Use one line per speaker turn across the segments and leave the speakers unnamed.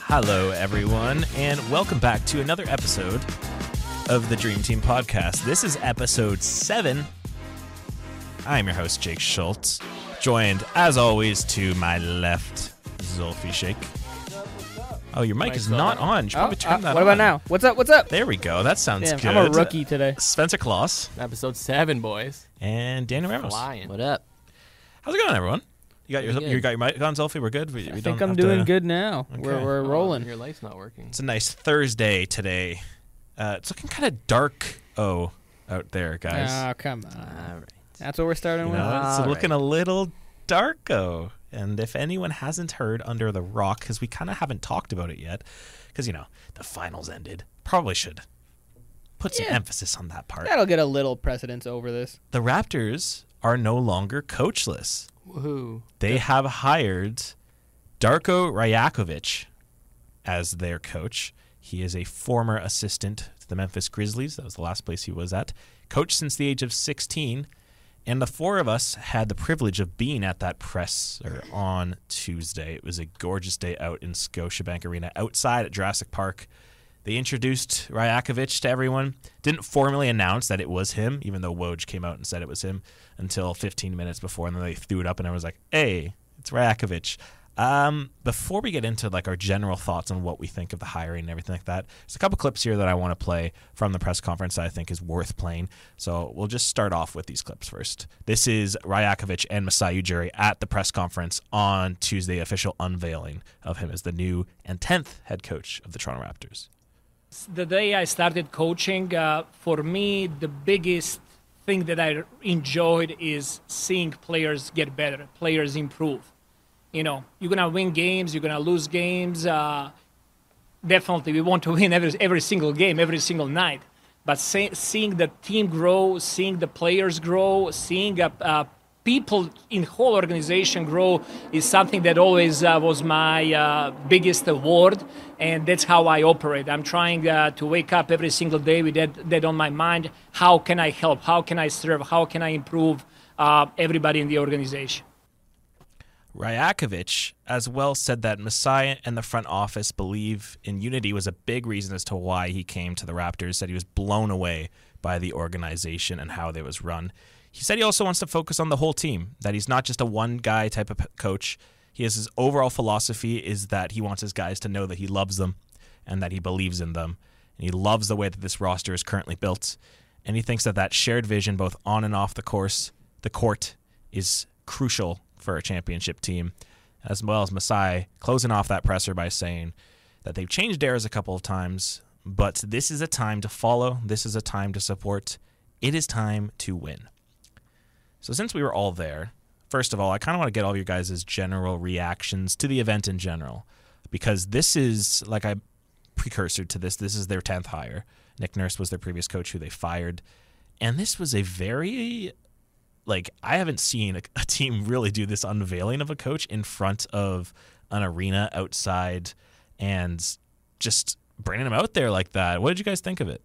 Hello, everyone, and welcome back to another episode of the Dream Team Podcast. This is episode seven. I am your host, Jake Schultz, joined as always to my left, Zulfi Shake. Oh, your mic
Mic's
is
not
not on. You should
Oh,
probably turn
uh,
that
what
on.
about now? What's up? What's up?
There we go. That sounds
Damn,
good.
I'm a rookie today.
Spencer Kloss
Episode seven, boys.
and Daniel Ramos.
Flying.
What up?
How's it going, everyone? You got your
Pretty
you
good.
got your mic on, Zulfi. We're good. We, we
I
don't
think I'm
have to-
doing good now.
Okay.
We're, we're
Oh,
rolling.
your light's not working.
It's a nice Thursday today. Uh, it's looking kind of dark oh out there, guys.
Oh, come on.
All right.
That's what we're starting
You
with.
know, it's
All
looking a little dark oh. And if anyone hasn't heard Under the Rock, because we kind of haven't talked about it yet, because you know the finals ended, probably should put some
Yeah.
emphasis on that part.
That'll get a little precedence over this.
The Raptors are no longer coachless.
Woohoo.
They have hired Darko Rajakovic as their coach. He is a former assistant to the Memphis Grizzlies. That was the last place he was at. Coach since the age of 16. And the four of us had the privilege of being at that presser on Tuesday. It was a gorgeous day out in Scotiabank Arena outside at Jurassic Park. They introduced Ryakovich to everyone. Didn't formally announce that it was him, even though Woj came out and said it was him until 15 minutes before, and then they threw it up, and everyone was like, "Hey, it's Ryakovich." Um, before we get into like our general thoughts on what we think of the hiring and everything like that, there's a couple clips here that I want to play from the press conference that I think is worth playing. So we'll just start off with these clips first. This is Ryakovich and Masai Ujiri at the press conference on Tuesday, official unveiling of him as the new and 10th head coach of the Toronto Raptors.
the day I started coaching, uh, for me, the biggest thing that I enjoyed is seeing players get better, players improve. You know, you're gonna win games, you're gonna lose games. Uh, definitely, we want to win every every single game, every single night. But se- seeing the team grow, seeing the players grow, seeing uh, uh, people in whole organization grow is something that always uh, was my uh, biggest award, and that's how I operate. I'm trying uh, to wake up every single day with that, that on my mind. How can I help? How can I serve? How can I improve uh, everybody in the organization?
Ryakovich as well said that Masai and the front office believe in unity was a big reason as to why he came to the Raptors, said he was blown away by the organization and how they was run. He said he also wants to focus on the whole team, that he's not just a one guy type of p- coach. He has his overall philosophy is that he wants his guys to know that he loves them and that he believes in them. And he loves the way that this roster is currently built. And he thinks that that shared vision, both on and off the course, the court, is crucial for a championship team. As well as Masai closing off that presser by saying that they've changed eras a couple of times, but this is a time to follow. This is a time to support. It is time to win. So since we were all there, first of all, I kind of want to get all your guys' general reactions to the event in general, because this is like I precursor to this. This is their tenth hire. Nick Nurse was their previous coach who they fired, and this was a very like I haven't seen a, a team really do this unveiling of a coach in front of an arena outside and just bringing him out there like that. What did you guys think of it?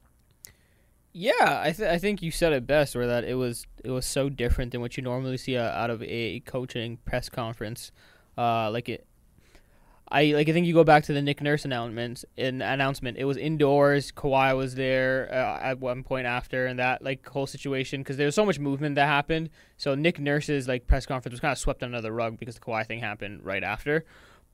Yeah, I, th- I think you said it best, where that it was it was so different than what you normally see uh, out of a coaching press conference. Uh, like it, I like I think you go back to the Nick Nurse announcements in announcement. It was indoors. Kawhi was there uh, at one point after, and that like whole situation because there was so much movement that happened. So Nick Nurse's like press conference was kind of swept under the rug because the Kawhi thing happened right after,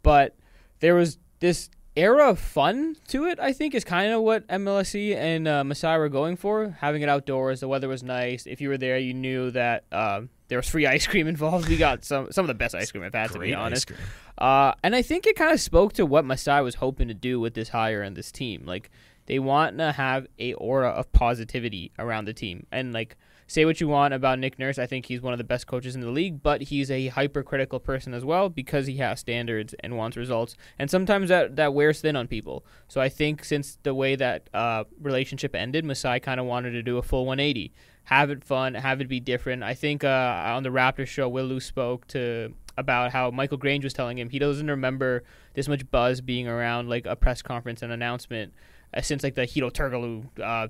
but there was this era of fun to it. I think is kind of what MLSC and uh, Masai were going for, having it outdoors. The weather was nice. If you were there, you knew that um there was free ice cream involved. We got some some of the best ice cream I've had to be
Great ice
honest.
cream.
Uh, and I think it kind of spoke to what Masai was hoping to do with this hire and this team. Like they want to have a aura of positivity around the team. And like say what you want about Nick Nurse, I think he's one of the best coaches in the league, but he's a hypercritical person as well because he has standards and wants results. And sometimes that that wears thin on people. So I think since the way that uh, relationship ended, Masai kind of wanted to do a full 180. Have it fun, have it be different. I think uh, on the Raptors show, Willu spoke to about how Michael Grange was telling him he doesn't remember this much buzz being around like a press conference and announcement uh, since like the Hito Turgulu uh,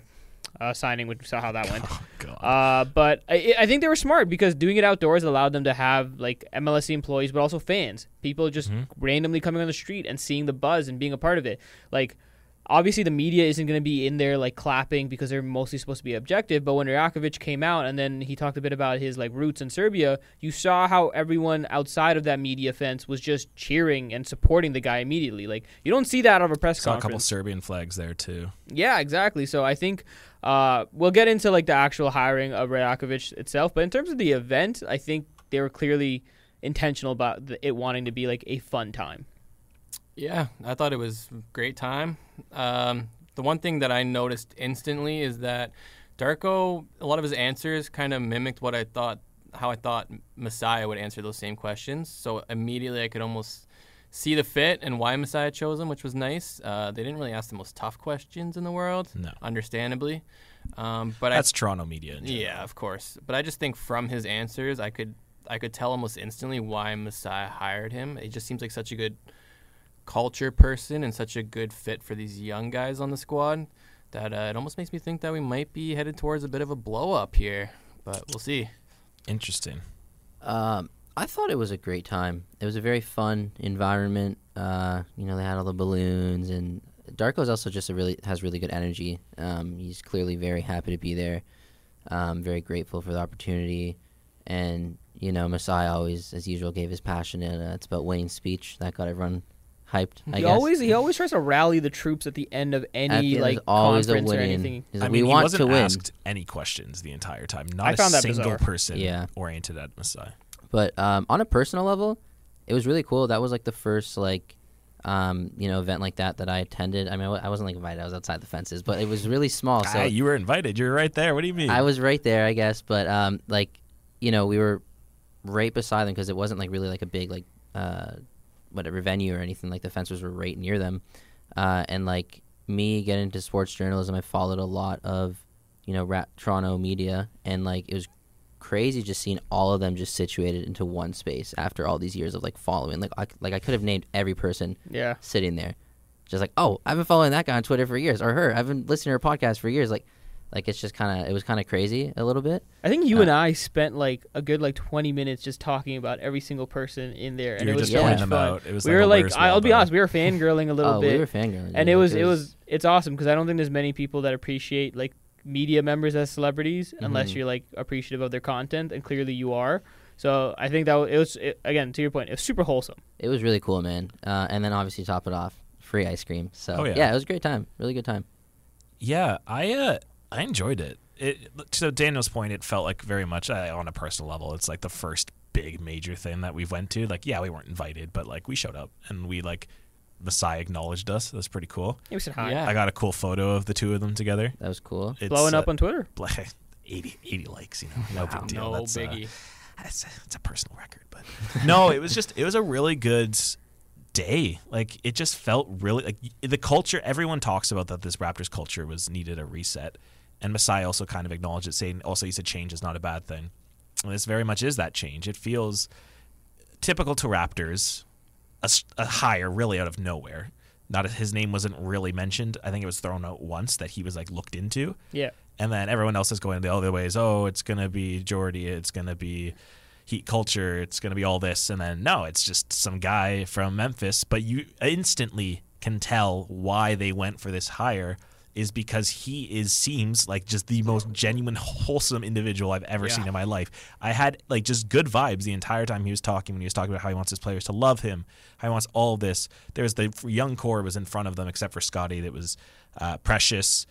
uh, signing, which we saw how that went.
Oh god.
Uh, but I, I think they were smart because doing it outdoors allowed them to have like MLSC employees, but also fans, people just
Mm-hmm.
randomly coming on the street and seeing the buzz and being a part of it. Like, obviously the media isn't going to be in there like clapping because they're mostly supposed to be objective. But when Rakovic came out and then he talked a bit about his like roots in Serbia, you saw how everyone outside of that media fence was just cheering and supporting the guy immediately. Like, you don't see that out of a press
Saw a
conference.
couple Serbian flags there too.
Yeah, exactly. So I think uh, we'll get into like the actual hiring of Rajakovic itself, but in terms of the event, I think they were clearly intentional about the, it wanting to be like a fun time.
Yeah, I thought it was a great time. Um, the one thing that I noticed instantly is that Darko, a lot of his answers kind of mimicked what I thought, how I thought Messiah would answer those same questions. So immediately I could almost see the fit and why Messiah chose him, which was nice. Uh, they didn't really ask the most tough questions in the world,
No.
understandably. Um, but I,
That's Toronto media. in general.
yeah, of course. But I just think from his answers, I could I could tell almost instantly why Messiah hired him. It just seems like such a good culture person and such a good fit for these young guys on the squad that uh, it almost makes me think that we might be headed towards a bit of a blow up here. But we'll see.
Interesting.
Um, I thought it was a great time. It was a very fun environment. Uh, you know, they had all the balloons, and Darko's also just a really has really good energy. Um, he's clearly very happy to be there. Um, very grateful for the opportunity, and you know, Masai always, as usual, gave his passionate uh, "It's about winning" speech that got everyone hyped. I
he
guess.
always he always tries to rally the troops at the end of
At the
any
end,
like
there's always a
conference or
winning.
anything.
He's
I mean,
like, we
he
want
wasn't
to win.
asked any questions the entire time. Not
I
a
found that
single
bizarre.
person
Yeah.
oriented at Messiah.
But um, on a personal level, it was really cool. That was like the first like um, you know event like that that I attended. I mean, I wa- I wasn't like invited. I was outside the fences, but it was really small. So
ah, you were invited. You're right there. What do you mean?
I was right there, I guess. But um, like you know, we were right beside them because it wasn't like really like a big like uh, whatever venue or anything. Like the fences were right near them, uh, and like me getting into sports journalism, I followed a lot of you know rat Toronto media, and like it was crazy just seeing all of them just situated into one space after all these years of like following. Like I, like I could have named every person
Yeah.
sitting there, just like, oh, I've been following that guy on Twitter for years, or her, I've been listening to her podcast for years. Like, like it's just kind of, it was kind of crazy a little bit.
I think you
Uh,
and I spent like a good like 20 minutes just talking about every single person in there, and
you
it
were
was
just
so
pointing them
much
fun.
out. It was
we
like
were
a
like,
Where's
I'll be
Waldo?
honest, we were fangirling a little
oh,
bit.
we were fangirling,
and
dude.
it was it was it's awesome because I don't think there's many people that appreciate like media members as celebrities unless
Mm-hmm.
Mhm.
you're like appreciative of their content, and clearly you are. So I think that wa- it was it, again to your point, it was super wholesome.
it was really cool, man. Uh, and then obviously top it off, free ice cream. So
Oh, yeah.
it was a great time, really good time.
Yeah, I uh, I enjoyed it. It to Daniel's point, it felt like very much uh, on a personal level. It's like the first big major thing that we've went to. Like, yeah, we weren't invited, but like we showed up and we like Messiah acknowledged us. That's pretty cool.
Yeah, we said hi,
Yeah.
I got a cool photo of the two of them together.
That was cool.
It's,
blowing up
uh,
on Twitter.
like 80, 80 likes. You know, no big deal.
no
That's, uh,
biggie.
it's a, it's a personal record, but no, it was just it was a really good day. Like it just felt really like the culture. Everyone talks about that this Raptors culture was needed a reset, and Masai also kind of acknowledged it, saying also he said change is not a bad thing, and this very much is that change. It feels typical to Raptors, a, s- a hire really out of nowhere. Not his name wasn't really mentioned. I think it was thrown out once that he was like looked into.
Yeah,
And then everyone else is going the other ways. Oh, it's going to be Jordy. It's going to be heat culture. It's going to be all this. And then, no, it's just some guy from Memphis. But you instantly can tell why they went for this hire is because he is seems like just the most genuine wholesome individual I've ever
Yeah.
seen in my life. I had like just good vibes the entire time he was talking when he was talking about how he wants his players to love him, how he wants all this. There was the young core was in front of them except for Scotty that was uh, precious.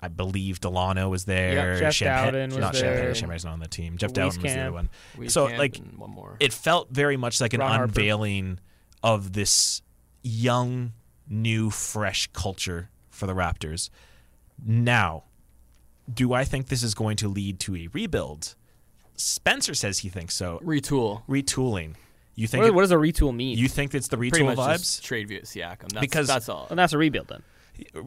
I believe Delano was there.
Jeff
Champagne-
Dowden was
not
there.
Champagne, Champagne's not on the team. Jeff Dowden was the
Wieskamp.
other one.
We
so
can't-
like
and one more.
it felt very much like an
Ron Harper.
unveiling of this young, new, fresh culture for the Raptors. Now, do I think this is going to lead to a rebuild? Spencer says he thinks so.
Retool.
Retooling. You think
what,
it-
what does a retool mean?
you think it's the
Pretty much
retool vibes?
just trade via Siakam. That's,
Because-
that's all.
and that's a rebuild then.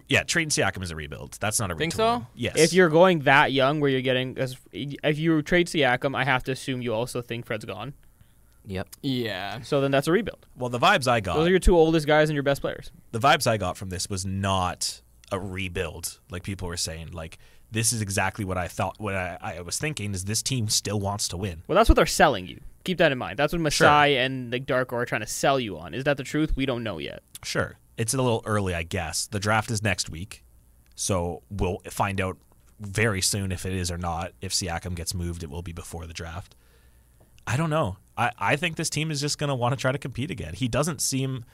Yeah, trading Siakam is a rebuild. That's not a
Think
retool.
so?
Yes.
If you're going that young, where you're getting, 'cause if you trade Siakam, I have to assume you also think Fred's gone.
Yep.
Yeah.
So then that's a rebuild.
well, the vibes I got.
Those are your two oldest guys and your best players.
the vibes I got from this was not a rebuild, like people were saying. Like this is exactly what I thought. What I, I was thinking is this team still wants to win.
Well, that's what they're selling you. Keep that in mind. That's what Masai and like Darko are trying to sell you on. Is that the truth? We don't know yet.
Sure, it's a little early, I guess. The draft is next week, so we'll find out very soon if it is or not. If Siakam gets moved, it will be before the draft. I don't know. I, I think this team is just going to want to try to compete again. He doesn't seem.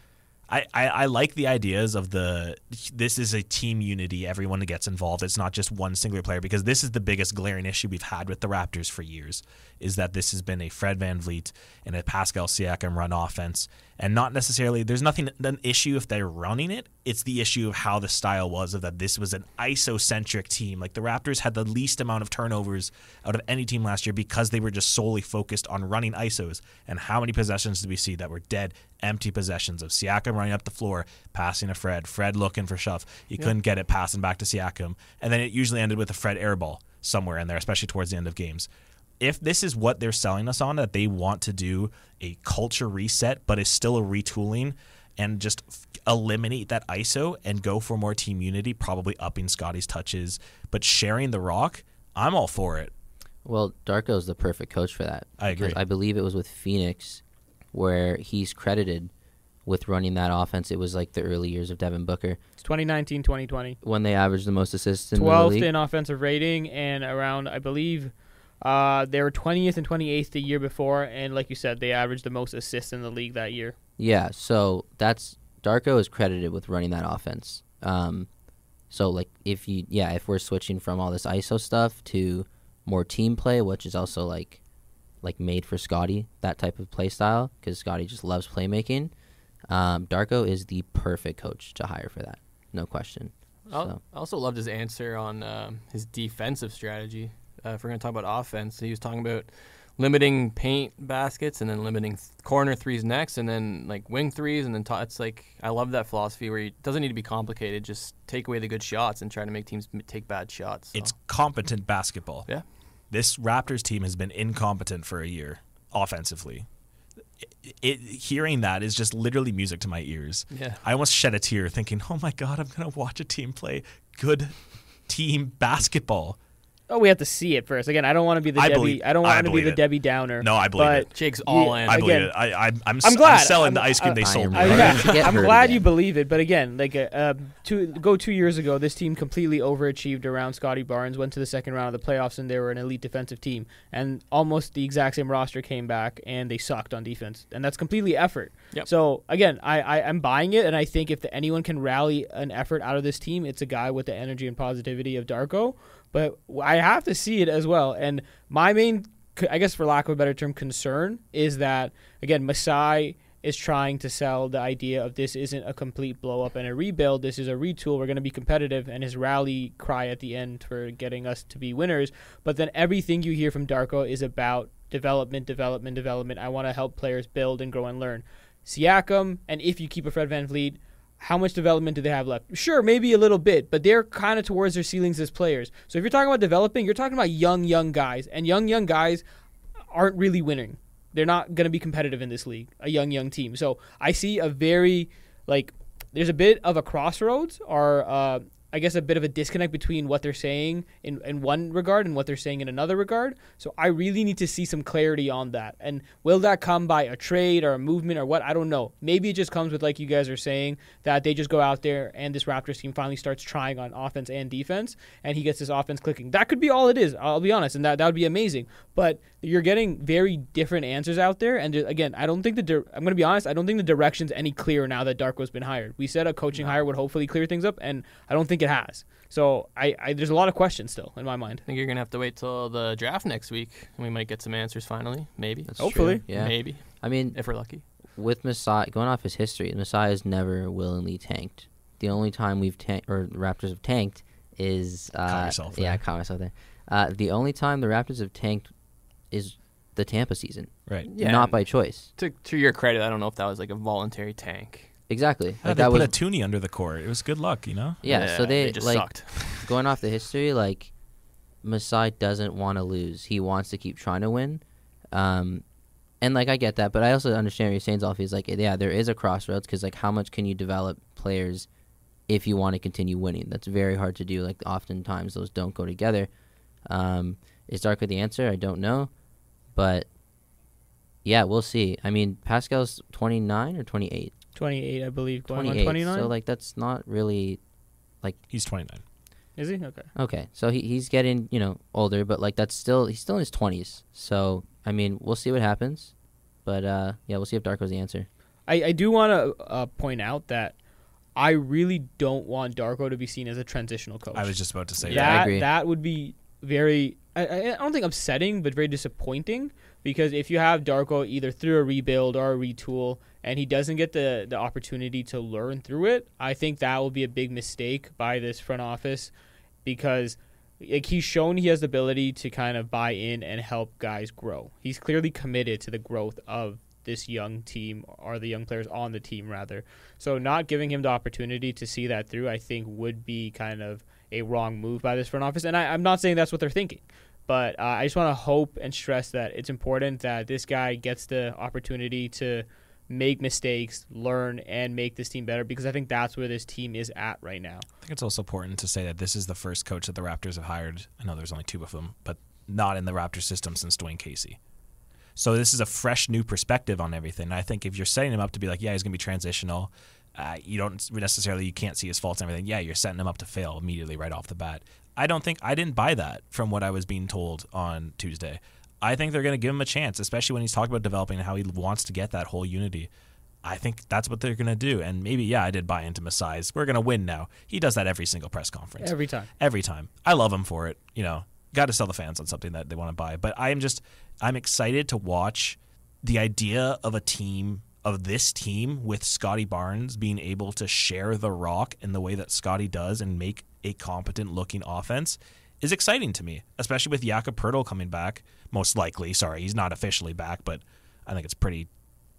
I, I, I like the ideas of the this is a team unity everyone gets involved it's not just one singular player because this is the biggest glaring issue we've had with the raptors for years is that this has been a fred van vliet and a pascal siakam run offense and not necessarily there's nothing an issue if they're running it it's the issue of how the style was of that this was an isocentric team like the raptors had the least amount of turnovers out of any team last year because they were just solely focused on running isos and how many possessions did we see that were dead empty possessions of Siakam running up the floor, passing to Fred, Fred looking for shove. You couldn't get it, passing back to Siakam. And then it usually ended with a Fred airball somewhere in there, especially towards the end of games. If this is what they're selling us on, that they want to do a culture reset, but is still a retooling and just f- eliminate that ISO and go for more team unity, probably upping Scotty's touches, but sharing the rock, I'm all for it.
Well, Darko's the perfect coach for that.
I agree.
Because I believe it was with Phoenix where he's credited with running that offense. It was like the early years of Devin Booker
It's 2019, 2020.
when they averaged the most assists in the
12th
league.
in offensive rating and around, I believe, uh, they were 20th and 28th the year before. And like you said, they averaged the most assists in the league that year.
Yeah, so that's Darko is credited with running that offense. Um, so like if you yeah, if we're switching from all this ISO stuff to more team play, which is also like like made for Scotty, that type of play style, because Scotty just loves playmaking. Um, Darko is the perfect coach to hire for that, no question.
Al-
So
I also loved his answer on um his defensive strategy. Uh, if we're going to talk about offense, he was talking about limiting paint baskets and then limiting th- corner threes next, and then like wing threes, and then t- it's like I love that philosophy where it doesn't need to be complicated. Just take away the good shots and try to make teams m- take bad shots. so.
It's competent basketball.
Oh. yeah,
this Raptors team has been incompetent for a year offensively. It, it- hearing that is just literally music to my ears.
Yeah.
I almost shed a tear thinking, "Oh my god, I'm going to watch a team play good team basketball."
Oh, we have to see it first. Again, I don't want to be the
I
Debbie.
believe-
I don't
I
want to be
believe
the
it.
Debbie Downer.
No, I believe
but
it.
Jake's
you-
all in.
I believe
Again,
it. I, I, I'm, uh, s-
I'm glad.
selling the
I'm-
ice cream they
I-
sold.
I
me.
am-
I,
Right. To
yeah,
get
I'm
hurt
glad
again.
you believe it, but again, like uh, uh, two go two years ago, this team completely overachieved around Scotty Barnes, went to the second round of the playoffs, and they were an elite defensive team. And almost the exact same roster came back, and they sucked on defense, and that's completely effort.
Yep.
So again, I, I I'm buying it, and I think if the, anyone can rally an effort out of this team, it's a guy with the energy and positivity of Darko. But I have to see it as well, and my main c- I guess for lack of a better term, concern is that again Masai is trying to sell the idea of this isn't a complete blow up and a rebuild. This is a retool. We're going to be competitive, and his rally cry at the end for getting us to be winners. But then everything you hear from Darko is about development, development, development. I want to help players build and grow and learn. Siakam, and if you keep a Fred Van Vliet, how much development do they have left? Sure, maybe a little bit, but they're kind of towards their ceilings as players. So if you're talking about developing, you're talking about young, young guys, and young, young guys aren't really winning. They're not going to be competitive in this league, a young, young team. So I see a very, like, there's a bit of a crossroads, or uh, I guess a bit of a disconnect between what they're saying in, in one regard and what they're saying in another regard. So I really need to see some clarity on that. And will that come by a trade or a movement or what? I don't know. Maybe it just comes with, like you guys are saying, that they just go out there and this Raptors team finally starts trying on offense and defense, and he gets his offense clicking. That could be all it is. I'll be honest, and that that would be amazing. But you're getting very different answers out there, and uh, again, I don't think the dir- I'm going to be honest. I don't think the direction's any clearer now that Darko's been hired. We said a coaching hire would hopefully clear things up, and I don't think it has. So I, I there's a lot of questions still in my mind.
I think you're gonna have to wait till the draft next week, and we might get some answers finally. Maybe,
that's
Hopefully.
true. Yeah.
maybe
I mean,
if we're lucky.
with Masai, going off his history, Masai has never willingly tanked. The only time we've tanked, or the Raptors have tanked, is uh,
yourself
yeah,
there.
I caught myself there. Uh, the only time the Raptors have tanked is the Tampa season,
Right.
Yeah,
not
and
by choice.
to to your credit, I don't know if that was like a voluntary tank.
Exactly,
Yeah,
like
they
that
put
was
a toonie under the court. It was good luck, you know.
yeah, So they,
just
like
sucked.
going off the history, like Masai doesn't want to lose. He wants to keep trying to win. Um, and like I get that, but I also understand what you're saying. Zolfi is like, yeah, there is a crossroads because like, how much can you develop players if you want to continue winning. That's very hard to do. Like oftentimes those don't go together. Um, is Darko the answer? I don't know, but yeah, we'll see. I mean, Pascal's twenty nine or twenty eight.
28, I believe. Going
Twenty
on
eight.
29?
So like that's not really
He's 29.
Is he? Okay.
okay. So he, he's getting you know older, but like that's still he's still in his twenties. So I mean, we'll see what happens. But uh, yeah, we'll see if Darko's the answer.
I, I do want to uh, point out that I really don't want Darko to be seen as a transitional coach.
I was just about to say
that
Yeah, I
that.
agree.
that would be very. I, I I don't think upsetting, but very disappointing because if you have Darko either through a rebuild or a retool and he doesn't get the the opportunity to learn through it, I think that will be a big mistake by this front office because like he's shown he has the ability to kind of buy in and help guys grow. He's clearly committed to the growth of this young team or the young players on the team rather. So not giving him the opportunity to see that through, I think would be kind of a wrong move by this front office. And I, I'm not saying that's what they're thinking, but uh, I just want to hope and stress that it's important that this guy gets the opportunity to make mistakes, learn, and make this team better because I think that's where this team is at right now.
I think it's also important to say that this is the first coach that the Raptors have hired. I know there's only two of them, but not in the Raptors system since Dwayne Casey. So this is a fresh new perspective on everything. And I think if you're setting him up to be like, yeah, he's going to be transitional, uh, you don't necessarily you can't see his faults and everything. Yeah, you're setting him up to fail immediately right off the bat. I don't think I didn't buy that from what I was being told on Tuesday. I think they're going to give him a chance, especially when he's talking about developing and how he wants to get that whole unity. I think that's what they're going to do. And maybe, yeah, I did buy into Masai's. We're going to win now. He does that every single press conference
Every time.
every time. I love him for it. You know, got to sell the fans on something that they want to buy. But I am just, I'm excited to watch the idea of a team of this team with Scotty Barnes being able to share the rock in the way that Scotty does and make a competent looking offense is exciting to me, especially with Jakob Pertl coming back, most likely. Sorry, he's not officially back, but I think it's pretty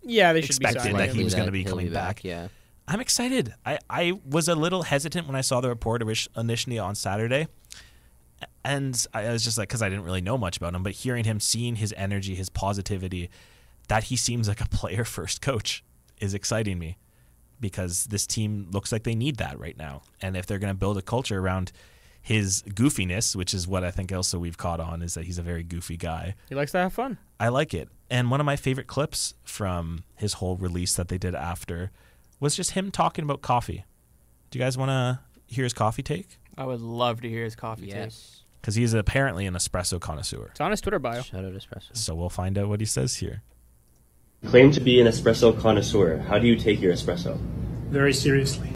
Yeah, they should
Expected
be signing
that
him.
he was gonna
that
be
he'll
coming back.
Yeah.
I'm excited. I, I was a little hesitant when I saw the report oris- initially on Saturday. And I I was just like, because I didn't really know much about him, but hearing him, seeing his energy, his positivity, that he seems like a player first coach is exciting me because this team looks like they need that right now. And if they're going to build a culture around his goofiness, which is what I think also we've caught on, is that he's a very goofy guy.
He likes to have fun.
I like it. And one of my favorite clips from his whole release that they did after was just him talking about coffee. Do you guys want to hear his coffee take?
I would love to hear his coffee
Yes.
Because he's apparently an espresso connoisseur.
It's on his Twitter bio.
Shout out Espresso.
So we'll find out what he says here.
Claim to be an espresso connoisseur. How do you take your espresso?
very seriously.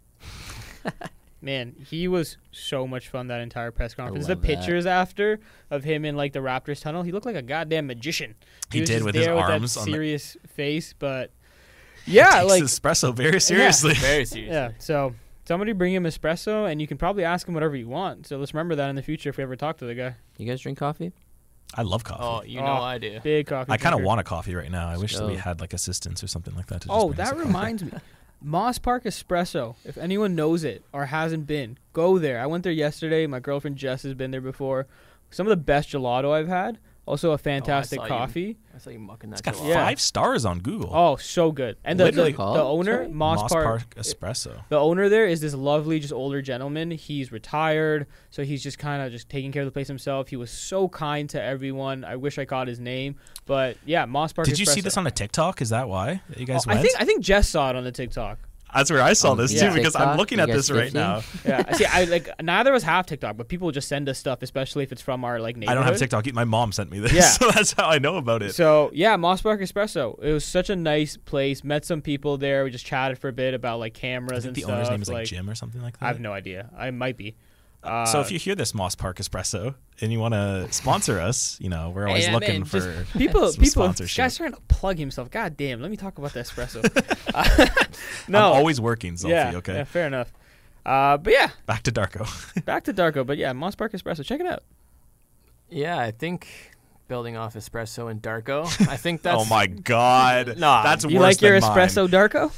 Man, he was so much fun that entire press conference. The
love that.
pictures after of him in like the Raptors tunnel, he looked like a goddamn magician.
He
was
did
just
with his
there with
arms
that
on the-
serious face, but
He
yeah,
takes
like
espresso very seriously.
taste. Very serious.
yeah. So somebody bring him espresso, and you can probably ask him whatever you want. So let's remember that in the future if we ever talk to the guy.
You guys drink coffee?
I love
Oh,
coffee.
you
Oh.
know I do.
Big coffee.
I kind of
drinker.
want a coffee right now. I wish that we
go.
had like assistance or something like that. To just
Oh,
bring us a
that
coffee.
reminds me. Moss Park Espresso. If anyone knows it or hasn't been, go there. I went there yesterday. My girlfriend Jess has been there before. Some of the best gelato I've had. Also a fantastic
Oh, saw you-
coffee.
I saw you mucking that.
It's got
shit
five
off.
Yeah.
stars on Google.
Oh, so good. And the,
What is
the,
it
the
called?
owner,
Sorry?
Moss, Park,
Espresso.
the owner there is this lovely just older gentleman. He's retired, so he's just kind of just taking care of the place himself. He was so kind to everyone. I wish I caught his name, but yeah, Moss Park
Did you see
Espresso.
this on a TikTok? Is that why that you
Oh,
guys
I
went?
think I think Jess saw it on the TikTok.
That's where I saw
On
this
yeah.
too because I'm
TikTok?
looking
You
at
guys
this right
sniffing?
now.
Yeah, see, I like neither of us have TikTok, but people just send us stuff, especially if it's from our like neighborhood.
I don't have TikTok. My mom sent me this,
Yeah.
so that's how I know about it.
So yeah, Moss Park Espresso. It was such a nice place. Met some people there. We just chatted for a bit about like
I
cameras
think
and
the
stuff.
owner's name is like, Jim or something like that.
I have no idea. I might be. Uh,
so if you hear this Moss Park Espresso and you want to sponsor us, you know we're always
Hey, I'm
looking
in.
for.
Just-
Uh, people,
some
people,
sponsorship.
guys, trying to plug himself. God damn, let me talk about the espresso.
I'm
no,
always working, Zolfi.
yeah,
okay,
yeah, fair enough. Uh, but yeah,
back to Darko.
back to Darko. But yeah, Moss Park Espresso. Check it out.
Yeah, I think building off espresso and Darko. I think that's.
oh my God,
Nah,
that's
You
worse
like your
than mine.
espresso, Darko?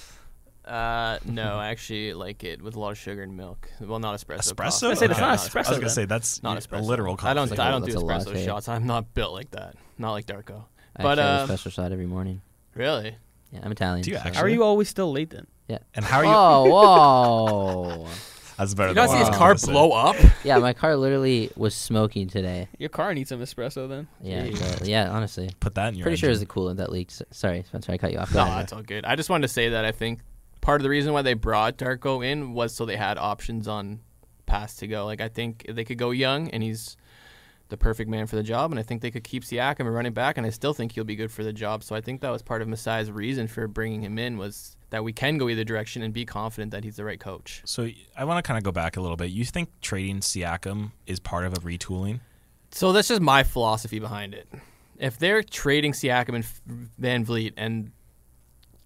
Uh, no, I actually like it with a lot of sugar and milk. Well, not espresso.
Espresso?
I said
Okay.
it's not espresso.
I was gonna
then.
say that's
Not
y-
espresso.
a literal coffee.
I don't.
Like
I
a-
don't do
that's a
espresso
latte.
shots. I'm not built like that. Not like Darko.
I
But,
actually have
um,
espresso shot every morning.
Really?
Yeah, I'm Italian.
Do you
so-
actually?
How are you always still late then?
and how are you?
Oh, whoa!
That's better.
You not see
than
his
what I
car
was gonna say.
blow up?
yeah, my car literally was smoking today.
Your car needs some espresso then.
Yeah, so- yeah. Honestly,
Put that in your.
pretty sure it was
engine.
the coolant that leaked. S- Sorry, Spencer, I cut you off. Go
No,
ahead.
that's all good. I just wanted to say that I think part of the reason why they brought Darko in was so they had options on pass to go. Like I think they could go young, and he's the perfect man for the job. And I think they could keep Siakam and running back, and I still think he'll be good for the job. So I think that was part of Masai's reason for bringing him in was that we can go either direction and be confident that he's the right coach.
So I want to kind of go back a little bit. You think trading Siakam is part of a retooling?
So that's just my philosophy behind it. If they're trading Siakam and F- Van Vliet and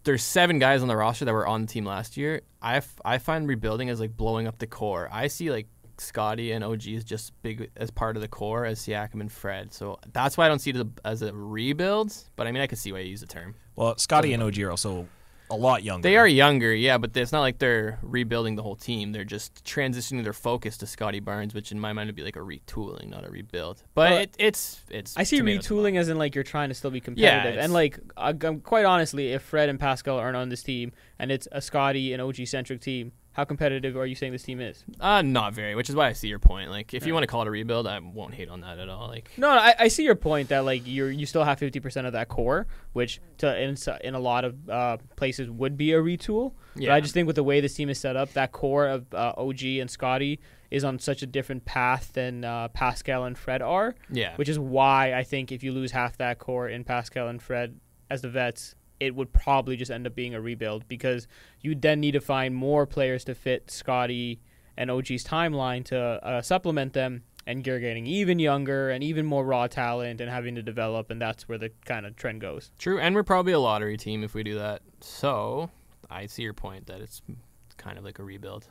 there's seven guys on the roster that were on the team last year, I, f- I find rebuilding as like blowing up the core. I see like Scotty and OG is just big as part of the core as Siakam and Fred. So that's why I don't see it as a, as a rebuild, but I mean, I can see why you use the term.
Well, Scotty and OG are also a lot younger.
They are younger, yeah, but it's not like they're rebuilding the whole team. They're just transitioning their focus to Scotty Barnes, which in my mind would be like a retooling, not a rebuild. But
Well,
it, it's it's.
I see
tomatoes and
retooling as in like you're trying to still be competitive,
it's-
and like I, am quite honestly, if Fred and Pascal aren't on this team, and it's a Scotty and OG centric team, how competitive are you saying this team is?
Uh, not very, which is why I see your point. Like, if you want to call it a rebuild, I won't hate on that at all. Like,
No, I, I see your point that like you you still have fifty percent of that core, which to in, so- in a lot of uh, places would be a retool. But
Yeah.
I just think with the way this team is set up, that core of uh, OG and Scotty is on such a different path than uh, Pascal and Fred are.
yeah,
which is why I think if you lose half that core in Pascal and Fred as the vets, it would probably just end up being a rebuild because you would then need to find more players to fit Scotty and OG's timeline to uh, supplement them. And you're getting even younger and even more raw talent and having to develop, and that's where the kind of trend goes.
true. And we're probably a lottery team if we do that. So, I see your point that it's kind of like a rebuild.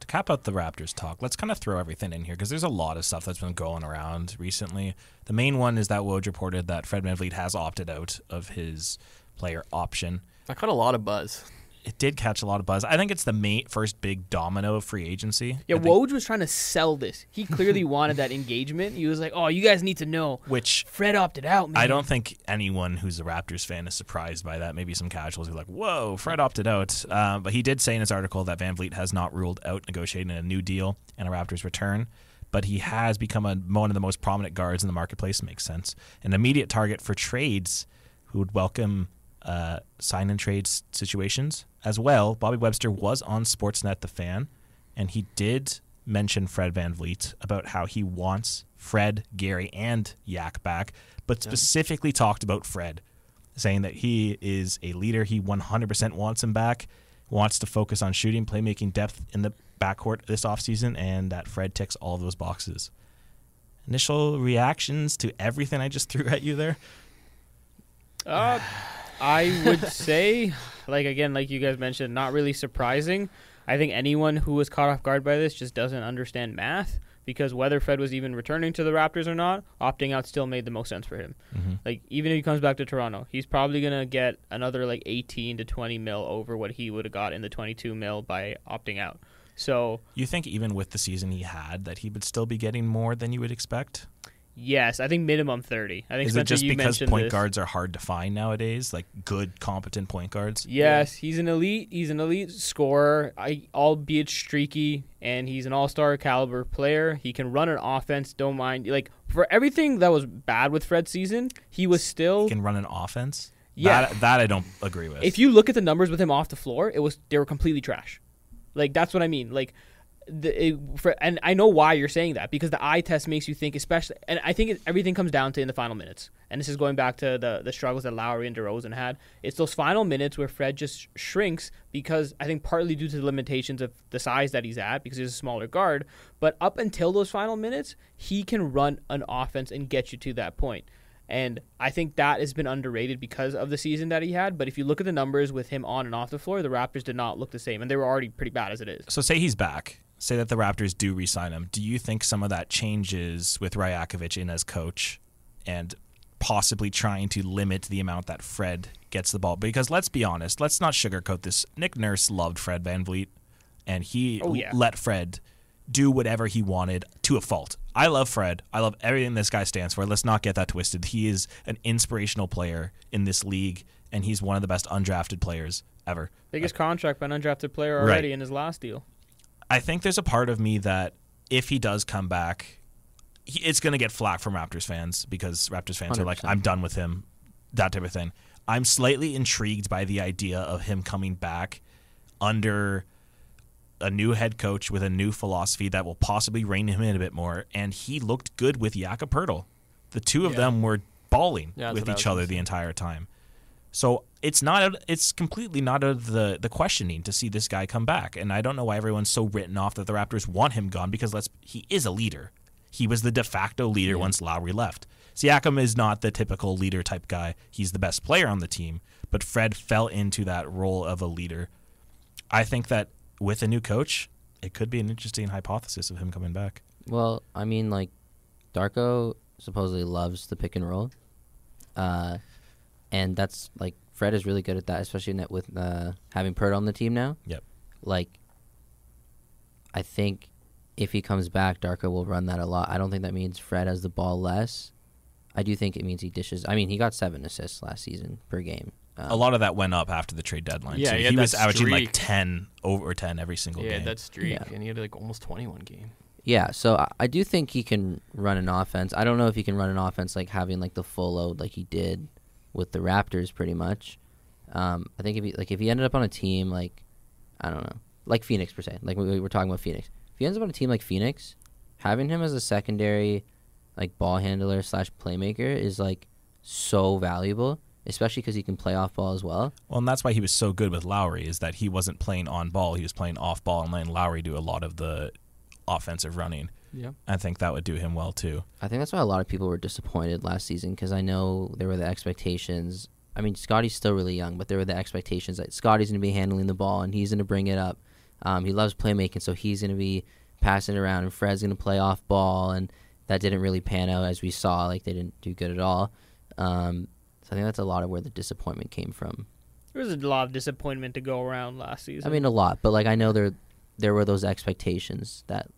to cap out the Raptors talk, let's kind of throw everything in here because there's a lot of stuff that's been going around recently. The main one is that Woj reported that Fred VanVleet has opted out of his player option.
I caught a lot of buzz.
It did catch a lot of buzz. I think it's the main first big domino of free agency.
Yeah,
I think-
Woj was trying to sell this. He clearly wanted that engagement. He was like, "Oh, you guys need to know,
which
Fred opted out." Man.
I don't think anyone who's a Raptors fan is surprised by that. Maybe some casuals are like, "Whoa, Fred opted out," uh, but he did say in his article that Van Vliet has not ruled out negotiating a new deal and a Raptors return, but he has become a, one of the most prominent guards in the marketplace. Makes sense. An immediate target for trades who would welcome uh, sign and trade s- situations as well. Bobby Webster was on Sportsnet, the fan, and he did mention Fred Van Vliet about how he wants Fred, Gary, and Yak back, but specifically talked about Fred, saying that he is a leader. He 100% wants him back, wants to focus on shooting, playmaking depth in the backcourt this offseason, and that Fred ticks all those boxes. Initial reactions to everything I just threw at you there?
Uh, I would say, like again, like you guys mentioned, not really surprising. I think anyone who was caught off guard by this just doesn't understand math because whether Fred was even returning to the Raptors or not, opting out still made the most sense for him.
Mm-hmm.
Like even if he comes back to Toronto, he's probably gonna get another like 18 to 20 mil over what he would have got in the 22 mil by opting out. So
You think even with the season he had that he would still be getting more than you would expect?
yes, I think minimum 30. I think
Is it
Spencer,
just
you
because
mentioned
point
this.
guards are hard to find nowadays, like good, competent point guards?
Yes, he's an elite. He's an elite scorer, I, albeit streaky, and he's an all-star caliber player. He can run an offense. Don't mind like for everything that was bad with Fred's season, he was still.
can run an offense.
Yeah.
that, that I don't agree with.
If you look at the numbers with him off the floor, it was they were completely trash. Like that's what I mean. Like the it, for, and I know why you're saying that because the eye test makes you think, especially. And I think it, everything comes down to in the final minutes. And this is going back to the the struggles that Lowry and DeRozan had. It's those final minutes where Fred just sh- shrinks because I think partly due to the limitations of the size that he's at because he's a smaller guard. But up until those final minutes, he can run an offense and get you to that point. And I think that has been underrated because of the season that he had. But if you look at the numbers with him on and off the floor, the Raptors did not look the same, and they were already pretty bad as it is.
so say he's back, say that the Raptors do re-sign him. Do you think some of that changes with Ryakovich in as coach, and possibly trying to limit the amount that Fred gets the ball? Because let's be honest, let's not sugarcoat this. Nick Nurse loved Fred Van VanVleet, and he
Oh, yeah.
let Fred do whatever he wanted to a fault. I love Fred. I love everything this guy stands for. Let's not get that twisted. He is an inspirational player in this league, and he's one of the best undrafted players ever.
Biggest contract by an undrafted player already in his last deal.
I think there's a part of me that if he does come back, he, it's going to get flack from Raptors fans because Raptors fans are like,
100%.
I'm done with him, that type of thing. I'm slightly intrigued by the idea of him coming back under a new head coach with a new philosophy that will possibly rein him in a bit more. And he looked good with Jakob Pertl. The two of
Yeah.
them were balling
Yeah, that's
with
what I
each
was
other the entire time. So it's not out- it's completely not out of the the questioning to see this guy come back. And I don't know why everyone's so written off that the Raptors want him gone because let's he is a leader. He was the de facto leader once Lowry left. Siakam is not the typical leader type guy. He's the best player on the team, but Fred fell into that role of a leader. I think that with a new coach, it could be an interesting hypothesis of him coming back.
Well, I mean, like Darko supposedly loves the pick and roll, uh, and that's like Fred is really good at that, especially in that with uh, having Pert on the team now.
Yep.
Like, I think if he comes back, Darko will run that a lot. I don't think that means Fred has the ball less. I do think it means he dishes. I mean, he got seven assists last season per game. Uh,
A lot of that went up after the trade deadline.
Yeah,
too.
he
he,
had that
was averaging like
streak.
ten over ten every single
Yeah,
game.
that streak,
Yeah.
and he had like almost 21 game.
Yeah, so I, I do think he can run an offense. I don't know if he can run an offense like having like the full load like he did with the Raptors, pretty much. Um, I think if he like if he ended up on a team like I don't know, like Phoenix per se, like we, we were talking about Phoenix. If he ends up on a team like Phoenix, having him as a secondary like ball handler slash playmaker is like so valuable, especially because he can play off ball as well.
Well, and that's why he was so good with Lowry is that he wasn't playing on ball; he was playing off ball and letting Lowry do a lot of the offensive running.
Yeah.
I think that would do him well too.
I think that's why a lot of people were disappointed last season because I know there were the expectations. I mean, Scotty's still really young, but there were the expectations that Scotty's going to be handling the ball and he's going to bring it up. Um, he loves playmaking, so he's going to be passing it around, and Fred's going to play off ball, and that didn't really pan out as we saw. Like they didn't do good at all. Um, so I think that's a lot of where the disappointment came from.
There was a lot of disappointment to go around last season.
I mean, a lot, but like I know there there were those expectations that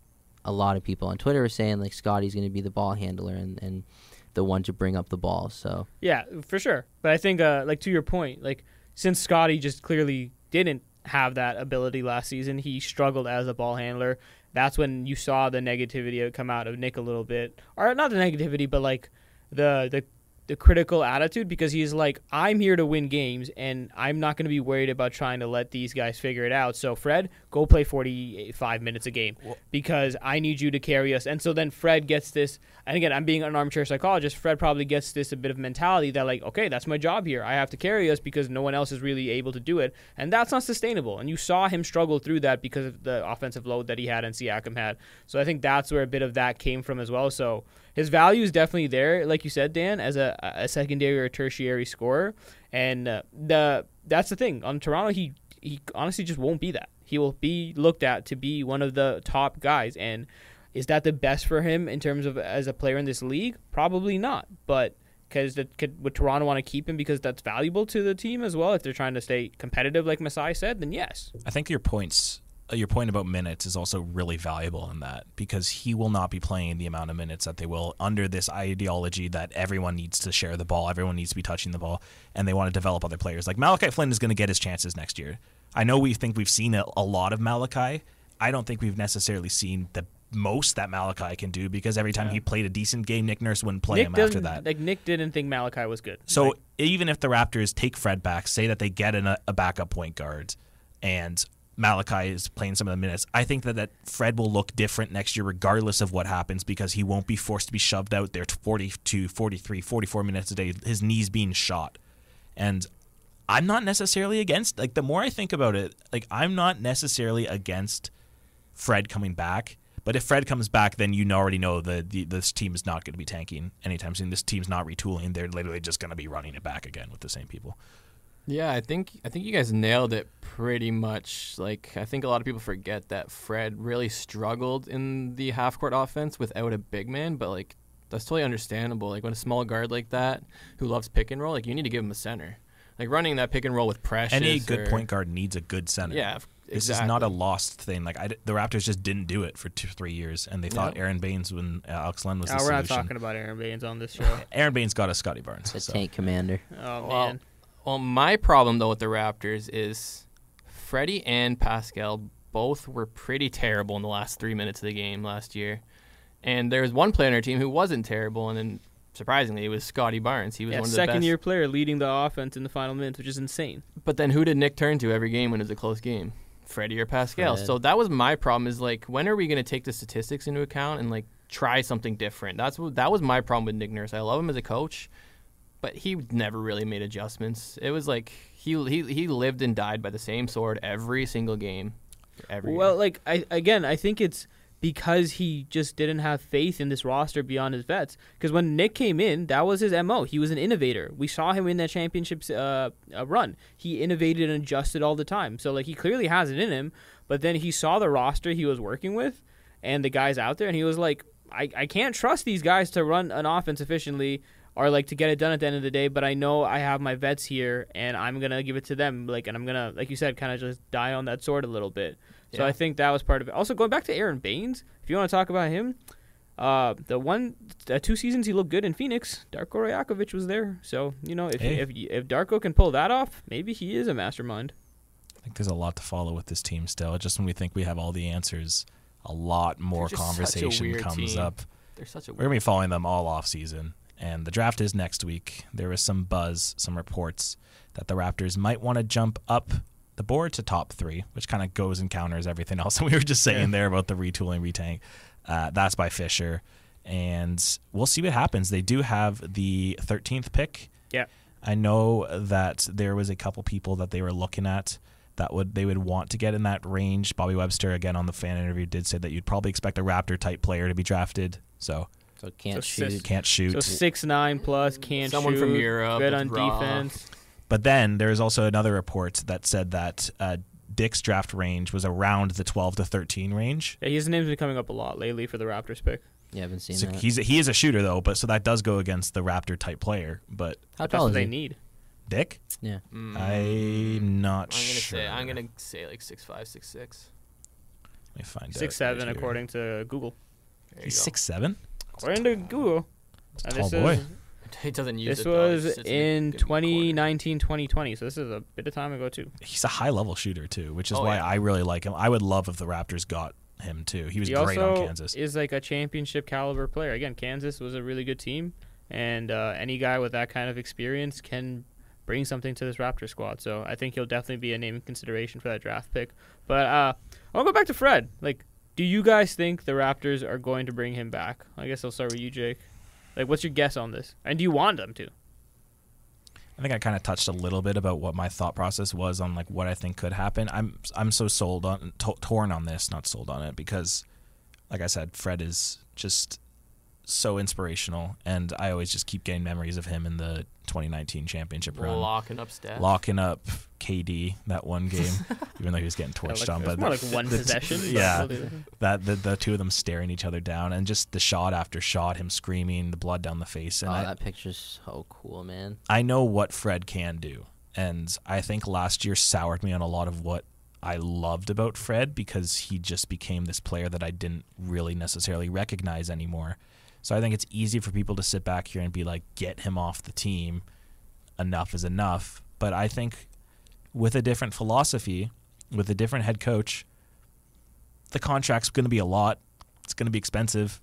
a lot of people on Twitter were saying like Scotty's going to be the ball handler and and the one to bring up the ball. So
Yeah, for sure. But I think, uh, like to your point, like since Scotty just clearly didn't have that ability last season, he struggled as a ball handler. That's when you saw the negativity come out of Nick a little bit, or not the negativity, but like the the the critical attitude because he's like, I'm here to win games, and I'm not going to be worried about trying to let these guys figure it out. So Fred, go play 45 minutes a game because I need you to carry us. And so then Fred gets this, and again, I'm being an armchair psychologist. Fred probably gets this a bit of mentality that like, okay, that's my job here. I have to carry us because no one else is really able to do it, and that's not sustainable. And you saw him struggle through that because of the offensive load that he had and Siakam had. So I think that's where a bit of that came from as well. So his value is definitely there, like you said, Dan, as a, a secondary or tertiary scorer. And uh, the that's the thing on Toronto, he he honestly just won't be that. He will be looked at to be one of the top guys. And is that the best for him in terms of as a player in this league? Probably not. But because that could would Toronto want to keep him because that's valuable to the team as well. If they're trying to stay competitive, like Masai said, then yes.
I think your points, uh, your point about minutes is also really valuable in that because he will not be playing the amount of minutes that they will under this ideology that everyone needs to share the ball, everyone needs to be touching the ball, and they want to develop other players. Like Malachi Flynn is going to get his chances next year. I know we think we've seen a, a lot of Malachi. I don't think we've necessarily seen the most that Malachi can do because every time he played a decent game, Nick Nurse wouldn't play
Nick
him after
doesn't-
that.
like Nick didn't think Malachi was good.
So
Like,
even if the Raptors take Fred back, say that they get in a, a backup point guard, and Malachi is playing some of the minutes, I think that, that Fred will look different next year, regardless of what happens, because he won't be forced to be shoved out there to 42, 43, 44 minutes a day, his knees being shot. And I'm not necessarily against, like, the more I think about it, like, I'm not necessarily against Fred coming back. But if Fred comes back, then you already know the, the this team is not going to be tanking anytime soon. This team's not retooling; they're literally just going to be running it back again with the same people.
Yeah, I think I think you guys nailed it pretty much. Like I think a lot of people forget that Fred really struggled in the half court offense without a big man, but like that's totally understandable. Like when a small guard like that who loves pick and roll, like you need to give him a center. Like running that pick and roll with pressure.
Any good point guard needs a good center.
Yeah, f-
this is not a
exactly.
lost thing. Like I d the Raptors just didn't do it for two, three years, and they thought
No.
Aaron Baines when uh, Alex Len was
oh,
the
we're not
solution.
talking about Aaron Baines on this show.
Aaron Baines got us Scotty Barnes.
the
so.
tank commander.
Oh
Well,
man,
Well, my problem though with the Raptors is Freddie and Pascal both were pretty terrible in the last three minutes of the game last year. And there was one player on our team who wasn't terrible, and then surprisingly, it was Scotty Barnes. He was
Yeah,
one of the
second
best.
year player leading the offense in the final minutes, which is insane.
But then who did Nick turn to every game when it was a close game? Freddie or Pascal.
Fred.
So that was my problem is like when are we going to take the statistics into account and like try something different? That's what that was my problem with Nick Nurse. I love him as a coach, but he never really made adjustments. It was like he he he lived and died by the same sword every single game. Every year.
Well, like I again, I think it's because he just didn't have faith in this roster beyond his vets. Because when Nick came in, that was his mo. He was an innovator. We saw him in that championships uh, uh, run. He innovated and adjusted all the time. So like he clearly has it in him. But then he saw the roster he was working with, and the guys out there, and he was like, I, I can't trust these guys to run an offense efficiently or like to get it done at the end of the day, but I know I have my vets here and I'm gonna give it to them. Like and I'm gonna like you said, kinda just die on that sword a little bit. So
Yeah.
I think that was part of it. Also going back to Aaron Baines, if you want to talk about him, uh, the one, uh, two seasons he looked good in Phoenix. Darko Rajakovic was there, so you know if
Hey.
if if Darko can pull that off, maybe he is a mastermind.
I think there's a lot to follow with this team still. Just when we think we have all the answers, a lot more
just such a
conversation
weird
comes
team.
up.
They're such a
We're
weird.
gonna be following them all off season, and the draft is next week. There is some buzz, some reports that the Raptors might want to jump up the board to top three, which kind of goes and counters everything else that we were just saying there about the retooling, retank. Uh, that's by Fisher, and we'll see what happens. They do have the 13th pick.
Yeah.
I know that there was a couple people that they were looking at that would they would want to get in that range. Bobby Webster again on the fan interview did say that you'd probably expect a Raptor type player to be drafted. So
So can't
So sis-
shoot.
can't shoot.
So six nine plus can't
Someone from
shoot,
Europe,
good
it's
on
raw.
defense.
But then there is also another report that said that uh, Dick's draft range was around the 12 to 13 range.
Yeah, his name's been coming up a lot lately for the Raptors pick.
Yeah, I haven't seen
So
that.
he's he is a shooter though, but so that does go against the Raptor type player. But
How
That's
tall
what
is
they
he?
need.
Dick,
Yeah.
Mm,
I'm not
I'm gonna
sure.
say I'm gonna say like six five six six.
Let me find out
Six seven,
here.
according to Google.
There you
He's
go.
six seven.
According to Google.
It's a
And
tall
this
boy.
is,
He doesn't use
this
it. though. He
was
just sits
in
the corner.
2019 2020, so this is a bit of time ago too.
He's a high level shooter too, which is
Oh,
why
yeah.
I really like him. I would love if the Raptors got him too. He was
he
great
also
on Kansas.
is like a championship caliber player. Again, Kansas was a really good team, and uh, any guy with that kind of experience can bring something to this Raptor squad. So I think he'll definitely be a name in consideration for that draft pick. But uh, I want to go back to Fred. Like, do you guys think the Raptors are going to bring him back? I guess I'll start with you, Jake. Like, what's your guess on this? And do you want them to?
I think I kind of touched a little bit about what my thought process was on like what I think could happen. I'm I'm so sold on to- torn on this, not sold on it because like I said, Fred is just so inspirational and I always just keep getting memories of him in the 2019 championship run.
Locking up stats.
Locking up KD that one game, even though he was getting torched
like,
on,
it's
but
more like one
the-
possession. but
yeah.
we'll do
that
that.
the, the two of them staring each other down, and just the shot after shot, him screaming, the blood down the face, and
Oh,
I-
that picture's so cool, man.
I know what Fred can do. And I think last year soured me on a lot of what I loved about Fred because he just became this player that I didn't really necessarily recognize anymore. So I think it's easy for people to sit back here and be like, get him off the team. Enough is enough. But I think with a different philosophy, with a different head coach, the contract's going to be a lot. It's going to be expensive.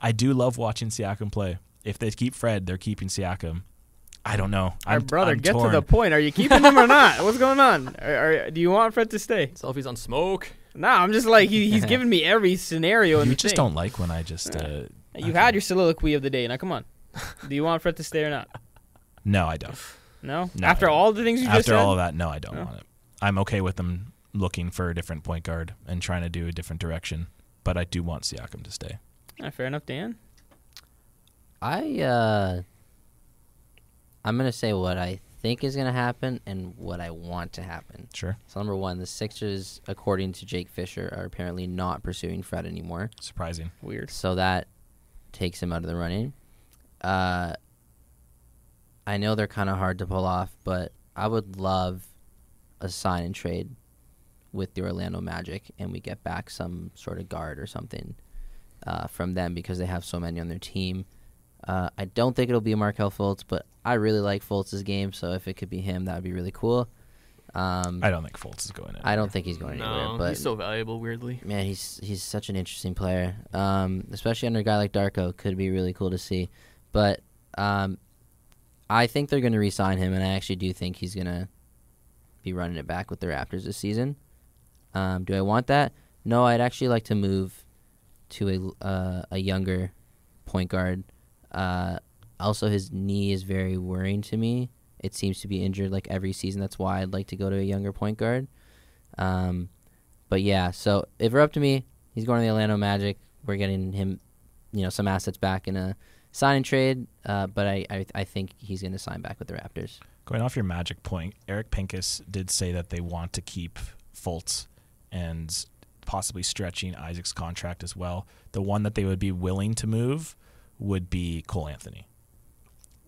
I do love watching Siakam play. If they keep Fred, they're keeping Siakam. I don't know.
Our
I'm,
brother,
I'm
get
torn.
to the point. Are you keeping him or not? What's going on? Are, are, do you want Fred to stay?
Selfies on smoke.
Nah, I'm just like he, he's giving me every scenario. And
You
the
just
thing.
don't like when I just. Uh,
You've had your soliloquy of the day. Now come on. Do you want Fred to stay or not?
no, I don't.
No.
No.
After all the things you just
After
said.
all of that, no, I don't
No.
want it. I'm okay with them looking for a different point guard and trying to do a different direction, but I do want Siakam to stay.
Ah, fair enough, Dan.
I uh I'm gonna say what I think is gonna happen and what I want to happen.
Sure,
So number one, the Sixers, according to Jake Fisher, are apparently not pursuing Fred anymore.
surprising.
Weird.
So that takes him out of the running. Uh, I know they're kind of hard to pull off, but I would love a sign and trade with the Orlando Magic, and we get back some sort of guard or something uh, from them because they have so many on their team. Uh, I don't think it'll be Markel Fultz, but I really like Fultz's game, so if it could be him, that would be really cool. Um,
I don't think Fultz is going in.
I don't think he's going anywhere.
No,
but
he's so valuable. Weirdly,
man, he's he's such an interesting player. Um, especially under a guy like Darko, could be really cool to see. But um, I think they're going to re-sign him, and I actually do think he's going to be running it back with the Raptors this season. Um, do I want that? No, I'd actually like to move to a uh, a younger point guard. Uh, also, his knee is very worrying to me. It seems to be injured like every season. That's why I'd like to go to a younger point guard. Um, but yeah, so if it were up to me, he's going to the Orlando Magic. We're getting him, you know, some assets back in a sign and trade. Uh, but I, I, I think he's going to sign back with the Raptors.
Going off your magic point, Eric Pincus did say that they want to keep Fultz and possibly stretching Isaac's contract as well. The one that they would be willing to move would be Cole Anthony.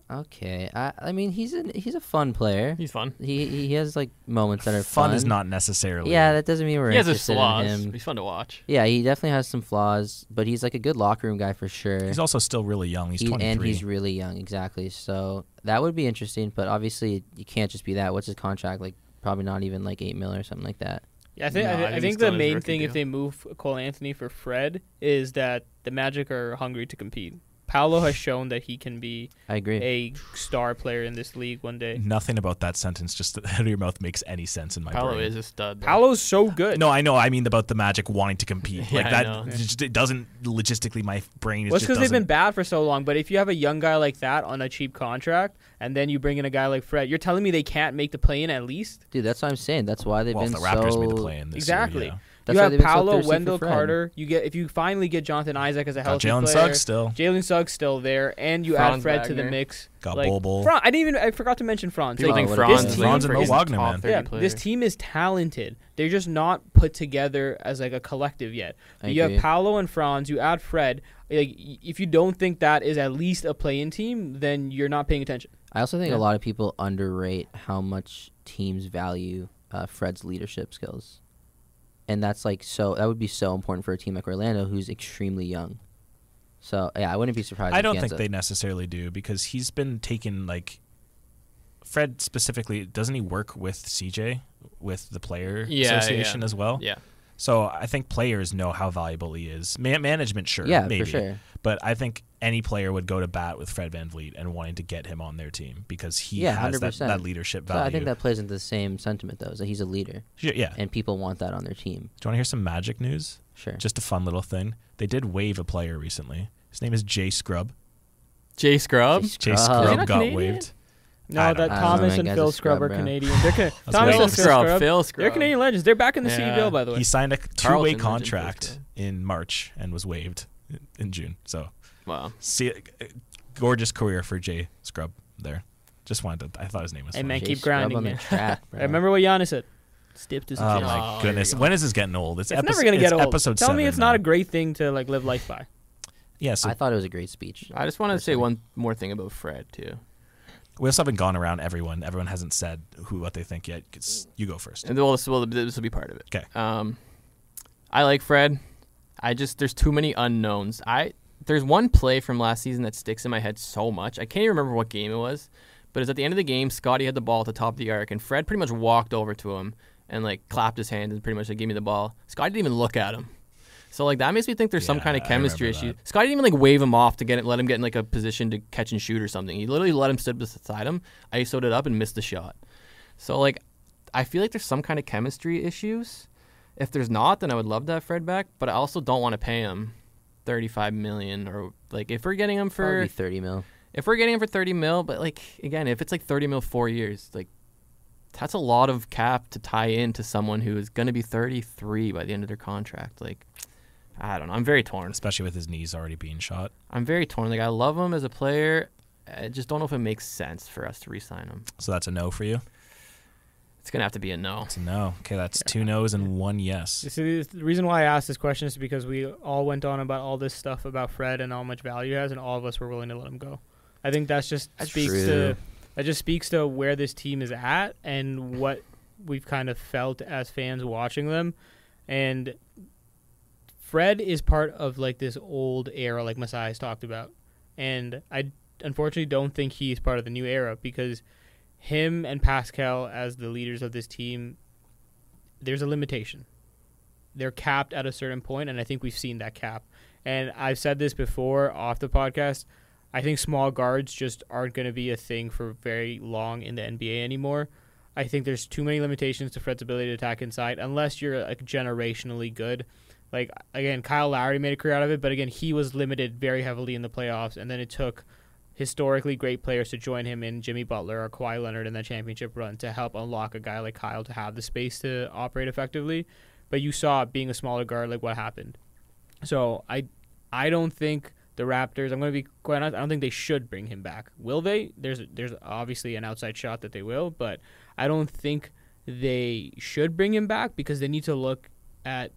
Okay, I, I mean he's an he's a fun player.
he's fun.
he he has like moments that are
Fun is not necessarily.
Yeah, that doesn't mean we're
He has his
interested in
flaws.
him.
He's fun to watch.
Yeah, he definitely has some flaws, but he's like a good locker room guy for sure.
he's also still really young. He's
He-
23.
and he's really young, exactly. So that would be interesting, but obviously you can't just be that. What's his contract like? Probably not even like eight mil or something like that.
Yeah, I think
No, I
I, thi-
think
I
he's
think
still
the
on his
main
rookie
thing if
deal.
they move Cole Anthony for Fred is that the Magic are hungry to compete. Paolo has shown that he can be
I agree.
a star player in this league one day.
Nothing about that sentence just out of your mouth makes any sense in my
Paolo
brain.
is a stud. though.
Paolo's so good.
No, I know. I mean about the Magic wanting to compete.
Yeah,
like
I
that
know.
just, it doesn't logistically my brain is
Well, it's
just
because they've been
doesn't-
bad for so long. But if you have a young guy like that on a cheap contract, and then you bring in a guy like Fred, you're telling me they can't make the play in at least?
Dude, that's what I'm saying. That's why they've
well, if
been
the Raptors
so.
made the play in this
exactly.
Year, yeah.
That's
you
why
have
they've been so
Paolo,
thirsty for
Wendell
Fred.
Carter. You get if you finally get Jonathan Isaac as a
Got
healthy
Jalen
player.
Suggs still.
Jalen Suggs still there, and you add
Franz
Fred to the
Wagner.
mix.
Got
like,
Bol Bol.
Fran- I didn't even. I forgot to mention Franz.
People
Oh,
Like,
think
what a
Franz
player.
is
Franz and
for
Mo
his
Wagner,
top
man.
30
yeah,
player.
this team is talented. They're just not put together as like a collective yet.
I
you
agree.
have Paolo and Franz. You add Fred. Like, y- if you don't think that is at least a play-in team, then you're not paying attention.
I also think
Yeah.
a lot of people underrate how much teams value uh, Fred's leadership skills, and that's like so. That would be so important for a team like Orlando, who's extremely young. So yeah, I wouldn't be surprised.
I
if
don't
he
think
ends
they
up-
necessarily do because he's been taking like Fred specifically. Doesn't he work with CJ with the player
Yeah, yeah.
association as well?
Yeah.
So I think players know how valuable he is. Man- management, sure,
Yeah, for
maybe,
sure.
but I think any player would go to bat with Fred Van Vliet and wanting to get him on their team because he
Yeah,
has that,
100%.
that leadership
So
value.
I think that plays into the same sentiment though, is that he's a leader,
Sure, yeah.
and people want that on their team.
Do you want to hear some magic news?
Sure.
Just a fun little thing. They did waive a player recently. His name is Jay Scrub.
Jay Scrub.
Just-
Jay
Is he
Scrub
not
got
Canadian?
waived. I
No,
don't
that
know.
I don't know,
Thomas
that
and
guy's
Phil
a
Scrub
scrub,
are
bro.
Canadian. They're, Ca- Thomas
Phil
Phil
and Phil Scrub.
Scrub. Phil Scrub.
They're Canadian legends. They're back in the
Yeah.
CBL, by the way.
He signed a two-way
Carlton was in
contract
Frisco.
in March and was waived in- in June. So,
Wow.
see, gorgeous career for Jay Scrub there. Just wanted to. I thought his name was.
Hey,
funny.
man,
Jay
keep
Scrub
grinding,
on the
man.
track,
I
bro.
remember what Giannis said. Stipped his
Oh
chin.
Oh,
my
here
goodness,
we go.
when is this getting old? It's,
It's
episode,
never gonna get
it's
old.
Episode
Tell
seven
me it's not a
now.
great thing to like live life by.
Yeah, so
I thought it was a great speech.
I just want to say
Personally.
one more thing about Fred too.
we also haven't gone around everyone. Everyone hasn't said who what they think yet. It's- you go first.
And well, this will this will be part of it.
'Kay.
Um, I like Fred. I just there's too many unknowns. I there's one play from last season that sticks in my head so much. I can't even remember what game it was, but it's at the end of the game. Scotty had the ball at the top of the arc, and Fred pretty much walked over to him and like clapped his hand and pretty much like gave me the ball. Scotty didn't even look at him. So like that makes me think there's some
Yeah,
kind of
I
chemistry
remember
issue.
that.
Scotty didn't even like wave him off to get it, let him get in like a position to catch and shoot or something. He literally let him sit beside him, ISO'd it up and missed the shot. So like, I feel like there's some kind of chemistry issues. If there's not, then I would love to have Fred back, but I also don't want to pay him 35 million or like if we're getting him
Probably
for
thirty mil.
if we're getting him for 30 mil, but like again, if it's like 30 mil 4 years, like that's a lot of cap to tie in to someone who is going to be 33 by the end of their contract. Like I don't know. I'm very torn.
Especially with his knees already being shot.
I'm very torn. Like I love him as a player. I just don't know if it makes sense for us to re-sign him.
So that's a no for you.
It's gonna have to be a no.
It's a no. Okay, that's two no's and one yes.
See, the reason why I asked this question is because we all went on about all this stuff about Fred and how much value he has, and all of us were willing to let him go. I think that's just
That's
speaks
true.
to that just speaks to where this team is at and what we've kind of felt as fans watching them, and Fred is part of like this old era, like Masai has talked about, and I unfortunately don't think he's part of the new era because him and Pascal as the leaders of this team, there's a limitation. They're capped at a certain point, and I think we've seen that cap. And I've said this before off the podcast. I think small guards just aren't going to be a thing for very long in the NBA anymore. I think there's too many limitations to Fred's ability to attack inside unless you're like generationally good. Like again, Kyle Lowry made a career out of it, but again, he was limited very heavily in the playoffs, and then it took historically great players to join him in Jimmy Butler or Kawhi Leonard in that championship run to help unlock a guy like Kyle to have the space to operate effectively. But you saw being a smaller guard, like what happened. So I, I don't think the Raptors. I'm going to be quite honest. I don't think they should bring him back. Will they? There's there's obviously an outside shot that they will, but I don't think they should bring him back because they need to look at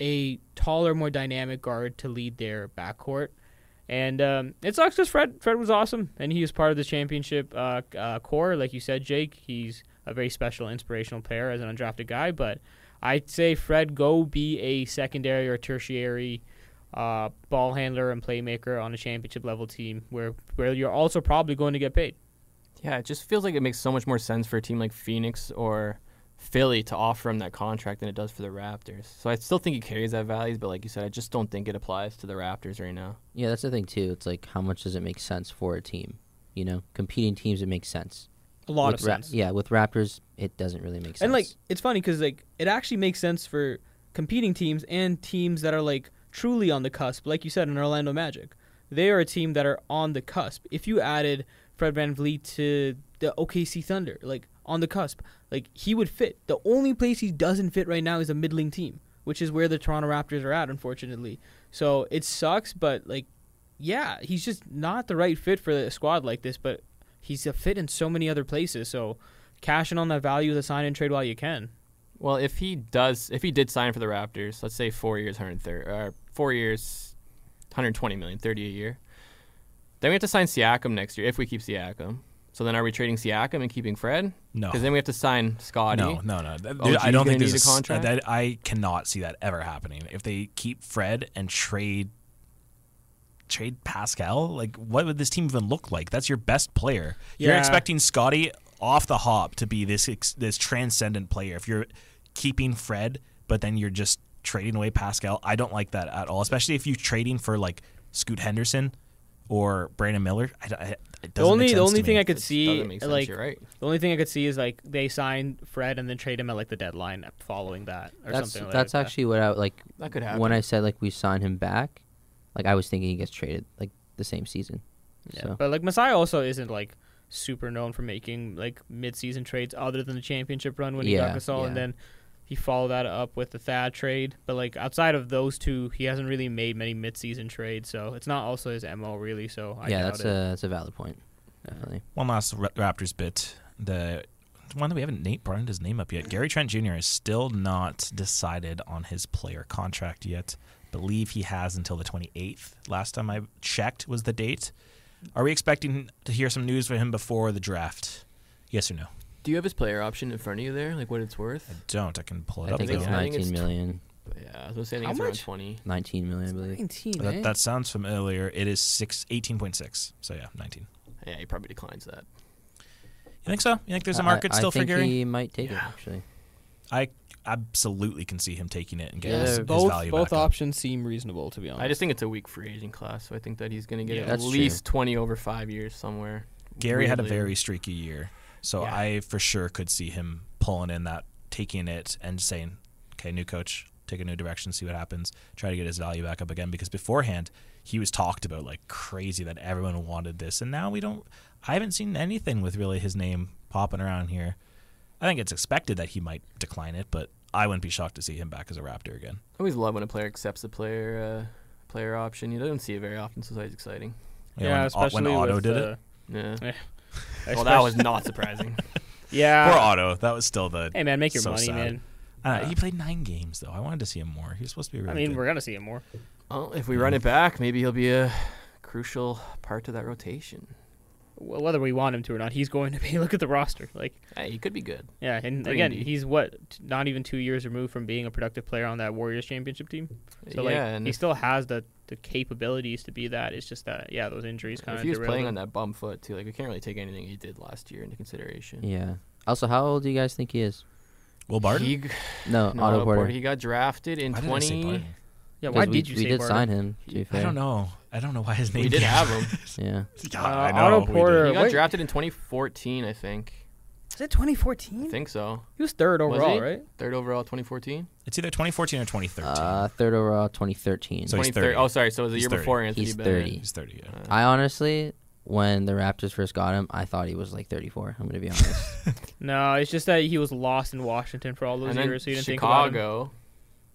a taller, more dynamic guard to lead their backcourt. And um, it sucks because Fred Fred was awesome, and he was part of the championship uh, uh, core, like you said, Jake. He's a very special, inspirational player as an undrafted guy. But I'd say Fred go be a secondary or tertiary uh, ball handler and playmaker on a championship level team, where where you're also probably going to get paid.
Yeah, it just feels like it makes so much more sense for a team like Phoenix or Philly to offer him that contract than it does for the Raptors. So I still think he carries that value, but like you said, I just don't think it applies to the Raptors right now.
Yeah, that's the thing too. It's like how much does it make sense for a team? You know, competing teams it makes sense.
A lot
With
of
Ra-
sense.
yeah, with Raptors it doesn't really make sense.
And like it's funny because like it actually makes sense for competing teams and teams that are like truly on the cusp. Like you said in Orlando Magic, they are a team that are on the cusp. If you added Fred Van Vliet to the OKC Thunder, like on the cusp, like he would fit. The only place he doesn't fit right now is a middling team, which is where the Toronto Raptors are at, unfortunately. So it sucks, but like, yeah, he's just not the right fit for a squad like this. But he's a fit in so many other places. So cash in on that value of the sign and trade while you can.
Well, if he does, if he did sign for the Raptors, let's say four years, 130, or uh, four years, 120 million, 30 a year. Then we have to sign Siakam next year if we keep Siakam. So then, are we trading Siakam and keeping Fred?
No.
Because then we have to sign Scotty.
No, no, no. Th-
Oh,
OG's
I don't
gonna
think
need
there's a
a
s- uh,
contract?
That, I cannot see that ever happening. If they keep Fred and trade trade Pascal, like what would this team even look like? That's your best player. You're
Yeah.
expecting Scotty off the hop to be this ex- this transcendent player. If you're keeping Fred, but then you're just trading away Pascal, I don't like that at all. Especially if you're trading for like Scoot Henderson or Brandon Miller. I, don't- I, it
The
doesn't
only
make
the
sense to
only
me.
thing I could
It
see
doesn't make sense,
like
you're right.
the only thing I could see is like they sign Fred and then trade him at like the deadline following that or
that's
something. like
that's
that.
actually what I like
That could happen.
when I said like we sign him back, like I was thinking he gets traded like the same season.
Yeah,
So
but like Messiah also isn't like super known for making like mid-season trades other than the championship run when he
Yeah,
got Gasol, and
yeah.
then he followed that up with the Thad trade. But like outside of those two, he hasn't really made many mid-season trades, so it's not also his mo really. So I
yeah,
doubt
that's
it.
a that's a valid point. Definitely.
One last Ra- Raptors bit. The one that we haven't Nate brought his name up yet. Gary Trent Jr. is still not decided on his player contract yet. Believe he has until the 28th. Last time I checked was the date. Are we expecting to hear some news from him before the draft? Yes or no?
Do you have his player option in front of you there, like what it's worth?
Don't I can pull it
I
up.
think
think
it's
Again.
it's- I think it's
nineteen million.
But yeah, I was gonna say I think
How
it's around
much?
20.
19 million, I believe.
That, that sounds familiar. It is six, 18.6. So yeah, 19.
Yeah, he probably declines that.
You think so? You think there's a
I-
market
I,
still
I
for
think
Gary?
He might take it
Yeah.
actually.
I absolutely can see him taking it and getting
Yeah,
his, his
both
value
both
back up.
options seem reasonable to be honest.
I just think it's a weak free agent class, so I think that he's gonna get
Yeah,
at
that's
least 20 over five years somewhere.
Gary had a
Weirdly.
very streaky year, so
Yeah.
I for sure could see him pulling in that, taking it, and saying, "Okay, new coach, take a new direction, see what happens, try to get his value back up again." Because beforehand, he was talked about like crazy that everyone wanted this, and now we don't. I haven't seen anything with really his name popping around here. I think it's expected that he might decline it, but I wouldn't be shocked to see him back as a Raptor again.
I always love when a player accepts the player uh, player option. You don't see it very often, so it's always exciting.
You know, when Au- when, Otto did it.
Yeah.
Yeah.
Well, that was not surprising.
yeah.
Poor Otto. That was still the.
Hey man, make your
So
money,
sad.
man.
Uh, he played nine games though. I wanted to see him more. He was supposed to be. Really
I mean,
good.
we're gonna see it more.
well, if we run it back, maybe he'll be a crucial part to that rotation.
wh- whether we want him to or not, he's going to be. Look at the roster. Like,
Hey, he could be good.
yeah, and
Three
again,
and D.
he's what t- not even two years removed from being a productive player on that Warriors championship team. So
yeah,
like,
and
he
if,
still has the the capabilities to be that. It's just that yeah, those injuries kind
if
of.
he was playing on that bum foot too, like we can't really take anything he did last year into consideration.
Yeah. Also, how old do you guys think he is?
Will Barton?
He, no,
No, Uh, Otto Porter.
He got drafted in
Why did I say
20.
Barton?
Yeah,
'Cause
why
we,
did you
we
say
did
Barton?
sign him? To be fair.
I don't know. I don't know why his name.
We did
came-
have him.
Yeah.
Yeah,
Uh,
I know.
Otto
we did.
Porter-
He got
Wait.
drafted in 2014, I think.
Is it 2014?
I think so.
He was third
Was
overall,
he?
right?
Third overall, 2014.
It's either 2014 or 2013.
Uh, third overall, 2013.
So he's
23rd
30.
Oh, sorry. So it was the
He's
year
30.
before Anthony
He's
Bennett.
30.
He's 30. Yeah.
I honestly, when the Raptors first got him, I thought he was like 34. I'm gonna be honest.
No, it's just that he was lost in Washington for all those
And then
years, so you didn't think about
Chicago.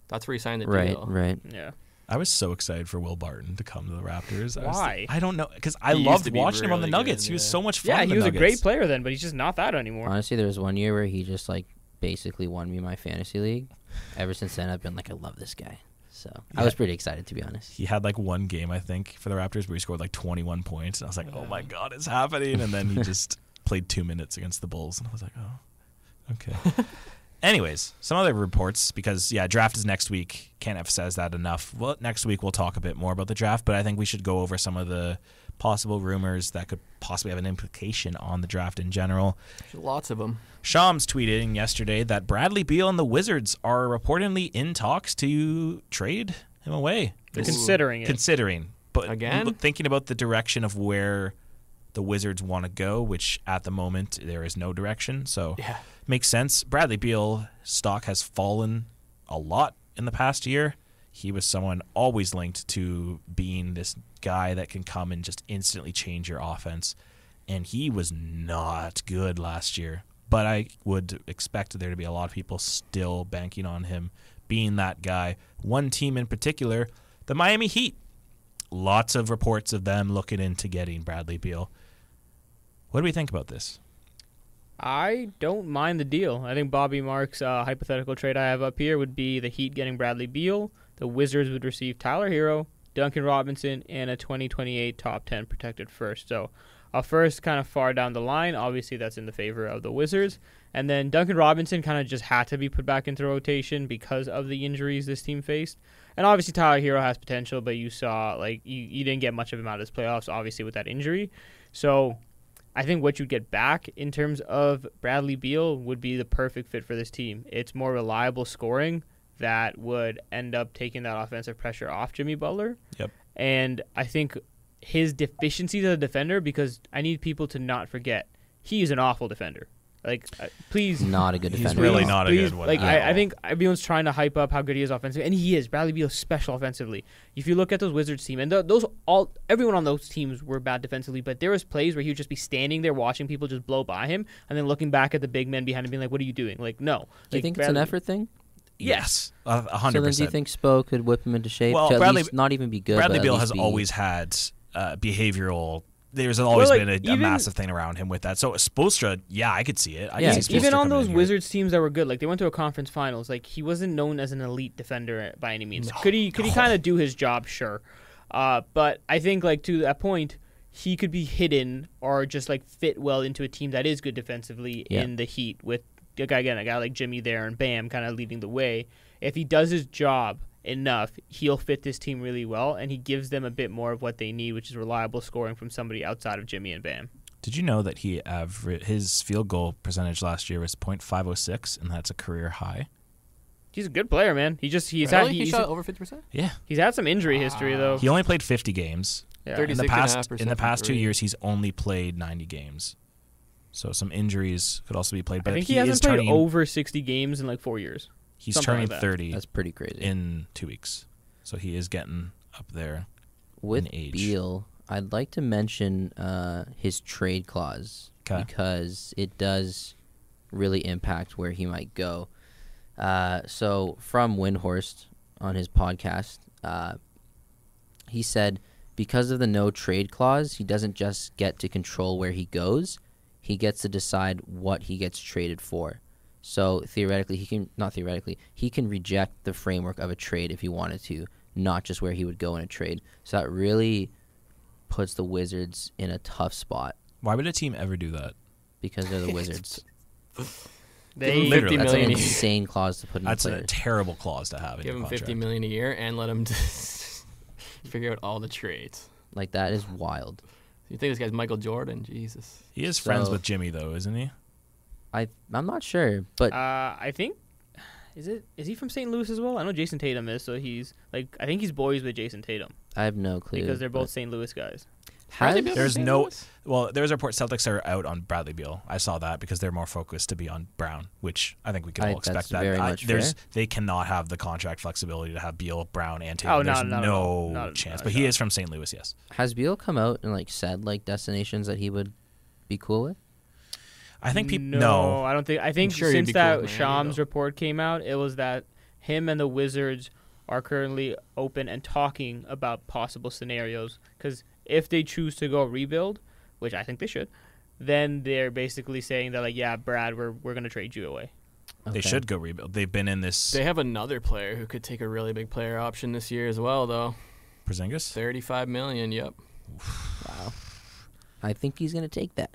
That's where he signed the
right.
deal.
Right.
him. Yeah.
I was so excited for Will Barton to come to the Raptors. I was-
Why?
I don't know because I
He used
loved
to be
watching him on the
really good,
Nuggets. He was
yeah.
so much fun.
Yeah,
on the
he was a great
Nuggets.
player then, but he's just not that anymore.
Honestly, there was one year where he just like basically won me my fantasy league. Ever since then, I've been like, I love this guy. So I was pretty excited to be honest.
He had like one game I think for the Raptors where he scored like 21 points, and I was like, "Oh my god, it's happening!" And then he just played two minutes against the Bulls, and I was like, "Oh, okay." Anyways, some other reports because yeah, draft is next week. Can't emphasize that enough. Well, next week we'll talk a bit more about the draft, but I think we should go over some of the possible rumors that could possibly have an implication on the draft in general.
Lots of them.
Shams tweeted in yesterday that Bradley Beal and the Wizards are reportedly in talks to trade him away.
They're
This-
considering it.
considering, but
Again?
l- thinking about the direction of where the Wizards want to go, which at the moment there is no direction, so
Yeah.
makes sense. Bradley Beal stock has fallen a lot in the past year. He was someone always linked to being this guy that can come and just instantly change your offense. And he was not good last year. But I would expect there to be a lot of people still banking on him being that guy. One team in particular, the Miami Heat. Lots of reports of them looking into getting Bradley Beal. What do we think about this?
I don't mind the deal. I think Bobby Mark's uh, hypothetical trade I have up here would be the Heat getting Bradley Beal, the Wizards would receive Tyler Hero, Duncan Robinson, and a 2028 top 10 protected first. So a first kind of far down the line. Obviously, that's in the favor of the Wizards. And then Duncan Robinson kind of just had to be put back into rotation because of the injuries this team faced. And obviously, Tyler Hero has potential, but you saw, like, you, you didn't get much of him out of his playoffs, obviously, with that injury. So I think what you'd get back in terms of Bradley Beal would be the perfect fit for this team. It's more reliable scoring that would end up taking that offensive pressure off Jimmy Butler.
Yep.
And I think his deficiencies as a defender, because I need people to not forget, he is an awful defender. Like, uh, please
Not a good
He's
defender. at
really
all.
not. a good one
Like
at
I,
all.
I think everyone's trying to hype up how good he is offensively, and he is. Bradley Beal is special offensively. If you look at those Wizards team, and th- those all everyone on those teams were bad defensively, but there was plays where he would just be standing there watching people just blow by him, and then looking back at the big men behind him, being like, "What are you doing?" Like, no.
Do you
Like,
think it's an
Bradley-
effort thing?
Yes, a a hundred
So then, do you
percent.
think Spo could whip him into shape?
Well,
to at
Bradley-
least not even be good.
Bradley
but at
Beal
least
has
be-
always had uh, behavioral. There's always
like,
been a, a
even-
massive thing around him with that. So Spoelstra, yeah, I could see it. I
Yeah,
could see Spoelstra
Even on
coming
those
in here.
Wizards teams that were good, like they went to a conference finals, like he wasn't known as an elite defender uh, by any means. could he? Could he kind of do his job? Sure, uh, but I think like to that point, he could be hidden or just like fit well into a team that is good defensively
Yeah.
in the Heat with a guy again a guy like Jimmy there and Bam kind of leading the way. If he does his job enough, he'll fit this team really well, and he gives them a bit more of what they need, which is reliable scoring from somebody outside of Jimmy and Bam.
Did you know that he aver- his field goal percentage last year was .506, and that's a career high?
He's a good player, man. He just he's
Really?
had,
he
he's
shot over 50%?
Yeah,
He's had some injury history though.
he only played 50 games.
Yeah.
30
In the
36.5%
past, in
from
the past two
three.
years, he's only played 90 games. So some injuries could also be played. But
I think he,
he, is
hasn't played
turning.
over 60 games in like four years.
he's
something
turning
like that.
30
That's pretty crazy.
in two weeks. So he is getting up there.
with
in age.
Beal, I'd like to mention uh, his trade clause
'Kay.
because it does really impact where he might go. Uh, so, from Windhorst on his podcast, uh, he said because of the no trade clause, he doesn't just get to control where he goes; he gets to decide what he gets traded for. So theoretically, he can not theoretically he can reject the framework of a trade if he wanted to, not just where he would go in a trade. So that really puts the Wizards in a tough spot
Why would a team ever do that?
because they're the Wizards.
Give him
They
50
Literally,
That's an
million a year.
insane clause to put in the
That's a
players.
terrible clause to have in
Give
your
him 50
contract.
million a year and let him just figure out all the trades.
like that is wild.
You think this guy's Michael Jordan? Jesus.
He is friends
So-
with Jimmy though, isn't he?
I I'm not sure, but
Uh, I think is it is he from St. Louis as well? I know Jason Tatum is, so he's like I think he's boys with Jason Tatum
I have no clue.
because they're
but-
both St. Louis guys.
Has-
Bradley Beal
There's
from St.
no-
Louis?
Well, there was a report Celtics are out on Bradley Beal. I saw that because they're more focused to be on Brown, which I think we can
I-
all expect
that's
that.
very
I-
much
there's
fair.
they cannot have the contract flexibility to have Beal, Brown, and Tatum.
Oh, no,
there's
not at all.
no
Not at-
chance.
not
but
at
he
all.
is from St. Louis, yes.
Has Beal come out and like said like destinations that he would be cool with?
I think people
no,
no.
I don't think I think
sure he'd
since
be cool
that
with Miami,
Shams
though.
report came out, it was that him and the Wizards are currently open and talking about possible scenarios because if they choose to go rebuild, which I think they should, then they're basically saying that like yeah, Brad, we're we're gonna trade you away.
They
Okay.
should go rebuild. They've been in this
They have another player who could take a really big player option this year as well, though.
Porzingis.
35 million, yep.
I think he's gonna take that.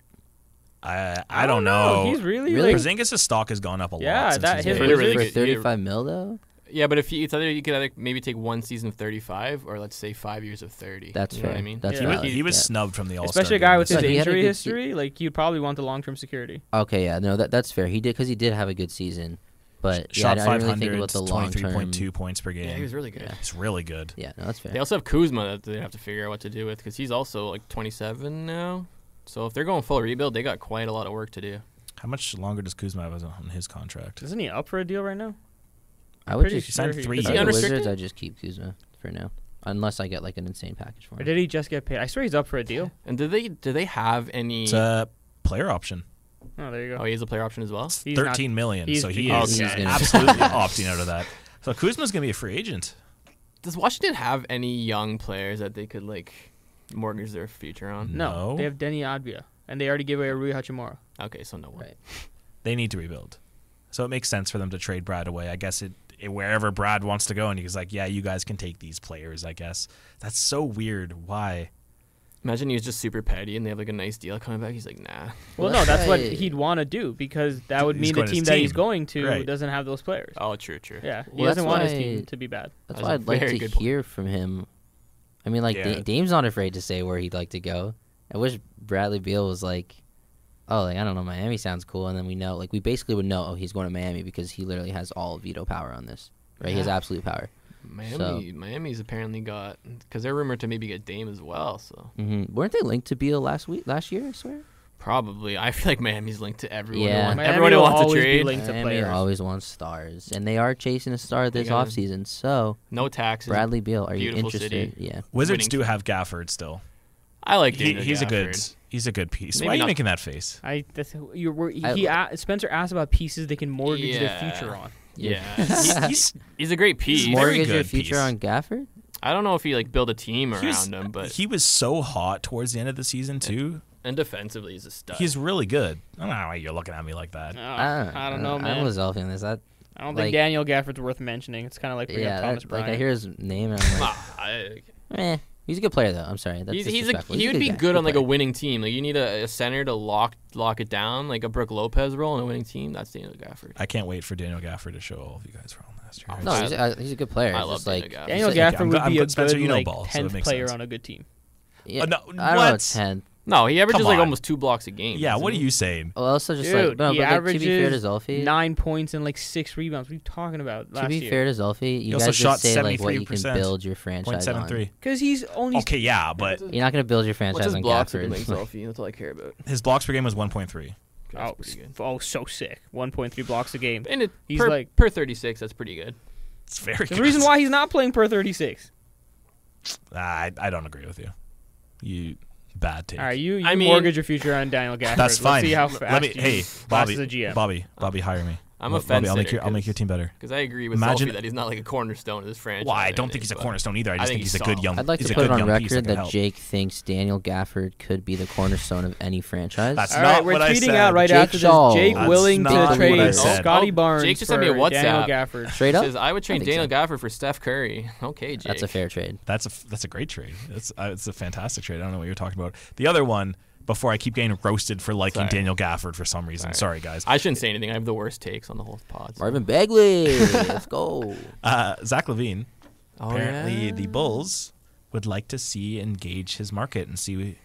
I I don't know.
He's really,
Really?
like-
Porzingis' stock has gone up a
Yeah,
lot. since
that-
he's
his
been-
Really
For
good-
thirty five mil though?
Yeah, but if you, it's either you could either maybe take one season of 35 or let's say 5 years of 30.
That's
you know what I
fair.
mean?
That's
he
Yeah.
was,
valid.
he was
Yeah.
snubbed from the All Star.
especially a guy with his
Like, he had a
injury
good se-
history, like you'd probably want the long term security.
Okay, yeah, no, that that's fair. He did because he did have a good season, but yeah, I,
shot five
I didn't really think
hundred,
about the
twenty
long
three
term.
point two points per game.
Yeah, he was really good.
It's really good.
Yeah, no, that's fair.
They also have Kuzma that they have to figure out what to do with because he's also like 27 now. So if they're going full rebuild, they got quite a lot of work to do.
How much longer does Kuzma have on his contract?
Isn't he up for a deal right now?
I would
pretty
just
He
if
signed
sure
three
I
Is he
were the
years.
unrestricted?
Wizards. I just keep Kuzma for now, unless I get like an insane package for
Hmm.
Or
him.
did he just get paid? I swear he's up for a deal.
And do they do they have any?
It's a player option.
Oh, there you
oh,
go.
he has a player option as well.
It's
He's not-
thirteen million,
he's-
so he
okay.
is
He's
gonna-
absolutely opting out of that. So Kuzma's gonna be a free agent.
Does Washington have any young players that they could like mortgage their future on?
No,
No.
they have Denny Advia, and they already gave away Rui Hachimura.
Okay, so no one.
Right.
They need to rebuild, so it makes sense for them to trade Brad away. I guess it, it wherever Brad wants to go, and he's like, "Yeah, you guys can take these players." I guess that's so weird. Why?
Imagine he was just super petty and they have like a nice deal coming back. He's like, nah.
Well,
Well,
no,
that's
that's what
right.
he'd want to do because that would
He's
mean the
going to
team
his
that he's
team.
going to
Right.
doesn't have those players.
Oh, true, true.
Yeah, he
Well, that's
doesn't want his
why-
team to be bad.
That's
That's
why
a
I'd like
very
to
good point.
hear from him. I mean, like
Yeah.
Da- Dame's not afraid to say where he'd like to go. I wish Bradley Beal was like, oh, like I don't know, Miami sounds cool, and then we know, like, we basically would know, oh, he's going to Miami because he literally has all veto power on this, right? He has
Yeah.
absolute power.
Miami, Miami's apparently got because they're rumored to maybe get Dame as well. So
hmm Weren't they linked to Beal last week, last year? I swear.
probably, I feel like Miami's linked to everyone.
Yeah.
Yeah,
Miami
everyone who
will
wants
always
to
be
trade.
linked to
Miami
players.
always wants stars, and they are chasing a star this
gotta-
offseason. So
No taxes.
Bradley Beal, are you
Beautiful
interested?
city.
Yeah.
Wizards
Winning-
do have Gafford still.
I like
He,
Daniel
he's a good.
Gafford.
He's a good piece.
Maybe
Why are you
not-
making that face?
I that's you were he,
I-
a- Spencer asked about pieces they can mortgage their
Yeah.
future on.
Yeah,
He's,
He's-
he's-
he's a great piece.
He's more-
Mortgage your
good
future
piece.
on Gafford?
I don't know if he like build a team around
he was-
him, but
he was so hot towards the end of the season too.
and defensively he's a stud.
He's really good. I don't know why you're looking at me like that.
Oh,
Ah,
I don't know, man. I,
I was off on this. I,
don't
like-
think Daniel Gafford's worth mentioning. It's kind of like bringing
yeah,
up Thomas
that- like I
Bryant.
hear his name and I'm like,
Ah, I-
eh. He's a good player though. I'm sorry. That's
he's, he's a,
disrespectful.
he
a
would be
guy.
good, on like a winning team. Like you need a, a center to lock lock it down, like a Brooke Lopez role on a winning team. That's Daniel Gafford.
I can't wait for Daniel Gafford to show all of you guys wrong last year.
Oh,
player. No, he's a, uh, he's a good player.
I
It's
love
just,
Daniel
like,
Gafford.
Daniel
he's a-
I'm
Gafford
good-
would
I'm
be a
good, Spencer,
good
you know
like
ball, so it
tenth
makes
player
sense.
on a good team.
Yeah,
Uh, no,
I don't know,
what?
tenth.
No, he averages
Come
like
on.
almost two blocks a game.
Yeah,
doesn't
what are
he?
you saying?
Well, also just
Dude,
like no,
he
but like, to be fair to
averages
Zolfi,
Nine points and like six rebounds. What are you talking about
to
last
be
year?
fair to Zolfi, you
also
guys
shot
just say like what you can
73%.
build your franchise on.
0.73.
Because he's
Oh,
only
Okay, yeah, but
You're not gonna build your
What's
franchise
his
on
blocks looking like,
Gafford.
Sophie? That's all I care about.
his blocks per game was 1.3.
That's
oh,
pretty good.
s- oh, so sick. 1.3 blocks a game.
And it,
He's
per,
like-
per 36, that's pretty good.
It's very
The
good.
reason why he's not playing per 36.
I, I don't agree with you. You bad take.
All right, you, you
I mean-
mortgage your future on Daniel Gafford.
That's fine.
Let's see how
L-
fast
Let me.
you
Hey,
pass
Bobby.
as a GM.
Bobby. Bobby, hire me.
I'm
Well,
a
Bobby,
fence
I'll make
sitter,
your I'll make your
'cause-
team better.
Because I agree with
Imagine-
Sophie that he's not like a cornerstone of this franchise.
Well, I
or
don't think he's a
anything, but
cornerstone either. I
I
just
think
think he's,
he's
a good
solid.
young.
I'd like
he's
to
a
put
good
it on
young piece
record
can
that
help.
Jake thinks Daniel Gafford could be the cornerstone of any franchise.
That's
Uh,
All
not
right, we're
what I
tweeting
said.
out right
Jake
after
Shaw.
this. Jake
That's
willing
not what
to
I
trade
said.
Scotty
Oh,
Barnes
Jake just
for
sent me a
Daniel
WhatsApp.
Gafford.
Straight up,
Says, I would trade
think
Daniel
so.
Gafford for Steph Curry. Okay, Jake.
that's a fair trade.
That's a f- that's a great trade. That's uh, it's a fantastic trade. I don't know what you're talking about. The other one before I keep getting roasted for liking
Sorry.
Daniel Gafford for some reason. Sorry, guys.
I shouldn't say anything. I have the worst takes on the whole pod.
Marvin Bagley, let's go.
Uh, Zach Levine.
Oh,
Apparently,
yeah.
the Bulls would like to see and gauge his market and see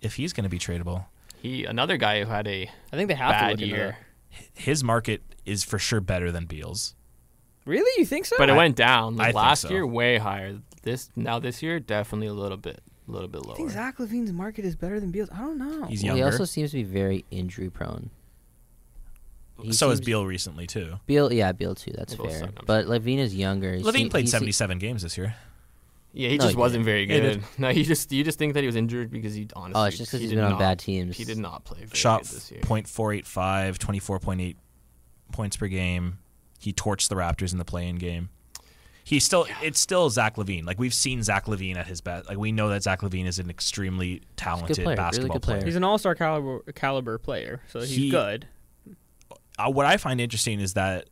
if he's going to be tradable.
He another guy who had a
I think they have to
bad
look into
year,
that.
His market is for sure better than Beal's.
Really, you think so?
but it went down.
I think
last
so.
year, way higher. This now this year, definitely a little bit, a little bit
I
lower.
think Zach Levine's market is better than Beal's. I don't know.
He's
Well, he
younger.
also seems to be very injury prone. he
so is
seems-
Beal recently too.
Beal, yeah, Beal too. That's
They both
fair.
suck, I'm
But Levine is younger. He
Levine
se-
played
he se-
77 games this year.
Yeah, he
No,
just
he
wasn't very
Yeah, he
good. No, you just you just think that he was injured because he honestly.
Oh, it's just 'cause
he
he's
did
been on
not-
bad teams.
He did not play very
Shot
good this year.
.485, 24.8 points per game. He torched the Raptors in the play-in game. He's still it's still Zach Levine. Like we've seen Zach Levine at his best. Like we know that Zach Levine is an extremely talented
player, really
basketball
good
player.
player.
He's an all-star caliber caliber player, so he's
He-
good.
uh, what I find interesting is that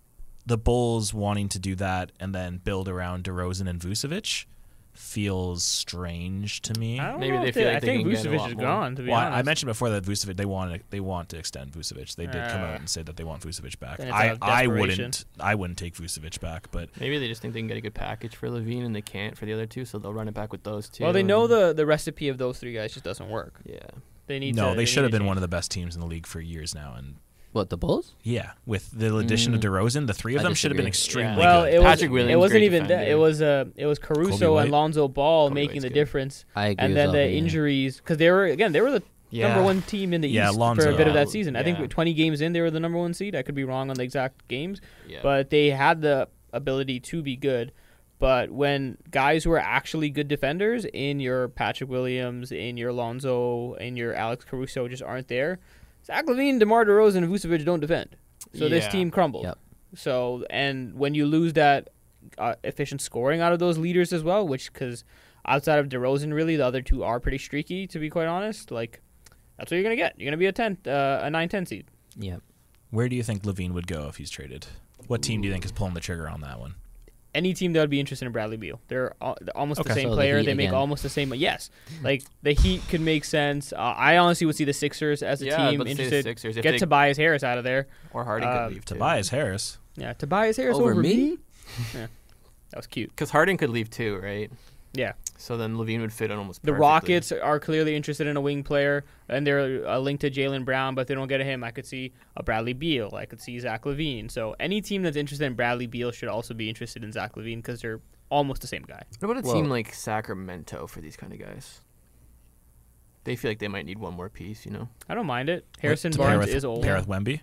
the Bulls wanting to do that and then build around DeRozan and Vucevic feels strange to me.
I don't
Maybe
know
they
if
feel like
I
they
think
can get a
Vucevic
lot
is
more.
gone. To be
Well, I-
honest,
I mentioned before that Vucevic they want to, they want to extend Vucevic. They did come
Uh,
out and say that they want Vucevic back.
then it's
I,
out of
I wouldn't
desperation.
I wouldn't take Vucevic back, but
Maybe they just think they can get a good package for Levine and they can't for the other two, so they'll run it back with those two.
Well, they know
and-
the the recipe of those three guys just doesn't work.
Yeah.
They need
no,
to,
they should have been one
of
of the best teams in the league for years now. And
What the Bulls?
yeah, with the addition of
Mm.
DeRozan, the three of
I
them should have been
disagree.
extremely
Well,
good.
it was
Patrick Williams,
it wasn't
great
even that.
defender.
It was uh, it was
Kobe
Caruso
White.
and Lonzo Ball
Kobe
making
White's
the
good.
difference,
I agree.
and
with
then the
Levine.
injuries because they were again they were the
Yeah.
number one team in the
Yeah,
East for
Lonzo.
a bit of
Yeah,
that season. I think
yeah.
with 20 games in, they were the number one seed. I could be wrong on the exact games,
Yeah.
but they had the ability to be good. But when guys who are actually good defenders in your Patrick Williams, in your Lonzo, in your Alex Caruso just aren't there, Zach Levine, DeMar DeRozan, and Vucevic don't defend. So this
Yeah.
team crumbled.
Yep.
So and when you lose that uh, efficient scoring out of those leaders as well, which because outside of DeRozan, really the other two are pretty streaky to be quite honest. Like that's what you're gonna get. You're gonna be a tenth, uh, a nine ten seed.
Yeah.
Where do you think Levine would go if he's traded? What team do you think is pulling the trigger on that one?
Any team that would be interested in Bradley Beal, they're al- they're almost
Okay.
the same
So the
player.
Heat
they make
again.
almost the same. Yes, like the Heat could make sense. Uh, I honestly would see the Sixers as a
yeah,
team
but say the
interested.
Sixers. If
Get
they,
Tobias Harris out of there.
or Harden
uh,
could leave too.
Tobias Harris.
Yeah, Tobias Harris
Over
over,
me?
yeah, that was cute.
Because Harden could leave too, right?
Yeah.
So then Levine would fit in almost.
The
perfectly.
Rockets are clearly interested in a wing player, and they're uh, linked to Jalen Brown, but if they don't get him. I could see a Bradley Beal. I could see Zach Levine. So any team that's interested in Bradley Beal should also be interested in Zach Levine because they're almost the same guy.
What about a
Well-
team like Sacramento for these kind of guys? They feel like they might need one more piece, you know.
I don't mind it. Harrison
To pair
Barnes
with-
is old.
Pair with Wemby.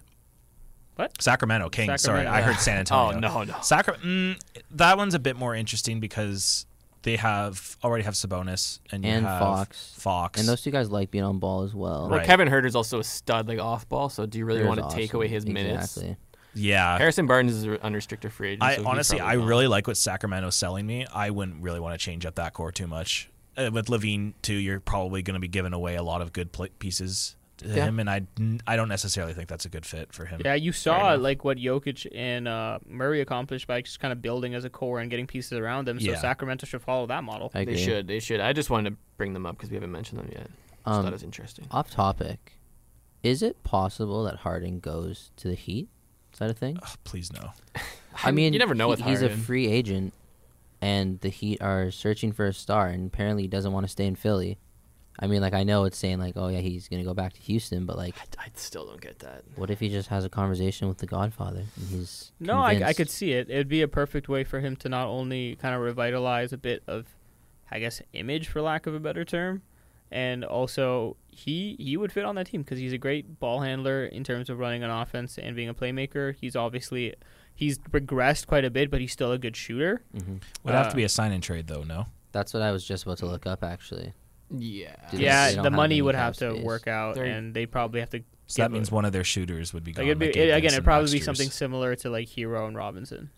What?
Sacramento Kings. Sorry,
Sacramento. Oh,
I heard San Antonio.
no, no.
Sacra- mm, that one's a bit more interesting because they have already have Sabonis and you
And
have
Fox.
Fox.
And those two guys like being on ball as well.
Well,
Right.
Kevin Herter's also a stud, like off ball. So do you really
They're
want to
awesome.
take away his minutes?
Exactly.
yeah.
Harrison Barnes is an unrestricted free agent.
I
so he's
honestly,
probably
I
gone.
really like what Sacramento's selling me. I wouldn't really want to change up that core too much. Uh, with Levine too, you're probably going to be giving away a lot of good pl- pieces to
Yeah.
him, and I I don't necessarily think that's a good fit for him.
Yeah, you
Fair
saw
enough.
like what Jokic and uh, Murray accomplished by just kind of building as a core and getting pieces around them. So
Yeah.
Sacramento should follow that model.
I agree.
They should. They should. I just wanted to bring them up because we haven't mentioned them yet. I
Um,
thought it was interesting.
Off topic, is it possible that Harden goes to the Heat? Is that a thing?
Ugh, please no.
I mean,
you never know
he-
with
he's a
Harden.
free agent, and the Heat are searching for a star, and apparently he doesn't want to stay in Philly. I mean, like I know it's saying like, oh yeah, he's gonna go back to Houston, but like,
I, I still don't get that.
what if he just has a conversation with the Godfather? And he's
No, I, I
convinced?
could see it. It'd be a perfect way for him to not only kind of revitalize a bit of, I guess, image for lack of a better term, and also he he would fit on that team because he's a great ball handler in terms of running an offense and being a playmaker. He's obviously he's regressed quite a bit, but he's still a good shooter.
Would have
Uh,
to be a sign and trade though. No.
That's what I was just about to look up actually.
Yeah.
Dude,
yeah,
they don't
the
have
money
any
would
cap
have to
space.
work out,
They're-
and they probably have to.
So that
get-
means one of their shooters would be gone.
Like it'd be,
like
it,
Gabe
again,
Vincent
it'd probably be
next year's.
something similar to like Hero and Robinson.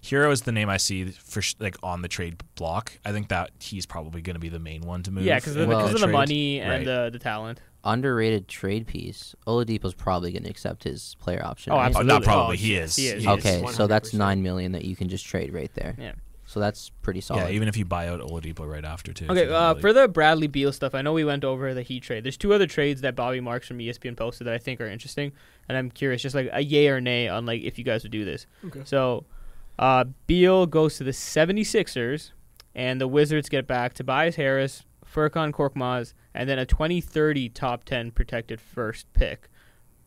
Hero is the name I see for sh- like on the trade block. I think that he's probably going to be the main one to move.
Yeah, because of, the-
in
Well-
'cause of the
trade.
money and
Right.
the, the talent.
Underrated trade piece. Oladipo's probably gonna accept his player option.
Oh,
right?
Oh,
absolutely.
not probably.
Oh,
he is.
he is,
He
he
is.
is.
Okay, so that's
100%.
nine million that you can just trade right there.
Yeah.
So that's pretty solid.
Yeah, even if you buy out Oladipo right after too.
Okay,
so
uh,
really-
for the Bradley Beal stuff, I know we went over the Heat trade. There's two other trades that Bobby Marks from E ESPN posted that I think are interesting, and I'm curious, just like a yay or nay on like if you guys would do this.
Okay.
So, uh, Beal goes to the 76ers, and the Wizards get back Tobias Harris, Furkan Korkmaz, and then a 2030 top 10 protected first pick.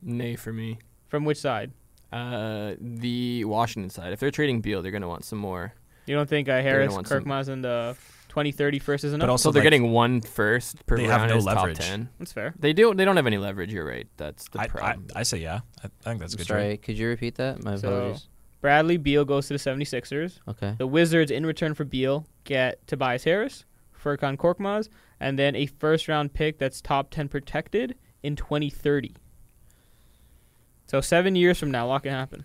Nay for me.
From which side?
Uh, the Washington side. If they're trading Beal, they're gonna want some more.
You don't think uh, Harris,
want some-
Korkmaz, and the 2030 first is enough?
but also
So they're
like,
getting one first per
they have
round.
no
as top
leverage.
ten.
That's fair.
They do. They don't have any leverage. You're right. That's the
I, I,
problem.
I say yeah. I, I think that's a
I'm
good.
Sorry,
trade.
could you repeat that? My
So-
apologies.
Bradley Beal goes to the 76ers.
Okay.
The Wizards, in return for Beal, get Tobias Harris, Furkan Korkmaz, and then a first round pick that's top 10 protected in 2030. So, seven years from now, a lot can happen.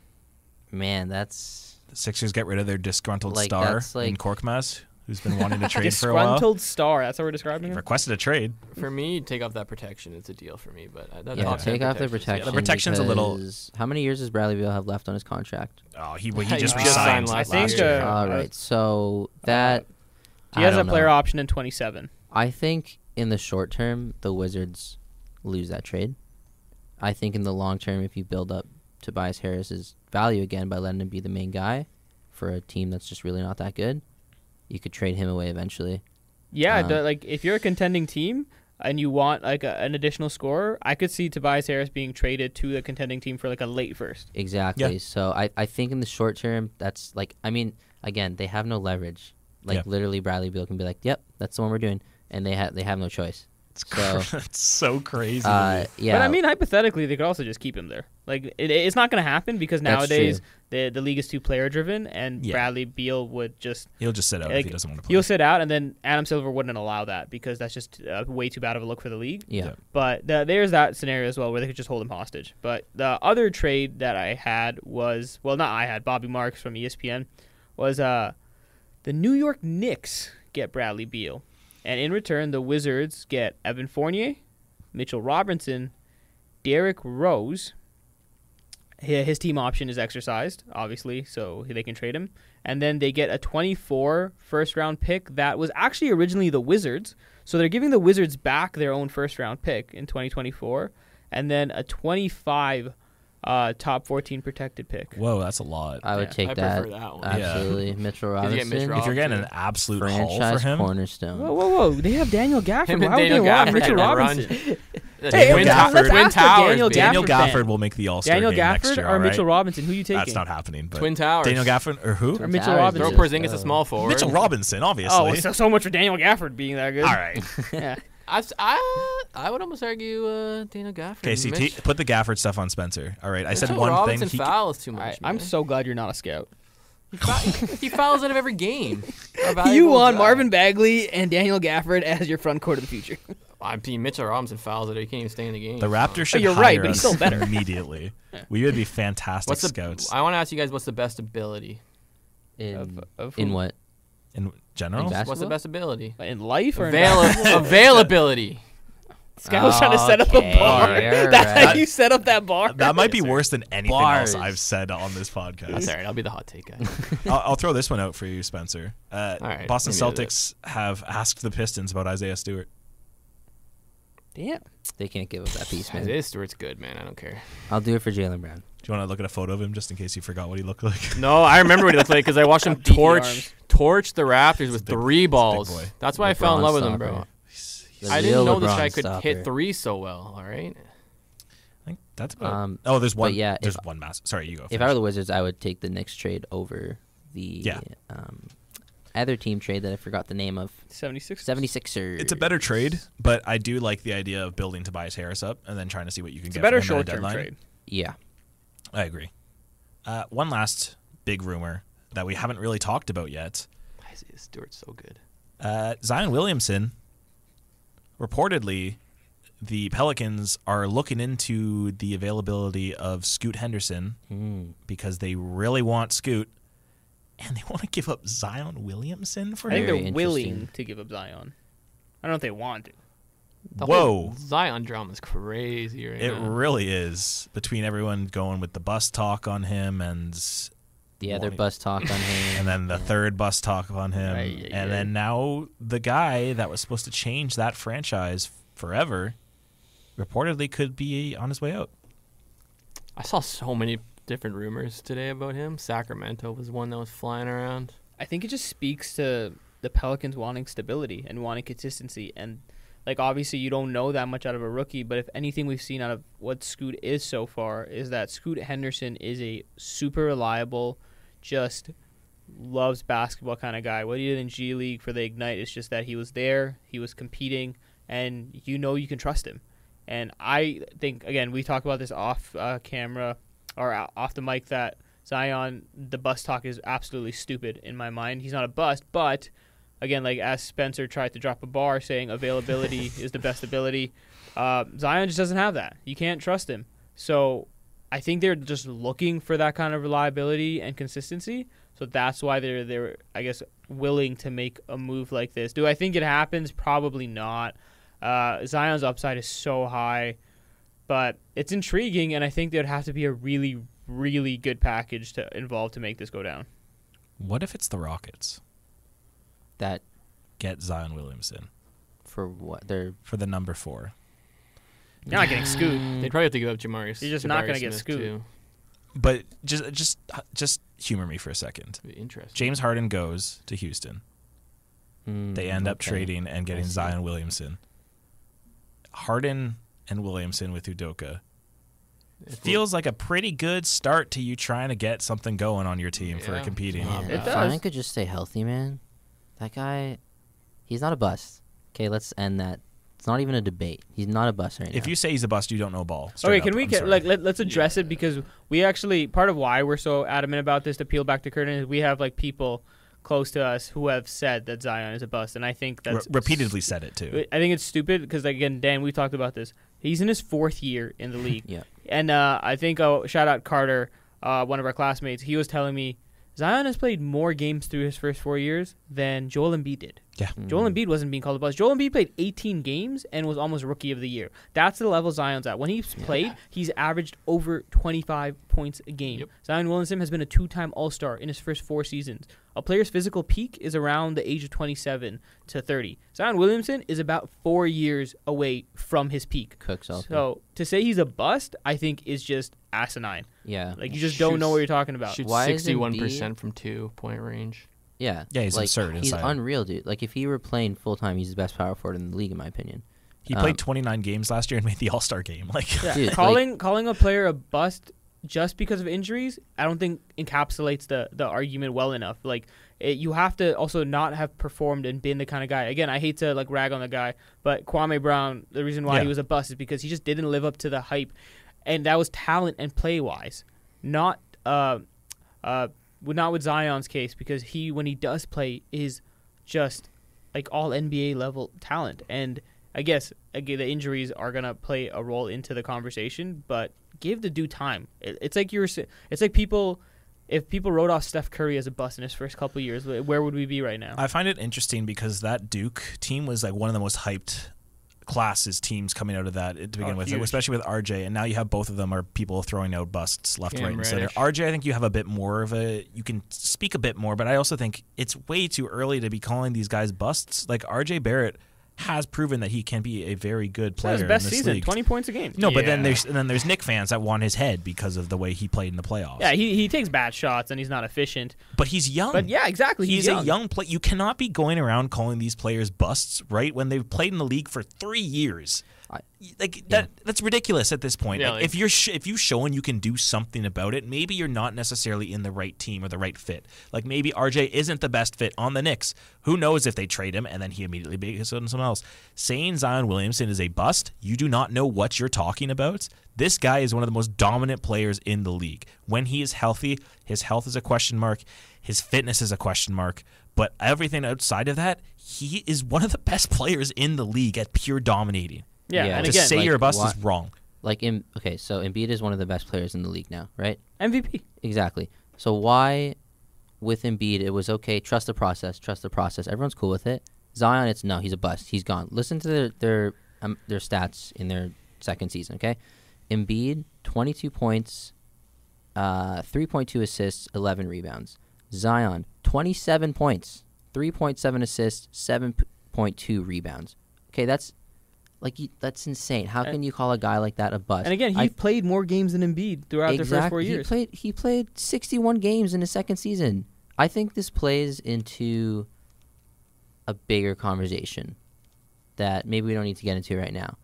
Man, that's
The Sixers get rid of their disgruntled
Like,
star
that's, like-
in Korkmaz, who's been wanting to trade for a while.
Disgruntled star. That's how we're describing
He
him.
requested a trade.
for me, take off that protection. It's a deal for me. But uh, that
yeah.
top 10
Take off
protection.
the protection.
the protection's a little-
because- How many years does Bradley Beal have left on his contract?
Oh, he well, he
Yeah,
just
he
just
resigned.
signed last
last
Uh, I think,
year.
uh,
All right. So that
He
I
has a
don't
player
know.
option in 27.
I think in the short term, the Wizards lose that trade. I think in the long term, if you build up Tobias Harris's value again by letting him be the main guy for a team that's just really not that good, you could trade him away eventually.
Yeah,
Uh-huh.
the- like if you're a contending team and you want like a, an additional scorer, I could see Tobias Harris being traded to the contending team for like a late first.
Exactly. So I, I think in the short term, that's like, I mean, again, they have no leverage. Like
Yeah.
literally, Bradley Beal can be like, "Yep, that's the one we're doing," and they have they have no choice.
It's,
So-
cr- it's so crazy. to
Uh,
me.
yeah,
But I mean, hypothetically, they could also just keep him there. Like it, it's not going to happen because
That's
nowadays the the league is too player driven, and
Yeah.
Bradley Beal would just
he'll just sit out if
like,
he doesn't want to play.
he'll sit out, and then Adam Silver wouldn't allow that because that's just uh, way too bad of a look for the league.
yeah.
Yeah.
But the, there's that scenario as well where they could just hold him hostage. But the other trade that I had was well, not I had Bobby Marks from E ESPN was uh the New York Knicks get Bradley Beal, and in return the Wizards get Evan Fournier, Mitchell Robinson, Derek Rose. Hi- His team option is exercised, obviously, so they can trade him. And then they get a 24 first round pick that was actually originally the Wizards. So they're giving the Wizards back their own first round pick in 2024, and then a 25 uh, top 14 protected pick.
Whoa, that's a lot.
I
Yeah.
would take
I
that. Uh,
prefer that one.
Yeah.
Absolutely, Mitchell
you
Robinson.
get Mitch
if you're getting an
Robinson.
absolute haul
franchise
for him,
cornerstone.
Whoa, whoa, whoa! They have Daniel Gafford.
Him
Why
and
would they
Daniel
want
Gafford
Mitchell
can run.
Robinson?
Uh,
Hey,
Twin
let's ask-
Towers.
let's
Twin
ask the
Towers.
Daniel
baby.
Daniel
Gafford
Gafford
fan.
will make the All Star
Daniel
game
Gafford
next year.
or
all right?
Mitchell Robinson? Who you taking?
That's not happening. But
Twin Towers.
Daniel Gafford or who?
Or
Twin
Mitchell
Towers,
Throw
Robinson.
bro.
Porzingis a
Uh,
small forward.
Mitchell Robinson, obviously.
Oh, so, so much for Daniel Gafford being that good.
all right.
Yeah.
I, s- I- I would almost argue uh, Daniel Gafford.
Okay, see,
Mitch-
t- put the Gafford stuff on Spencer. All right, I said
Mitchell
one
Robinson
thing. He-
fouls too
All
much.
right. I'm
man.
so glad you're not a scout.
He fou- he fouls out of every game. A
You
valuable
want
guy.
Marvin Bagley and Daniel Gafford as your front court of the future.
I mean, Mitchell Robinson fouls it. He can't even stay in the game.
the Raptors should
Oh, you're
hire
right, but he's
us
still better.
immediately. We would be fantastic
What's the
scouts
I want to ask you guys what's the best ability?
in,
Of- of
in
who?
what?
in general.
In bas-
What's the
Basketball?
best ability?
In life or in
Avail- availability.
Scouts trying to set up a
Okay,
bar.
all
That's how
right.
you set up that bar.
That might be worse than anything
Bars.
else I've said on
That's
this podcast.
all right. I'll be the hot take guy.
I'll, I'll throw this one out for you, Spencer. Uh,
All right,
Boston
let me do
Celtics have asked the Pistons about Isaiah Stewart.
Damn.
They can't give up that piece,
It
man.
is Stewart's good, man. I don't care.
I'll do it for Jalen Brown.
Do you want to look at a photo of him just in case you forgot what he looked like?
No, I remember what he looked like because I watched him
the
torch
arms.
torch the Raptors with
big-
three
he's a big
balls.
boy.
That's why I fell in
LeBron
love with him,
stopper.
bro.
The
I didn't
real
know this
LeBron
guy could
stopper.
hit three so well. All right.
I think that's about.
Um,
oh, there's one.
yeah,
Yeah, there's
if-
one mass. Sorry, you go.
If I were the Wizards, I would take the Knicks trade over the
Yeah.
um, other team trade that I forgot the name of.
76.
76ers.
It's a better trade, but I do like the idea of building Tobias Harris up and then trying to see what you can
It's
get.
a better
for him at
short term
deadline.
trade.
Yeah.
I agree. Uh, one last big rumor that we haven't really talked about yet:
Isaiah Stewart's so good.
uh, Zion Williamson. Reportedly, the Pelicans are looking into the availability of Scoot Henderson
Mm.
because they really want Scoot, and they want to give up Zion Williamson for
I think
him.
Very
they're
interesting.
willing to give up Zion. I don't know if they want to.
The
Whoa.
whole Zion drama is crazy right
It
now.
really is between everyone going with the bus talk on him and
the other
Wanting-
bus talk on him.
and then the third bus talk on him,
Ay, ay,
and
ay.
then now the guy that was supposed to change that franchise forever, reportedly could be on his way out.
I saw so many different rumors today about him. Sacramento was one that was flying around.
I think it just speaks to the Pelicans wanting stability and wanting consistency. And like obviously you don't know that much out of a rookie, but if anything we've seen out of what Scoot is so far is that Scoot Henderson is a super reliable, just loves basketball kind of guy. What he did in G League for the Ignite is just that he was there, he was competing, and you know you can trust him. And I think again we talk about this off uh, camera or o- off the mic that Zion the bus talk is absolutely stupid in my mind. He's not a bust, but again like as Spencer tried to drop a bar saying availability is the best ability, uh, Zion just doesn't have that. You can't trust him. So I think they're just looking for that kind of reliability and consistency. So that's why they're they're I guess willing to make a move like this. Do I think it happens? Probably not. Uh, Zion's upside is so high, but it's intriguing, and I think there'd have to be a really really good package to involve to make this go down.
What if it's the Rockets?
that
Get Zion Williamson
for what they're
for the number four.
You're not getting scooped.
They'd probably have to give up Jamari.
You're just not
Jabari
gonna get
Smith,
Scoot.
too.
But just just just humor me for a second.
It'd be Interesting.
James Harden goes to Houston.
mm,
They end up
okay.
trading and getting
I see.
Zion Williamson. Harden and Williamson with Udoka
If we-
feels like a pretty good start to you trying to get something going on your team for
Yeah.
competing.
Yeah,
It
if
does.
Zion could just stay healthy, man. That guy, he's not a bust. Okay, let's end that. It's not even a debate. He's not a bust right now.
If you say he's a bust, you don't know ball.
okay,
Straight
can
up,
we
I'm
get,
sorry.
like let, let's address it because we actually part of why we're so adamant about this to peel back the curtain is we have like people close to us who have said that Zion is a bust, and I think
Re-
that's
repeatedly said it too?
I think it's stupid because again, Dan, we talked about this. He's in his fourth year in the league.
Yeah.
And uh, I think oh, shout out Carter, uh, one of our classmates. He was telling me Zion has played more games through his first four years than Joel Embiid did.
Yeah.
Mm.
Joel Embiid wasn't being called a bust. Joel Embiid played 18 games and was almost rookie of the year. That's the level Zion's at. When he's played, he's averaged over 25 points a game.
Yep.
Zion Williamson has been a two-time All-Star in his first four seasons. A player's physical peak is around the age of 27 to 30. Zion Williamson is about four years away from his peak.
Cooks also.
So to say he's a bust, I think is just asinine.
yeah,
Like you just don't know what you're talking about.
Shoots
Why is
sixty-one percent from two-point range.
yeah,
Yeah, he's
like,
absurd
He's
inside.
unreal, dude. Like if he were playing full time, he's the best power forward in the league, in my opinion.
He
Um,
played 29 games last year and made the All Star game. Like,
Yeah.
Dude,
calling calling a player a bust just because of injuries, I don't think encapsulates the the argument well enough. Like it, you have to also not have performed and been the kind of guy. Again, I hate to like rag on the guy, but Kwame Brown, the reason why he
Yeah.
was a bust is because he just didn't live up to the hype, and that was talent and play wise, not uh, uh, with- not with Zion's case because he when he does play is just like all NBA level talent. And I guess again, the injuries are gonna play a role into the conversation, but give the due time. It, it's like you were, sa- it's like people, if people wrote off Steph Curry as a bust in his first couple years, wh- where would we be right now?
I find it interesting because that Duke team was like one of the most hyped classes teams coming out of that to begin
Oh,
with,
huge.
especially with RJ. And now you have both of them are people throwing out busts left,
Cam
right, and center.
Reddish.
RJ, I think you have a bit more of a you can speak a bit more, but I also think it's way too early to be calling these guys busts. Like RJ Barrett has proven that he can be a very good player.
That was his best
in this
season,
league.
twenty points a game.
No, but then
Yeah.
there's and then there's Nick fans that want his head because of the way he played in the playoffs.
Yeah, he, he takes bad shots and he's not efficient.
but he's young.
But yeah, exactly.
He's,
He's,
a young player. You cannot be going around calling these players busts, right? When they've played in the league for three years,
I-
like that, that's ridiculous at this point.
Yeah,
Like,
like-
if you're sh- if you showing you can do something about it, maybe you're not necessarily in the right team or the right fit. Like maybe RJ isn't the best fit on the Knicks. Who knows if they trade him and then he immediately becomes someone else. Saying Zion Williamson is a bust, you do not know what you're talking about. This guy is one of the most dominant players in the league. When he is healthy, his health is a question mark. His fitness is a question mark. But everything outside of that, he is one of the best players in the league at pure dominating.
yeah,
Yeah.
and
to
again,
say
like,
you're a bust
what-
is wrong.
Like in okay, so Embiid is one of the best players in the league now, right?
MVP.
Exactly. So why, with Embiid, it was okay. Trust the process. Trust the process. Everyone's cool with it. Zion, it's no. He's a bust. He's gone. Listen to their their um, their stats in their second season. Okay, Embiid, twenty two points, uh, 3.2 assists, 11 rebounds. Zion, 27 points, 3.7 assists, 7.2 rebounds. Okay, that's like you, that's insane. How
And-
can you call a guy like that a bust?
And again, he
I-
played more games than Embiid throughout their first four
Exact-
years.
He played he played 61 games in his second season. I think this plays into a bigger conversation that maybe we don't need to get into right now.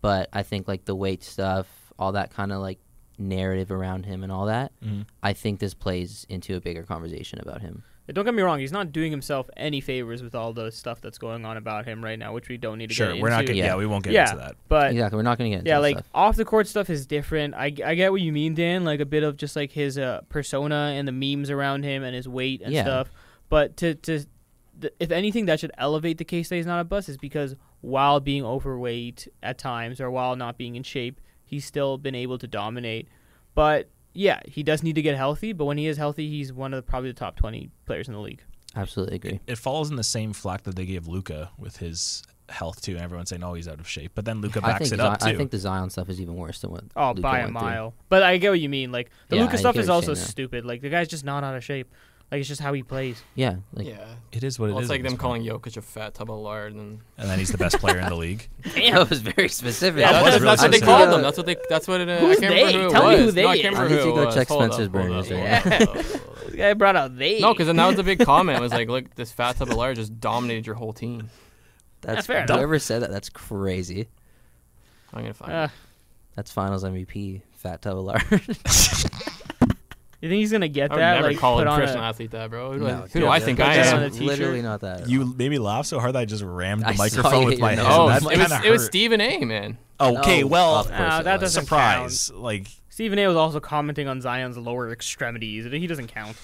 But I think like the weight stuff, all that kind of like narrative around him and all that,
Mm-hmm.
Mhm.
I think this plays into a bigger conversation about him.
Don't get me wrong; he's not doing himself any favors with all the stuff that's going on about him right now, which we don't need to
Sure,
get
we're not
into.
gonna.
Yeah.
Yeah. we won't get
Yeah,
into that.
but
exactly. We're not going to get into
yeah,
that
like
stuff.
off the court stuff is different. I, I get what you mean, Dan. Like a bit of just like his uh, persona and the memes around him and his weight and
Yeah.
stuff. But to to th- if anything that should elevate the case that he's not a bust is because while being overweight at times or while not being in shape, he's still been able to dominate. But yeah, he does need to get healthy. But when he is healthy, he's one of the, probably the top twenty players in the league.
Absolutely agree.
It follows in the same flack that they gave Luca with his health too, and everyone's saying, "Oh, he's out of shape," but then Luca
I
backs
think,
it
Zi-
up too.
I think the Zion stuff is even worse than what
Oh,
Luka
by a
went through.
mile. But I get what you mean. Like the
Yeah, I
Luca stuff
get
is
what you're
also
saying now.
stupid. Like the guy's just not out of shape. Like it's just how he plays.
Yeah, like
yeah.
it is what it is.
Well, it's
at
like
this
them
point.
calling Jokic a fat tub of lard, and
and then he's the best player in the league.
that was very specific.
Yeah,
that's,
that
that's
was really
what they
specific.
called them. That's what they. That's what it. Uh,
Who's
I can't remember
they?
Who it
Tell me
was.
who they
No, I
is.
can't
I
remember
need
who
to go
it was.
check
Hold up,
Spencer's
hold up,
burners
hold up, hold up.
This guy brought out they.
No, because then that was the big comment. It was like, look, this fat tub of lard just dominated your whole team.
That's
fair enough.
Whoever said that, that's crazy.
I'm gonna find.
Uh,
it.
That's Finals MVP, Fat Tub of lard.
you think he's gonna get
I would
that?
never
like
call a
put on
professional
a,
athlete that, bro. Who, do I-
No,
who do I
dude,
think
put
I
that
that's
on
am?
a t-shirt.
Literally not that.
You made me laugh so hard that I just rammed the
I saw
microphone
you
with my
in
head.
the
Oh,
That
it was,
kinda
it was
hurt.
Stephen A. Man.
Okay,
No,
well,
Oh, of course
No,
it
that
was.
doesn't-
surprise. Like
Stephen A. was also commenting on Zion's lower extremities. He doesn't count.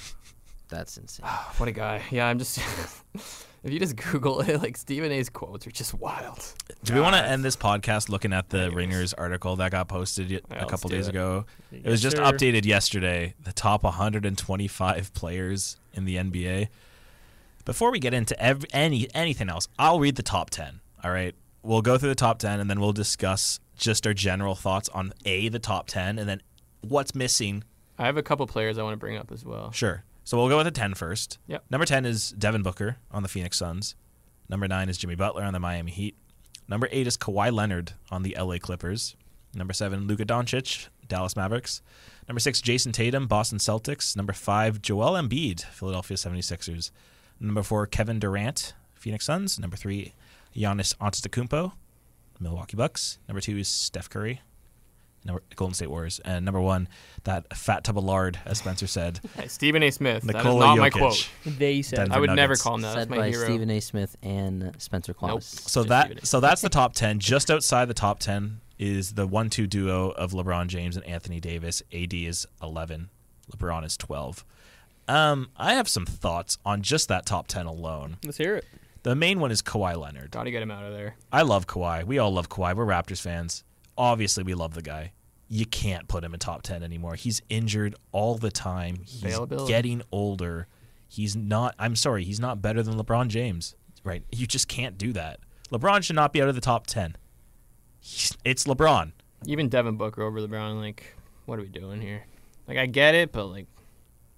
That's insane.
Oh,
What a guy. Yeah, I'm just. if you just Google it, like Stephen A.'s quotes are just wild.
Do we want to end this podcast looking at the Ringers article that got posted y- a
let's
couple
do
days
it.
ago? It was just
sir.
updated yesterday. The top 125 players in the NBA. Before we get into ev- any anything else, I'll read the top 10. All right, we'll go through the top 10 and then we'll discuss just our general thoughts on a the top 10 and then what's missing.
I have a couple players I want to bring up as well.
Sure. So we'll go with the 10 first.
Yep.
Number 10 is Devin Booker on the Phoenix Suns. Number 9 is Jimmy Butler on the Miami Heat. Number 8 is Kawhi Leonard on the LA Clippers. Number 7, Luka Doncic, Dallas Mavericks. Number 6, Jason Tatum, Boston Celtics. Number 5, Joel Embiid, Philadelphia 76ers. Number 4, Kevin Durant, Phoenix Suns. Number 3, Giannis Antetokounmpo, Milwaukee Bucks. Number 2 is Steph Curry, number, Golden State Warriors. And number 1, that fat tub of lard, as Spencer said,
Hey, Stephen A. Smith. that is
Nikola
not my
Jokic.
quote.
They said.
Denver
I would never
Nuggets.
call him that.
Said
That's my
by
hero.
Stephen A. Smith and Spencer Claus.
Nope.
So
Just leave
that
it.
so that's the top ten. Just outside the top ten is the one-two duo of LeBron James and Anthony Davis. AD is eleven. LeBron is twelve. Um, I have some thoughts on just that top ten alone.
Let's hear it.
The main one is Kawhi Leonard.
Gotta get him out of there.
I love Kawhi. We all love Kawhi. We're Raptors fans. Obviously, we love the guy. You can't put him in top 10 anymore. He's injured all the time. He's
Availability.
getting older. He's not, I'm sorry, he's not better than LeBron James, right? You just can't do that. LeBron should not be out of the top 10. He's- it's LeBron.
Even Devin Booker over LeBron. Like, what are we doing here? Like, I get it, but like,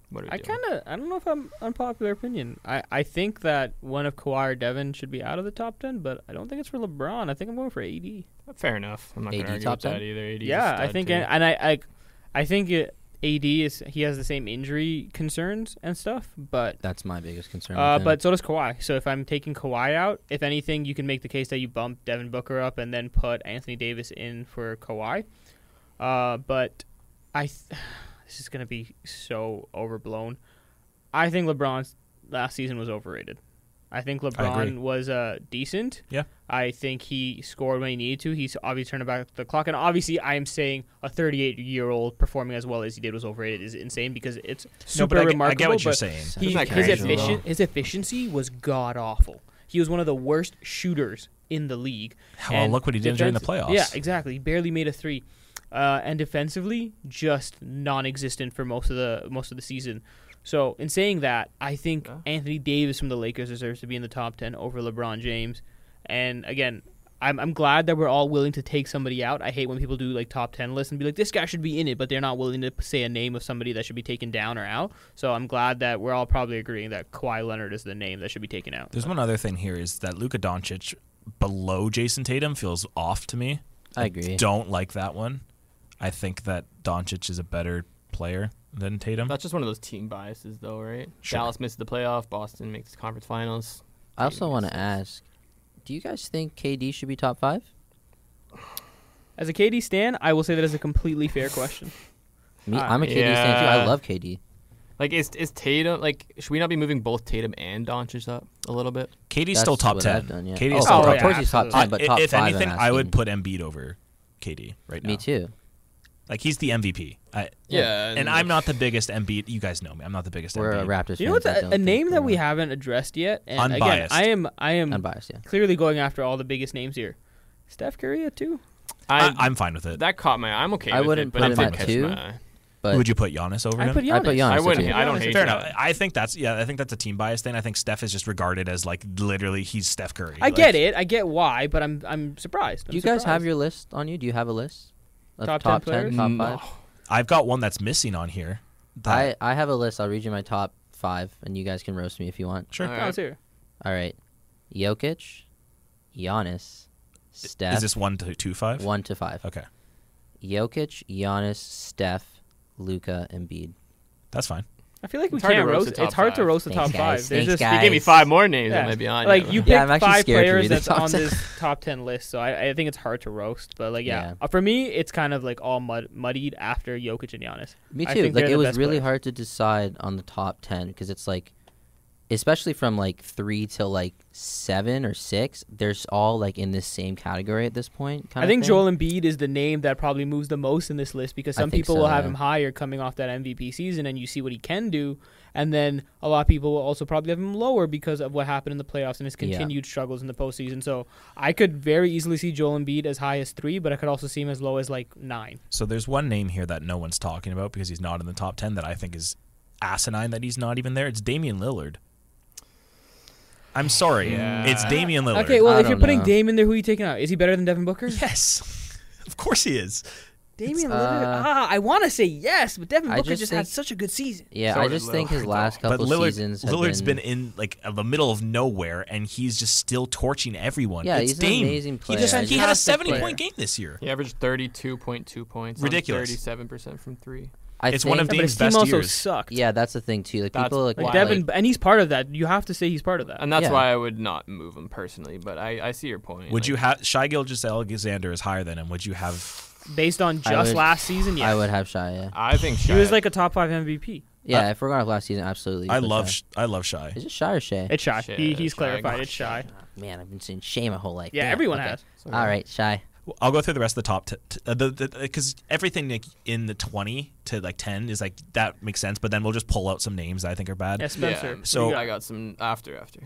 what are we
I
doing?
kind of. I don't know if I'm unpopular opinion. I I think that one of Kawhi or Devin should be out of the top ten, but I don't think it's for LeBron. I think I'm going for AD.
Fair enough. I'm not
AD
gonna argue
top
with that
10?
either. AD 's a
yeah, I
stud,
think,
too.
and, and I, I, I think it, AD is he has the same injury concerns and stuff, but
That's my biggest concern.
uh,
with him.
but so does Kawhi. So if I'm taking Kawhi out, if anything, you can make the case that you bump Devin Booker up and then put Anthony Davis in for Kawhi. Uh, but I, th- this is gonna be so overblown. I think LeBron's last season was overrated. I think
agree.
LeBron was uh, decent.
Yeah.
I think he scored when he needed to. He's obviously turned back the clock, and obviously, I am saying a 38 year old performing as well as he did was overrated is insane because it's
no,
super
but I, get- I
remarkable.
get what you're
but
saying.
That's
he,
not
his,
crazy, though.
efficient, his efficiency was god awful. He was one of the worst shooters in the league.
Well,
And
look what he did during the
defense-
playoffs.
Yeah, exactly. He barely made a three, uh, and defensively, just non-existent for most of the most of the season. So, in saying that, I think
Yeah.
Anthony Davis from the Lakers deserves to be in the top ten over LeBron James. And again, I'm, I'm glad that we're all willing to take somebody out. I hate when people do like top 10 lists and be like, this guy should be in it, but they're not willing to say a name of somebody that should be taken down or out. So I'm glad that we're all probably agreeing that Kawhi Leonard is the name that should be taken out.
There's one other thing here is that Luka Doncic below Jason Tatum feels off to me.
I agree.
Don't like that one. I think that Doncic is a better player than Tatum.
That's just one of those team biases, though, right?
Sure.
Dallas misses the playoff. Boston makes the conference finals.
I also want to ask, do you guys think KD should be top five?
As a KD stan, I will say that is a completely fair question.
Me,
Uh,
I'm a KD fan too. I
yeah.
love KD.
Like, is is Tatum like? Should we not be moving both Tatum and Doncic up a little bit?
Katie's
That's
still top
what
ten.
I've done, yeah.
Katie's
oh,
still
of
top
yeah,
course he's top
absolutely.
ten, but top
I, if
five. I'm
anything, I would
asking.
put Embiid over KD right now.
Me too.
Like he's the MVP. I,
Yeah,
and I'm not the biggest Embiid. You guys know me. I'm not the biggest
We're
Embiid.
a Raptors.
You know what's
fans, I
a,
don't
a
think
name that
we're
we haven't addressed yet? And again,
Unbiased.
I am I am
unbiased. Yeah.
clearly going after all the biggest names here. Steph Curry uh, too.
I,
I,
I'm fine with it.
that caught my. eye. I'm okay.
I
with
wouldn't
it, but
put
it
him at
did catch
two.
my eye.
But
Would you put Giannis over
I
him?
put Giannis.
I'd put Giannis
I
at
wouldn't.
two.
I don't hate
Fair
that.
enough. I think that's yeah. I think that's a team bias thing. I think Steph is just regarded as like literally he's Steph Curry.
I get it. I get why, but I'm I'm surprised.
Do you guys have your list on you? Do you have a list? Of
Top
top,
10
ten,
players?
top
Mm,
No.
five.
I've got one that's missing on here.
I, I have a list. I'll read you my top five, and you guys can roast me if you want.
sure.
All
No, it's
right.
here.
All right, Jokic, Giannis, Steph.
Is this one to two five?
one to five?
Okay,
Jokic, Giannis, Steph, Luca, Embiid.
that's fine.
I feel like we
It's hard to
can't
roast
roast.
the top
It's hard to
five.
roast the top
Thanks, guys.
five. There's
Thanks,
just
guys.
You gave me five more names.
Yeah.
I might be on.
like you picked
Yeah, I'm actually
five
scared to
players
read the
that's
top
on
10.
this top ten list, so I, I think it's hard to roast. But like, yeah,
Yeah.
Uh, for me, it's kind of like all mud- muddied after Jokic and Giannis.
Me
I
too.
think
Like
they're the
it was
best
really
players.
hard to decide on the top ten because it's like, especially from like three till like seven or six, there's all like in this same category at this point. Kind
I
of
think
thing.
Joel Embiid is the name that probably moves the most in this list because
I
some
think
people
so,
will have
yeah.
him higher coming off that MVP season, and you see what he can do. And then a lot of people will also probably have him lower because of what happened in the playoffs and his
Yeah.
continued struggles in the postseason. So I could very easily see Joel Embiid as high as three, but I could also see him as low as like nine.
So there's one name here that no one's talking about because he's not in the top ten that I think is asinine that he's not even there. It's Damian Lillard. I'm sorry. It's Damian Lillard.
Okay, well,
I
if you're
don't
putting
know.
Dame in there, who are you taking out? Is he better than Devin Booker?
yes. Of course he is.
Damian Lillard.
uh,
ah, I want to say yes, but Devin
I
Booker just,
just
had
think-
such a good season.
Yeah,
So
I
did
just think his
Lillard,
last
But
couple
Lillard,
seasons. Have
Lillard's
been,
been, in like uh, the middle of nowhere, and he's just still torching everyone.
Yeah,
it's
he's
Dame.
an amazing
he
player.
just
I
he had a
Fantastic
70
player.
point game this year.
He averaged 32.2 points.
Ridiculous.
Thirty-seven percent from three.
I
It's one of
think-
Dame's
his team
best
also
years.
sucked.
Yeah, that's the thing too. Like
That's
people like,
Like
why,
Devin,
like-
and he's part of that. You have to say he's part of that.
And that's
Yeah.
why I would not move him personally. But I, I see your point.
Would
like,
you have Shai Gilgis Alexander is higher than him? Would you have?
based on
I
just
would-
last season, yeah.
I would have Shia. Yeah,
I think
He was
Shai-
like a top five MVP.
yeah if we're going off last season, absolutely.
I
but
love
Shai.
Sh- I love Shai.
Is it Shy or Shay?
It's shy.
Shy,
he, he's
Shy,
clarified.
God,
It's shy.
Man, I've been saying Shay my whole life.
Yeah,
Damn,
everyone
okay.
has.
All right, Shy.
I'll go through the rest of the top t- t- uh, the because everything like in the 20 to like 10 is like that makes sense, but then we'll just pull out some names that I think are bad.
Yeah,
Yeah.
Spencer.
So-
So I got some after after.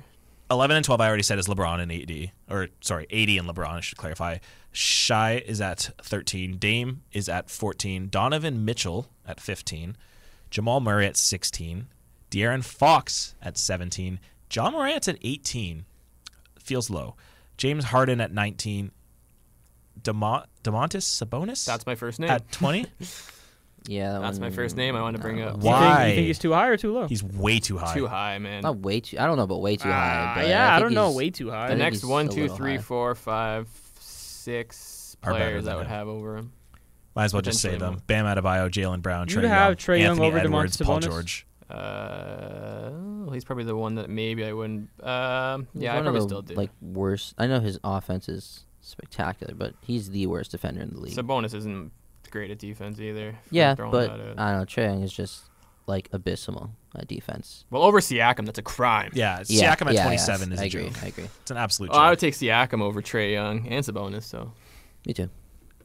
11 and 12 I already said is LeBron and 80 or sorry, 80 and LeBron, I should clarify. Shy is at 13, Dame is at 14, Donovan Mitchell at 15, Jamal Murray at 16, De'Aaron Fox at 17, John Morant's at 18. Feels low. James Harden at 19. Demont- Demontis Sabonis?
That's my first name.
at 20?
Yeah, that
That's my
one-
first name I want to bring up.
Do you think- You think,
Why?
he's too high or too low?
He's way too high.
Too high, man.
Not way too. I don't know, but way too high.
Ah,
but
yeah, I,
think
don't know.
he's-
Way too high.
the
think
next
he's
one,
a
two,
little
three,
high.
four, five, six
Are better
players
than
I would
him.
have over him.
Might as well just say
Potentially
them. Bam Adebayo, Jalen Brown,
You'd
Trey
have
Young,
Trae Young
Anthony
over
Edwards,
DeMarcus
Paul
Sabonis?
George.
Uh, well, he's probably the one that maybe I wouldn't. Um,
he's
yeah, I
one of
probably
the,
still do.
Like worst. I know his offense is spectacular, but he's the worst defender in the league.
Sabonis isn't great at defense either. if I'm
yeah,
throwing
but I
that
don't
out.
know. Trae Young is just like abysmal at defense.
well, over Siakam, that's a crime.
Yeah,
Yeah,
Siakam at
yeah, yeah,
27 is
I
a
agree.
joke.
I agree.
It's an absolute
Oh, I would take
joke.
Siakam over Trey Young and Sabonis. So
Me too.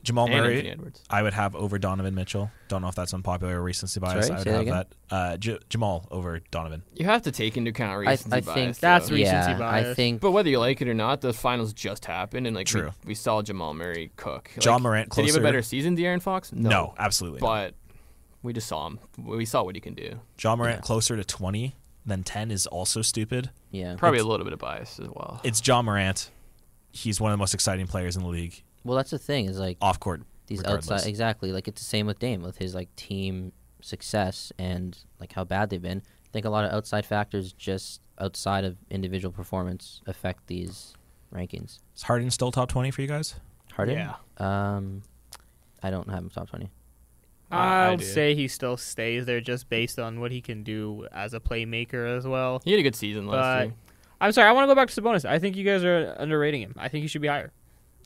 Jamal
and Anthony
Murray,
Edwards.
I would have over Donovan Mitchell. Don't know if that's unpopular or recency bias.
Sorry,
I would
say that
have
again?
that. Uh, J- Jamal over Donovan.
You have to take into account
I, I
recency
think
bias,
That's
though.
recency
yeah, I
bias.
think
But whether you like it or not, the finals just happened, and like we-
True.
We, saw Jamal Murray cook. Like,
Ja Morant
Did he have
closer.
a better season, De'Aaron Fox?
No, absolutely. not.
but we just saw him. We saw what he can do.
John Morant closer to 20 than 10 is also stupid.
yeah.
Probably a little bit of bias as well.
It's John Morant. he's one of the most exciting players in the league
Well, that's the thing is like
off court.
these
regardless.
outside exactly like it's the same with Dame with his like team success and like how bad they've been. I think a lot of outside factors just outside of individual performance affect these rankings.
Is Harden still top twenty for you guys?
Harden,
Yeah.
um, I don't have him top twenty.
I- I
I'll
do.
say he still stays there just based on what he can do as a playmaker as well.
He had a good season last
But-
year.
I'm sorry, I want to go back to Sabonis. I think you guys are underrating him. I think he should be higher.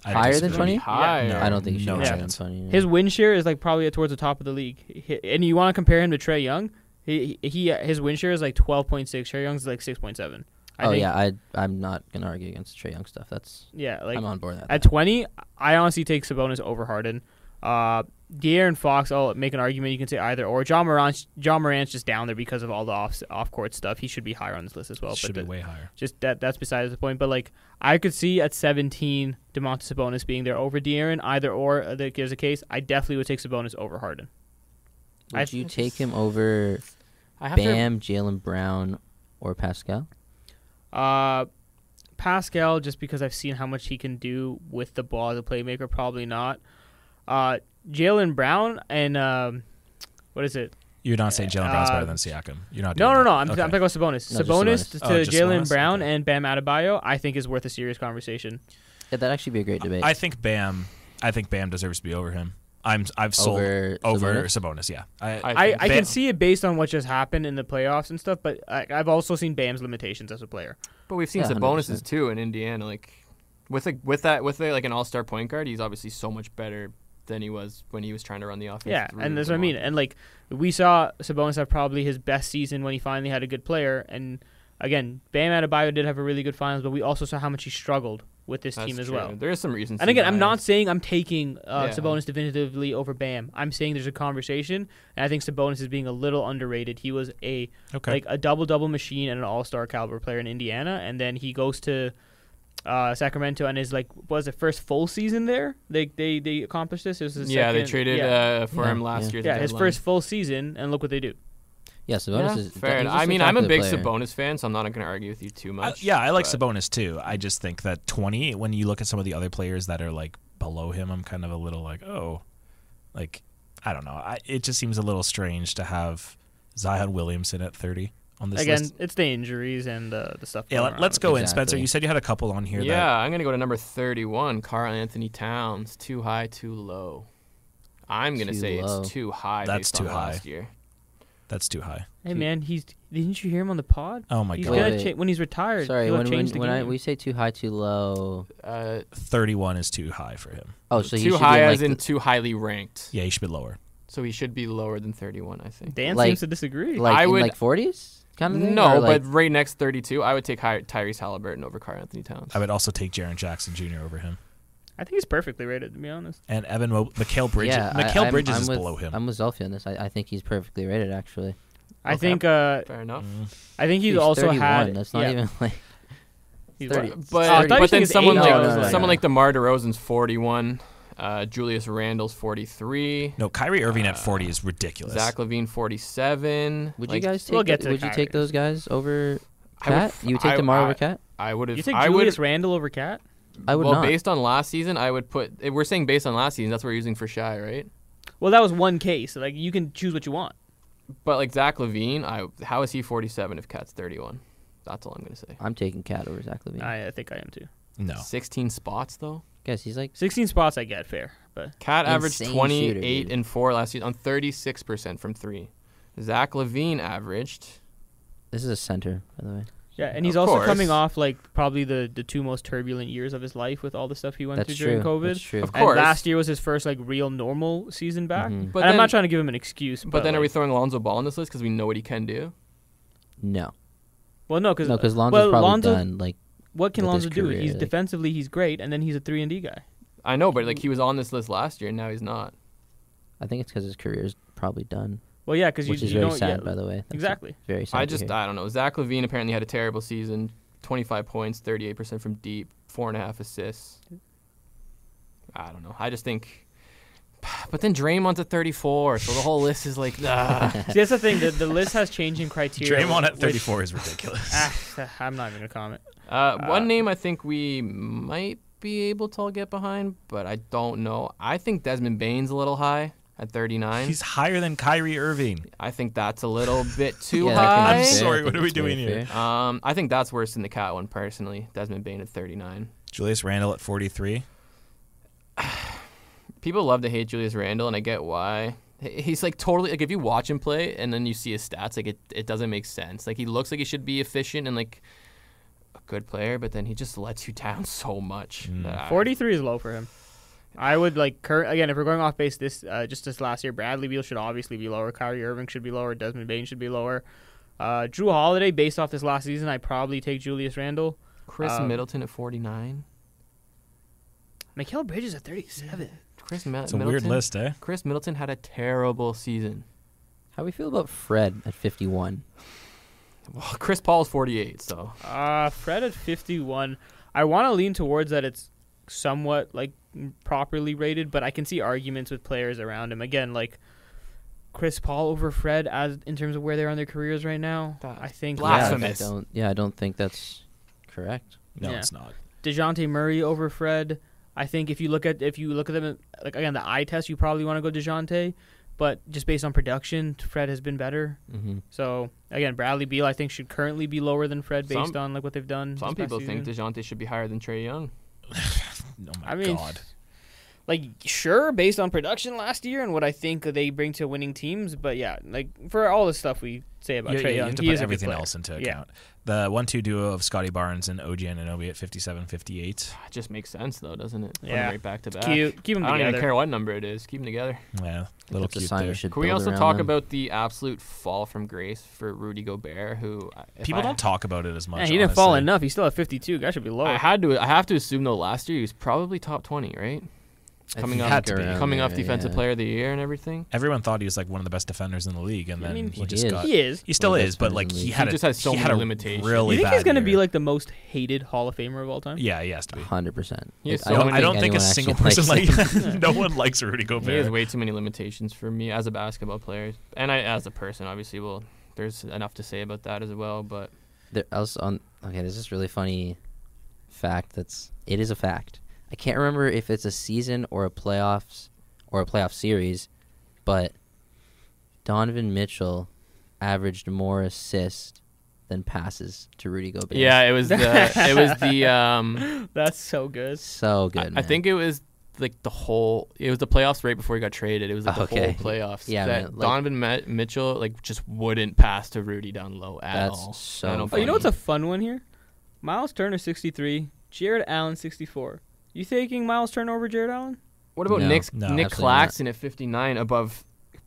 I
Higher
disagree.
than 20?
Higher.
No.
I don't think he should
no
be higher than
chance.
twenty.
His win share is like probably towards the top of the league. He- And you want to compare him to Trey Young? He, he his win share is like 12.6. Trey Young's like 6.7. I
oh
think,
yeah, I I'm not gonna argue against the Trey Young stuff. That's
yeah, like
I'm on board with that.
At 20, I honestly take Sabonis over Harden. Uh, De'Aaron Fox, I'll make an argument. You can say either or. John Morant, John Morant's just down there because of all the off off court stuff. He should be higher on this list as well.
should
but
be
the-
way higher.
just that that's besides the point. But like I could see at 17, Demontis Sabonis being there over De'Aaron. Either or uh, that gives a case. I definitely would take Sabonis over Harden.
Would
I-
you take him over
I have to
Bam, Jalen Brown, or Pascal?
Uh, Pascal, just because I've seen how much he can do with the ball as a playmaker, probably not. Uh, Jalen Brown and um, what is it?
You're not saying Jalen Brown's better
uh,
than Siakam. You're not.
No,
doing that.
no, no. I'm,
Okay.
I'm talking about Sabonis.
No, just
Sabonis,
Sabonis.
to
Oh, just
Jalen
Sabonis?
Brown
Okay.
and Bam Adebayo, I think is worth a serious conversation.
Yeah, that'd actually be a great debate.
I think Bam. I think Bam deserves to be over him. I'm. I've sold
Over
over Sabonis. yeah, I,
I
I,
think
I
Bam-
can see it based on what just happened in the playoffs and stuff, but I, I've also seen Bam's limitations as a player.
But we've seen
Yeah,
some bonuses
100%.
too in Indiana. Like with a with that with a, like an all star point guard, he's obviously so much better than he was when he was trying to run the offense.
yeah,
through
and that's what I
Lamar.
mean. And like we saw Sabonis have probably his best season when he finally had a good player. And again, Bam Adebayo did have a really good finals, but we also saw how much he struggled with this
That's
team as
true.
well.
There is some reasons.
And
to
again, I'm
deny
not
it.
saying I'm taking uh,
Yeah.
Sabonis definitively over Bam. I'm saying there's a conversation, and I think Sabonis is being a little underrated. He was a
okay.
like a double double machine and an all star caliber player in Indiana, and then he goes to uh, Sacramento and is like was it first full season there? They they they accomplished this. It was his
Yeah, they
second-
traded
yeah,
Uh, for him
Yeah,
last
yeah.
year. at the
yeah his
deadline.
first full season, and look what they do.
Yeah, Sabonis
Yeah,
is
fair.
he's
enough.
just
I mean, I'm a
spectacular
big
player.
Sabonis fan, so I'm not going to argue with you too
I-
much.
Uh, yeah, I like
but-
Sabonis too. I just think that 20. When you look at some of the other players that are like below him, I'm kind of a little like, oh, like I don't know. I, it just seems a little strange to have Zion Williamson at 30 on this
Again,
list.
it's the injuries and uh, the stuff.
Yeah,
going
let, us
around.
go in, Spencer.
Exactly.
You said you had a couple on here.
Yeah,
That,
I'm going to go to number 31, Carl Anthony Towns. Too high, too low. I'm going to
Too
say
low.
it's too high.
That's
based
too
on
high.
Last year.
that's too high.
Hey man, he's didn't you hear him on the pod?
Oh my
he's
god,
good.
gonna cha- when he's retired.
Sorry,
he'll
when, when,
change the
when I,
game.
we say too high, too low.
Uh,
31 is too high for him.
Oh, so he
too
should
high
be in, like,
as in
the-
too highly ranked.
Yeah, he should be lower.
So he should be lower than 31, I think.
Dan
like-
seems to disagree.
like
I
in
would-
like 40s kind of thing.
No,
Or, like,
but right next 32, I would take Hy- Tyrese Halliburton over Carl Anthony Towns.
I would also take Jaron Jackson Jr. over him.
I think he's perfectly rated to be honest.
And Evan Mo- Mikhail Bridges.
yeah, I-
Mikhail
I'm-
Bridges
I'm
is
with-
below him.
I'm with Zelfi on this. I, I think he's perfectly rated actually.
I
Okay.
think uh,
Fair enough.
I think he's,
He's
also
31.
had.
That's not
yeah,
even like
he's
30.
what-
Oh, I
But,
thought you
but
were
then
saying
someone
80.
like
No, no, no,
someone
no.
like DeMar DeRozan's 41, uh, Julius Randle's 43,
no, Kyrie Irving
Uh,
at 40 is ridiculous.
Zach Levine 47.
Would
Like,
you guys take?
We'll get
the-
to
would you
Kyrie.
take those guys over
I would
Cat?
f-
You would take
I-
Demar
I-
over Cat?
I would have.
You take
I would.
Julius Randle over Cat?
I would
well,
not.
based on last season, I would put. eh, We're saying based on last season. That's what we're using for shy, right?
Well, that was one case. Like you can choose what you want.
But like Zach Levine, I how is he 47 if Cat's 31? That's all I'm gonna say.
I'm taking Cat over Zach Levine.
I, I think I am too.
No.
16 spots though.
Guess he's like.
Sixteen spots, I get fair, but
Cat averaged
Insane
28
shooter, dude.
and four last season on 36 percent from three. Zach Levine averaged.
This is a center, by the way.
yeah, and he's
Of
also
course.
coming off like probably the the two most turbulent years of his life with all the stuff he went
That's
through during
true.
COVID.
That's true.
Of
And
course.
last year was his first like real normal season back.
Mhm.
But
and I'm
then-
not trying to give him an excuse.
But,
But,
then are we
like-
throwing Lonzo Ball in this list because we know what he can do?
No,
well, no, because
no, because Lonzo's
well,
probably
Lonzo-
done. Like,
what can
with his
Lonzo do?
career,
He's
like-
defensively he's great, and then he's a three and D guy.
I know, but like he was on this list last year and now he's not.
I think it's because his career is probably done,
Well, yeah, because you,
which is
you
very
don't.
sad,
yeah,
by the way. That's
exactly.
Very sad.
I
to
just
hear.
I don't know. Zach Levine apparently had a terrible season. 25 points, 38 percent from deep, four and a half assists. I don't know. I just think. But then Draymond's at 34, so the whole list is like, ah.
See, that's the thing. The, the list has changing criteria.
Draymond at
which-
34 is ridiculous.
Uh,
Ah, I'm not even gonna comment.
Uh, one name I think we might be able to get behind, but I don't know. I think Desmond Bain's a little high at 39.
He's higher than Kyrie Irving.
I think that's a little bit too
Yeah, that can
high.
be
I'm
fair.
sorry,
I
what
think
are we
it's very
doing here?
fair.
Um, I think that's worse than the cat one personally. Desmond Bain at 39.
Julius Randle at 43.
People love to hate Julius Randle, and I get why. He- He's like totally like if you watch him play and then you see his stats, like it, it doesn't make sense. Like he looks like he should be efficient and like a good player, but then he just lets you down so much.
Mm.
that I-
43 is low for him. I would like cur- again if we're going off base this uh, just this last year. Bradley Beal should obviously be lower. Kyrie Irving should be lower. Desmond Bain should be lower. Uh, Drew Holiday, based off this last season, I probably take Julius Randle.
Chris
uh,
Um,
Middleton at 49.
Mikael Bridges at 37.
Chris Mil-
It's a
Middleton.
weird list, eh?
Chris Middleton had a terrible season.
How we feel about Fred at 51?
Well, Chris Paul's 48, so
Uh, Fred at 51. I want to lean towards that it's somewhat like m- properly rated, but I can see arguments with players around him. Again, like Chris Paul over Fred as in terms of where they're on their careers right now.
That-
I think
Yeah, like,
Blasphemous.
I don't, yeah, I don't think that's correct.
No,
Yeah.
it's not.
Dejounte Murray over Fred. I think if you look at if you look at them at- like again the eye test, you probably want to go Dejounte, but just based on production, Fred has been better.
Mm-hmm.
So again, Bradley Beal I think should currently be lower than Fred based
Some-
on like what they've done.
some
this past
people think
season.
DeJounte should be higher than Trey Young.
Oh my
I mean,
god.
like sure based on production last year and what I think they bring to winning teams, but yeah, like for all the stuff we say about
Yeah, yeah,
Trey
you
Young,
have to
he
put
is a good
everything
player.
else into
Yeah.
account. The one-two duo of Scotty Barnes and OG Ananobi at 57-58.
It just makes sense though, doesn't it? Put 'em
Yeah.
right back to back.
Uh,
Cute, keep
I
them
don't even
together.
care what number it is. Keep them together.
Yeah, little
that's a
cute
sign
there.
we should
Can we
build
also
around
talk
them.
about the absolute fall from grace for Rudy Gobert? Who I- if
People
I-
don't talk about it as much.
Yeah, he didn't fall
honestly.
enough. He's still at 52. Guy should be lower.
I had to. I have to assume though. Last year he was probably top 20, right?
I
Coming
think
off
to be.
around
coming off
there,
defensive
Oh, yeah.
player of the year and everything.
Everyone thought he was like one of the best defenders in the league, and
I
then
mean,
he
Well,
just
he is.
got.
he is.
He still
One of the
is,
best
but
defenders
like
in the
he
league.
had
He
a,
just has so
he had
many
a
limitations.
Really
you think he's
going to
be like the most hated Hall of Famer of all time?
Yeah, he has to be.
100%.
He has
Like,
so
I don't,
many-
I don't think a
anyone actually
single person
likes
like
him.
no one likes Rudy
He has
Gobert.
way too many limitations for me as a basketball player, and I as a person, obviously. Well, there's enough to say about that as well, but
There, else on okay, there's this really funny fact that's it is a fact. I can't remember if it's a season or a playoffs or a playoff series, but Donovan Mitchell averaged more assists than passes to Rudy Gobert.
yeah, it was the it was the um,
That's so good.
so good.
I, I
man.
think it was like the whole it was the playoffs right before he got traded. It was like, the
Okay.
whole playoffs.
Yeah,
that
man, like-
Donovan Ma- Mitchell like just wouldn't pass to Rudy down low at
That's
all.
so
I don't
Oh, you know
funny.
what's a fun one here? Miles Turner, 63. Jared Allen, 64. You taking Miles Turner over Jared Allen?
What about
No,
Nick
no,
Nick
absolutely not.
Claxton at 59 above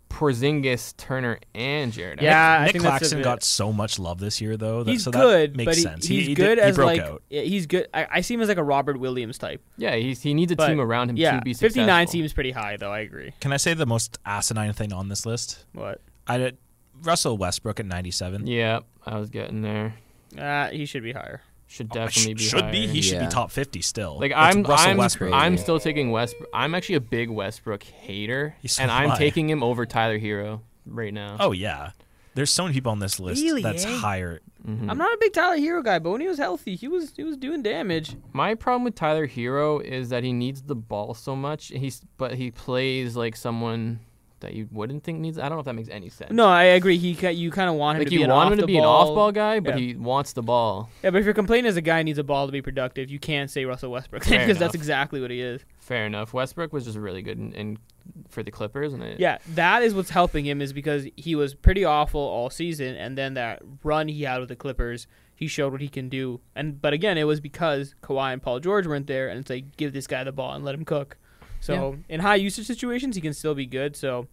Porzingis, Turner, and Jared?
Yeah, I
Nick
think that's a
Claxton
bit-
got so much love this year, though. That,
He's
so
good,
that makes
but he-
sense.
he's
he, he
good
did, he
as
broke
like
out.
yeah, he's good. I, I see him as like a Robert Williams type.
yeah. He's, he needs a
But
team around him
yeah,
to be successful.
59 seems pretty high though. I agree.
Can I say the most asinine thing on this list?
What?
I did, Russell Westbrook at 97.
Yeah, I was getting there.
Uh, he should be higher.
Should
Oh, sh-
definitely be.
should be.
higher.
He should be
Yeah.
top 50 still.
Like
That's
I'm,
Russell
I'm,
Westbrook.
I'm still taking Westbrook. I'm actually a big Westbrook hater,
He's so
and I'm
am I.
taking him over Tyler Hero right now.
Oh yeah. There's so many people on this list
Really,
that's
eh?
higher.
Hmm.
I'm not a big Tyler Hero guy, but when he was healthy, he was he was doing damage.
My problem with Tyler Hero is that he needs the ball so much. He's but he plays like someone that you wouldn't think needs. I don't know if that makes any sense.
No, I agree. He ki- you kind of want him
like
to be
you
an
want him to
off-the
be an
ball-
off-ball guy, but
Yeah.
he wants the ball.
Yeah, but if you're complaining as a guy needs a ball to be productive, you can't say Russell Westbrook
Fair
because
enough.
that's exactly what he is.
Fair enough. Westbrook was just really good in, in for the Clippers, and it,
Yeah, that is what's helping him is because he was pretty awful all season, and then that run he had with the Clippers, he showed what he can do. And but again, it was because Kawhi and Paul George weren't there, and it's like give this guy the ball and let him cook. So in high usage situations, he can still be good. So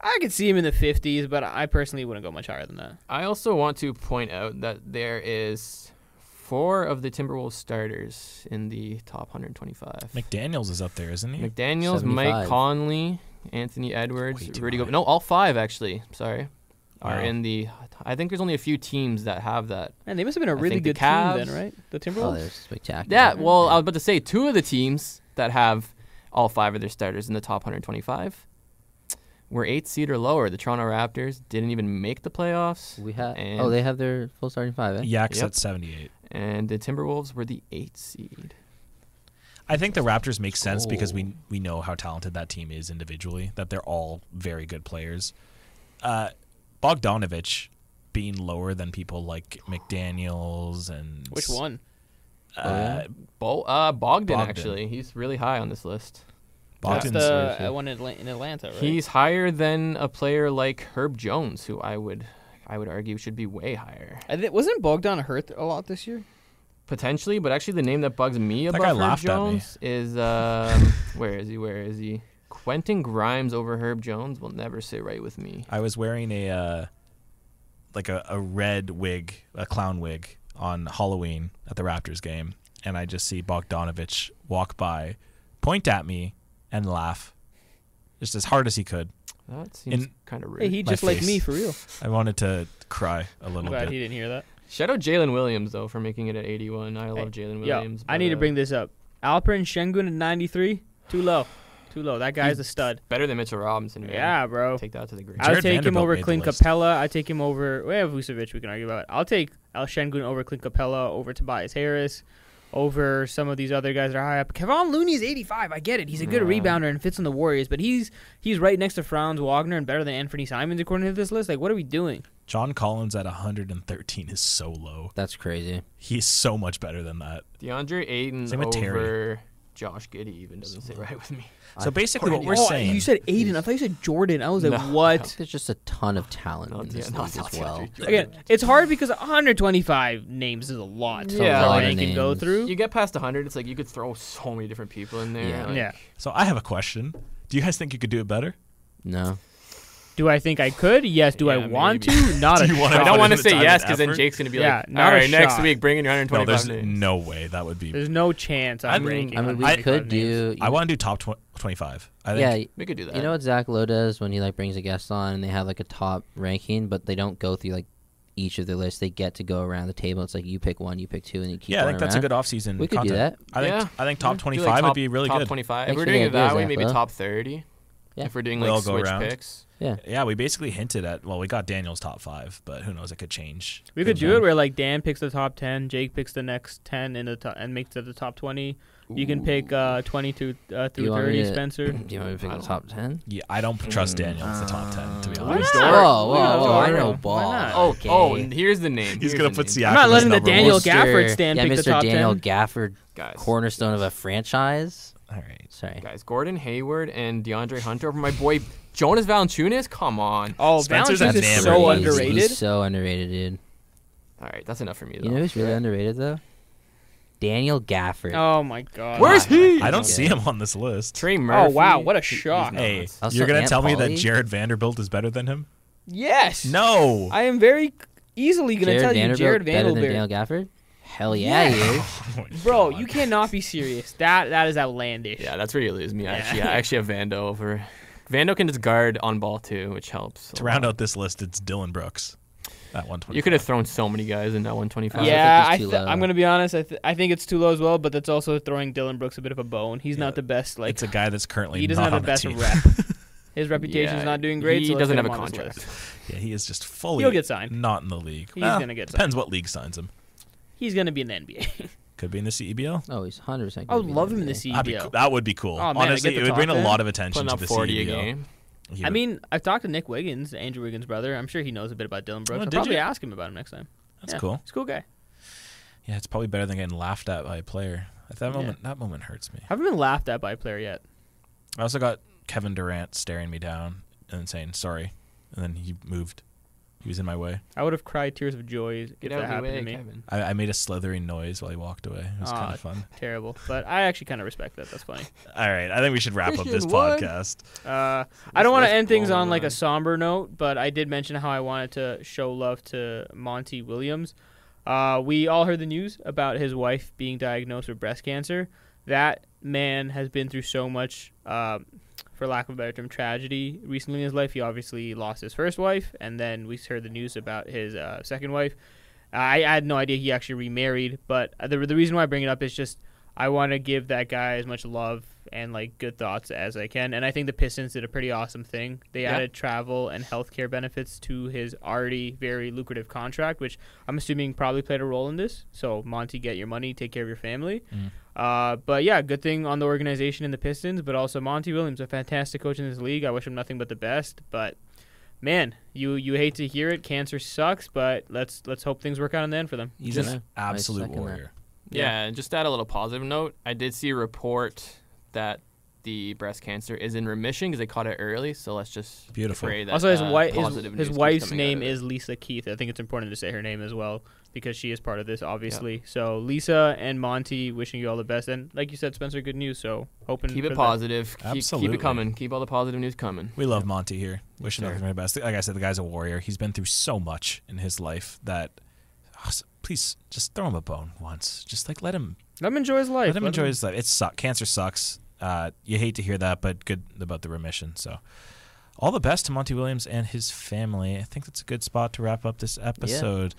I could see him in the fifties, but I personally wouldn't go much higher than that.
I also want to point out that there is four of the Timberwolves starters in the top 125.
McDaniels is up there, isn't he?
McDaniels, Mike
75.
Conley, Anthony Edwards,
Way too
Rudy
high.
Gobert. No, all five actually. Sorry, are
Wow.
in the. I think there's only a few teams that have that.
And they must have been a
I
really
think the
good team then,
Cavs-
right? The
oh,
Timberwolves.
they're spectacular.
Yeah. Well, I was about to say two of the teams that have all five of their starters in the top 125 were eight seed or lower. The Toronto Raptors didn't even make the playoffs.
we have.
And,
Oh, they have their full starting five. Eh?
Yak's
Yep.
at 78.
and the Timberwolves were the eight seed.
I think the Raptors make sense because we we know how talented that team is individually. That they're all very good players. Uh, Bogdanovich being lower than people like McDaniel's and
Which one?
Uh,
Bo- uh, Bogdan,
Bogdan.
actually, he's really high on this list.
That's
Bogdan's
the uh, one in Atla- in Atlanta, right?
He's higher than a player like Herb Jones, who I would, I would argue should be way higher
I thi- wasn't Bogdan hurt a lot this year?
potentially. But actually, the name that bugs me
That
about
guy
Herb
laughed at me.
Jones is um, where is he? Where is he? Quentin Grimes over Herb Jones will never sit right with me.
I was wearing a uh, like a, a red wig, a clown wig on Halloween at the Raptors game, and I just see Bogdanovich walk by, point at me, and laugh, just as hard as he could.
That seems
In-
kind of rude.
Hey, he
My
just like me
face.
for real.
I wanted to cry a
I'm
little
glad
bit.
he didn't hear that.
Shout out Jalen Williams though for making it at 81. I love Jalen
Yeah,
Williams.
I
but,
need to
uh,
bring this up. Alperin Shengun at 93, too low, too low. That guy's a stud.
better than Mitchell Robinson. Man.
Yeah, bro.
take that to the grave.
I
Jared
would take him
Vanderbilt
over
made the
Clint
list.
Capella. I take him over. We have Vucevic. We can argue about. I'll take Al Shengun over Clint Capella, over Tobias Harris, over some of these other guys that are high up. Kevon Looney's 85. I get it. He's a good
Yeah.
rebounder and fits in the Warriors, but he's he's right next to Franz Wagner and better than Anthony Simons according to this list. Like, what are we doing?
John Collins at 113 is so low.
That's crazy.
He's so much better than that.
DeAndre Ayton
Same with Terry.
over Josh Giddy even doesn't sit right with me.
So basically, what we're
oh,
saying,
you said Aiden. I thought you said Jordan. I was like,
No.
what?
There's just a ton of talent
Not
in
the-
this
not
league as
the
well.
other Jordan.
Again, it's hard because 125 names is a lot.
Yeah.
that
Lot
of
they can go
names.
through.
You get past 100, it's like you could throw so many different people in there.
Yeah.
like-
yeah.
so I have a question. Do you guys think you could do it better?
No.
Do I think I could? Yes. Do I
Yeah,
want
maybe.
to? Not
Do
a
you wanna
I
Not
don't
put
want to
in the
say
time
yes
and
because then
effort.
Jake's gonna be
Yeah,
like,
not
"All
a
right, next
shot."
week, bring in your
No,
125
there's
names."
no way that would be.
There's no chance I'm
I mean-
ranking.
I mean, we
125
could
names.
do.
I want to do top tw- 25. I think
yeah,
We could do that.
You know what Zach Lowe does when he like brings a guest on and they have like a top ranking, but they don't go through like each of their lists. They get to go around the table. It's like you pick one, you pick two, and you keep.
Yeah, I
going
think that's a
around.
good offseason.
We could do
content.
that.
I think
Yeah.
I think top
Do, like,
25 would
top-
be really
top
good.
25. if
Actually,
we're doing
yeah,
it that
do
way,
Zach
maybe
Lowe.
top 30.
Yeah.
If we're doing
We
like
all go
switch
around.
picks,
Yeah,
Yeah, we basically hinted at well, we got Daniel's top five, but who knows? It could change.
We could do it where like Dan picks the top ten, Jake picks the next ten in the top, and makes it the top twenty. You can pick uh, twenty to uh, through
You want me
thirty,
to-
Spencer.
Do you want me to
I
pick the
don't-
top ten?
Yeah, I don't trust Daniel as the top ten to be
Whoa,
honest.
not?
whoa,
Yeah,
whoa! I
Dora.
know
Why
ball.
not?
oh,
okay.
oh, and here's the name.
He's
Here's
gonna
the
put
name.
Siakam.
I'm not letting the
as number
Daniel
one.
Gafford stand
yeah,
pick
Mr.
the top
Daniel
10.
Gafford,
Guys.
cornerstone of a franchise.
All right,
Sorry.
Guys, Gordon Hayward and DeAndre Hunter over my boy Jonas Valanciunas. Come on.
Oh,
Spencer's
Valanciunas
at
is
Denver.
so
He's-
underrated.
He's so underrated, dude.
All right, that's enough for me. Though.
You know who's really underrated though? Daniel Gafford.
Oh my god.
Where's he?
I don't
Okay.
see him on this list.
Trey
Oh,
Murphy.
Oh, wow, what a
He- he's
shock.
nuts.
Hey,
Also
you're gonna
Ant
tell me
Pauli?
that Jared Vanderbilt is better than him?
Yes.
No.
I am very easily gonna
Jared
tell
Vanderbilt
you Jared
better than
Vanderbilt.
Daniel Gafford? Hell yeah, he is.
Oh my
Bro,
God.
you cannot be serious. That that is outlandish.
Yeah, that's where you lose me. I actually, I actually have Vando over. Vando can just guard on ball too, which helps. a
to round
lot.
out this list, it's Dylan Brooks at 120.
you could have thrown so many guys in that 125.
Yeah,
I
I
think he's too
th-
low.
I'm gonna be honest. I, th- I think it's too low as well, but that's also throwing Dylan Brooks a bit of a bone. He's
Yeah,
not the best. Like
It's a guy that's currently
he doesn't
not
have the
on
best
team.
rep. His reputation's
Yeah,
not doing great.
he
so let's
doesn't
put
have a
him on this
contract.
list.
Yeah, he is just fully.
He'll get signed.
Not in the league.
He's
Well,
gonna get signed.
Depends what league signs him.
He's gonna be in the NBA.
Could be in the CEBL.
Oh, he's hundred percent.
I would love him in the CBL.
That'd be cool. That would be cool.
Oh, man, I
Honestly,
get the
it would bring
top
a
end.
lot of attention
putting
to
up
the
40 a
CBL.
game.
He uh,
I
would-
mean, I've talked to Nick Wiggins, Andrew Wiggins' brother. I'm sure he knows a bit about Dylan Brooks.
Oh,
I'll
did
probably
you?
ask him about him next time.
that's
yeah,
cool.
He's a cool guy.
Yeah, it's probably better than getting laughed at by a player. At that
Yeah.
moment, that moment hurts me.
Haven't been laughed at by a player yet.
I also got Kevin Durant staring me down and saying sorry, and then he moved. He was in my way.
I would have cried tears of joy if
Get
that
out of
happened
the way,
to me.
Kevin.
I, I made a slithering noise while he walked away. It was kind
Aw.
of fun.
Terrible, but I actually kind of respect that. That's funny.
All right, I think we should wrap up this
Christian, what?
podcast.
Uh, I don't want to
list
end things
blown
on like
away.
a somber note, but I did mention how I wanted to show love to Monty Williams. Uh, we all heard the news about his wife being diagnosed with breast cancer. That man has been through so much, um, for lack of a better term, tragedy recently in his life. He obviously lost his first wife, and then we heard the news about his uh, second wife. I, I had no idea he actually remarried, but the, the reason why I bring it up is just I want to give that guy as much love and like good thoughts as I can. And I think the Pistons did a pretty awesome thing. They
Yeah.
added travel and healthcare benefits to his already very lucrative contract, which I'm assuming probably played a role in this. So Monty, get your money, take care of your family. Uh, but yeah, good thing on the organization and the Pistons, but also Monty Williams, a fantastic coach in this league. I wish him nothing but the best. But man, you you hate to hear it. Cancer sucks, but let's let's hope things work out in the end for them.
He's
Yeah.
an
I
absolute
second that.
warrior.
Yeah, and just to add a little positive note, I did see a report that the breast cancer is in remission because they caught it early. So let's just
Beautiful.
pray that,
also, his,
uh,
wife, his,
positive news
his
keeps
wife's
coming out of
name
it.
is Lisa Keith. I think it's important to say her name as well because she is part of this, obviously. So Lisa and Monty, wishing you all the best. And like you said, Spencer, good news. So hoping
Keep
for
it
the-
positive. Keep, keep
Absolutely.
it coming. Keep all the positive news coming.
We love Monty here. Wishing
sir.
nothing but the best. Like I said, the guy's a warrior. He's been through so much in his life that oh, s- please just throw him a bone once. Just like let him
Let him enjoy his life.
let him enjoy his life. It sucks. Cancer sucks. Uh, you hate to hear that, but good about the remission. So, all the best to Monty Williams and his family. I think that's a good spot to wrap up this episode.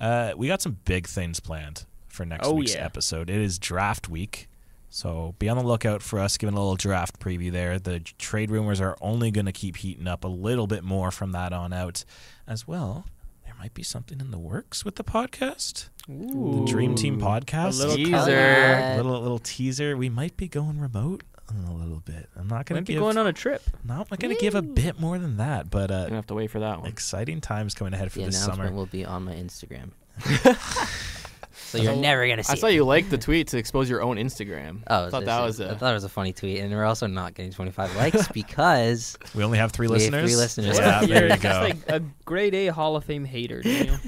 Uh, we got some big things planned for next
Oh,
week's
yeah.
episode. It is draft week. So be on the lookout for us giving a little draft preview there. The j- trade rumors are only going to keep heating up a little bit more from that on out. As well, there might be something in the works with the podcast, the Dream Team podcast.
little
Teaser.
color. Uh,
little little teaser. We might be going remote a little bit. I'm not gonna
Might be
give
going on a trip.
not, not gonna give a bit more than that, but
Gonna
uh,
have to wait for that one.
exciting times coming ahead for
The
this
announcement
summer.
will be on my Instagram. so you're never gonna see.
I saw
it.
you liked the tweet to expose your own Instagram.
Oh,
I thought
this
that
is-
was
I
a.
thought it was a funny tweet, and we're also not getting 25 likes because
we only have three
We have three
listeners.
listeners.
Yeah, there you
You're just
go.
like a grade A Hall of Fame hater. Daniel.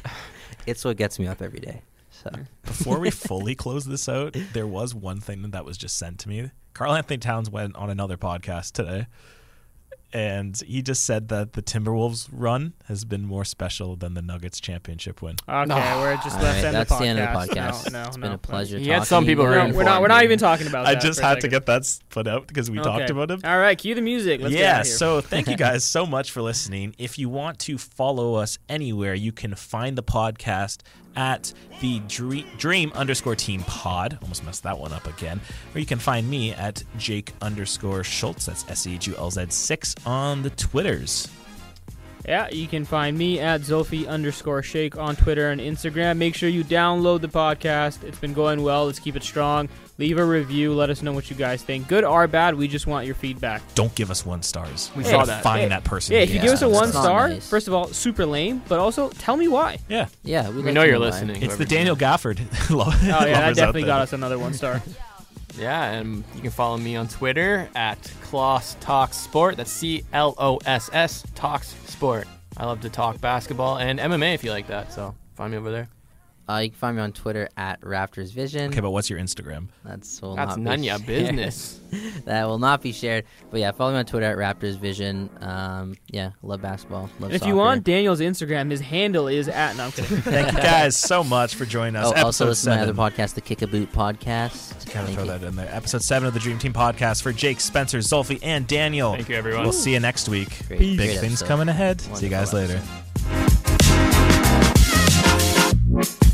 it's what gets me up every day. So
Before we fully close this out, there was one thing that was just sent to me. Carl Anthony Towns went on another podcast today, and he just said that the Timberwolves run has been more special than the Nuggets championship win.
Okay, we're just
all
let's
right,
end
that's
the podcast.
the end of the podcast.
No, no,
it's
no,
been
no.
a pleasure.
You had
talking
some
to
people
you.
rooting
No, we're not. We're not even talking about.
I
that
just
for a
had to
second.
get that s- put out because we talked
Okay.
about him.
All right, cue the music. Let's get
yeah,
out of here.
so thank you guys so much for listening. If you want to follow us anywhere, you can find the podcast at the dream, dream underscore team pod. Almost messed that one up again. Or you can find me at Jake underscore Schultz. That's S E H U L Z 6 on the Twitters.
Yeah, you can find me at Zulfi underscore Shake on Twitter and Instagram. Make sure you download the podcast. It's been going well. Let's keep it strong. Leave a review. Let us know what you guys think. Good or bad, we just want your feedback.
Don't give us one stars. We
saw that.
Find
Hey,
that person.
Yeah,
who
if you
gave
give us a
that.
one
It's not
star,
nice.
first of all, super lame, but also tell me why.
Yeah,
Yeah, we,
We
like
know
to
you're
live.
listening.
it's
whoever
the
did that.
Daniel Gafford. oh
Oh yeah, that definitely got us another one star.
Yeah, and you can follow me on Twitter at Kloss Talks Sport. That's C L O S S Talks Sport. I love to talk basketball and MMA if you like that. So find me over there.
Uh, you can find me on Twitter at Raptors Vision.
Okay, but what's your Instagram?
That's will
That's
not
none
be
ya
shared.
business.
that will not be shared. But yeah, follow me on Twitter at Raptors Vision. Um, yeah, love basketball. Love
And if
soccer.
you want Daniel's Instagram, his handle is at. No, I'm kidding.
Thank you guys so much for joining us.
oh, also
Episode
listen to my other
seven.
podcast, the Kick a Boot Podcast.
Gotta
Thank
throw
you.
that in there. Episode seven of the Dream Team podcast for Jake, Spencer, Zolfi, and Daniel.
Thank you, everyone.
We'll see you next week.
Great-
Big
great
things
episode.
coming ahead. see you guys
Wonderful
later.
episode.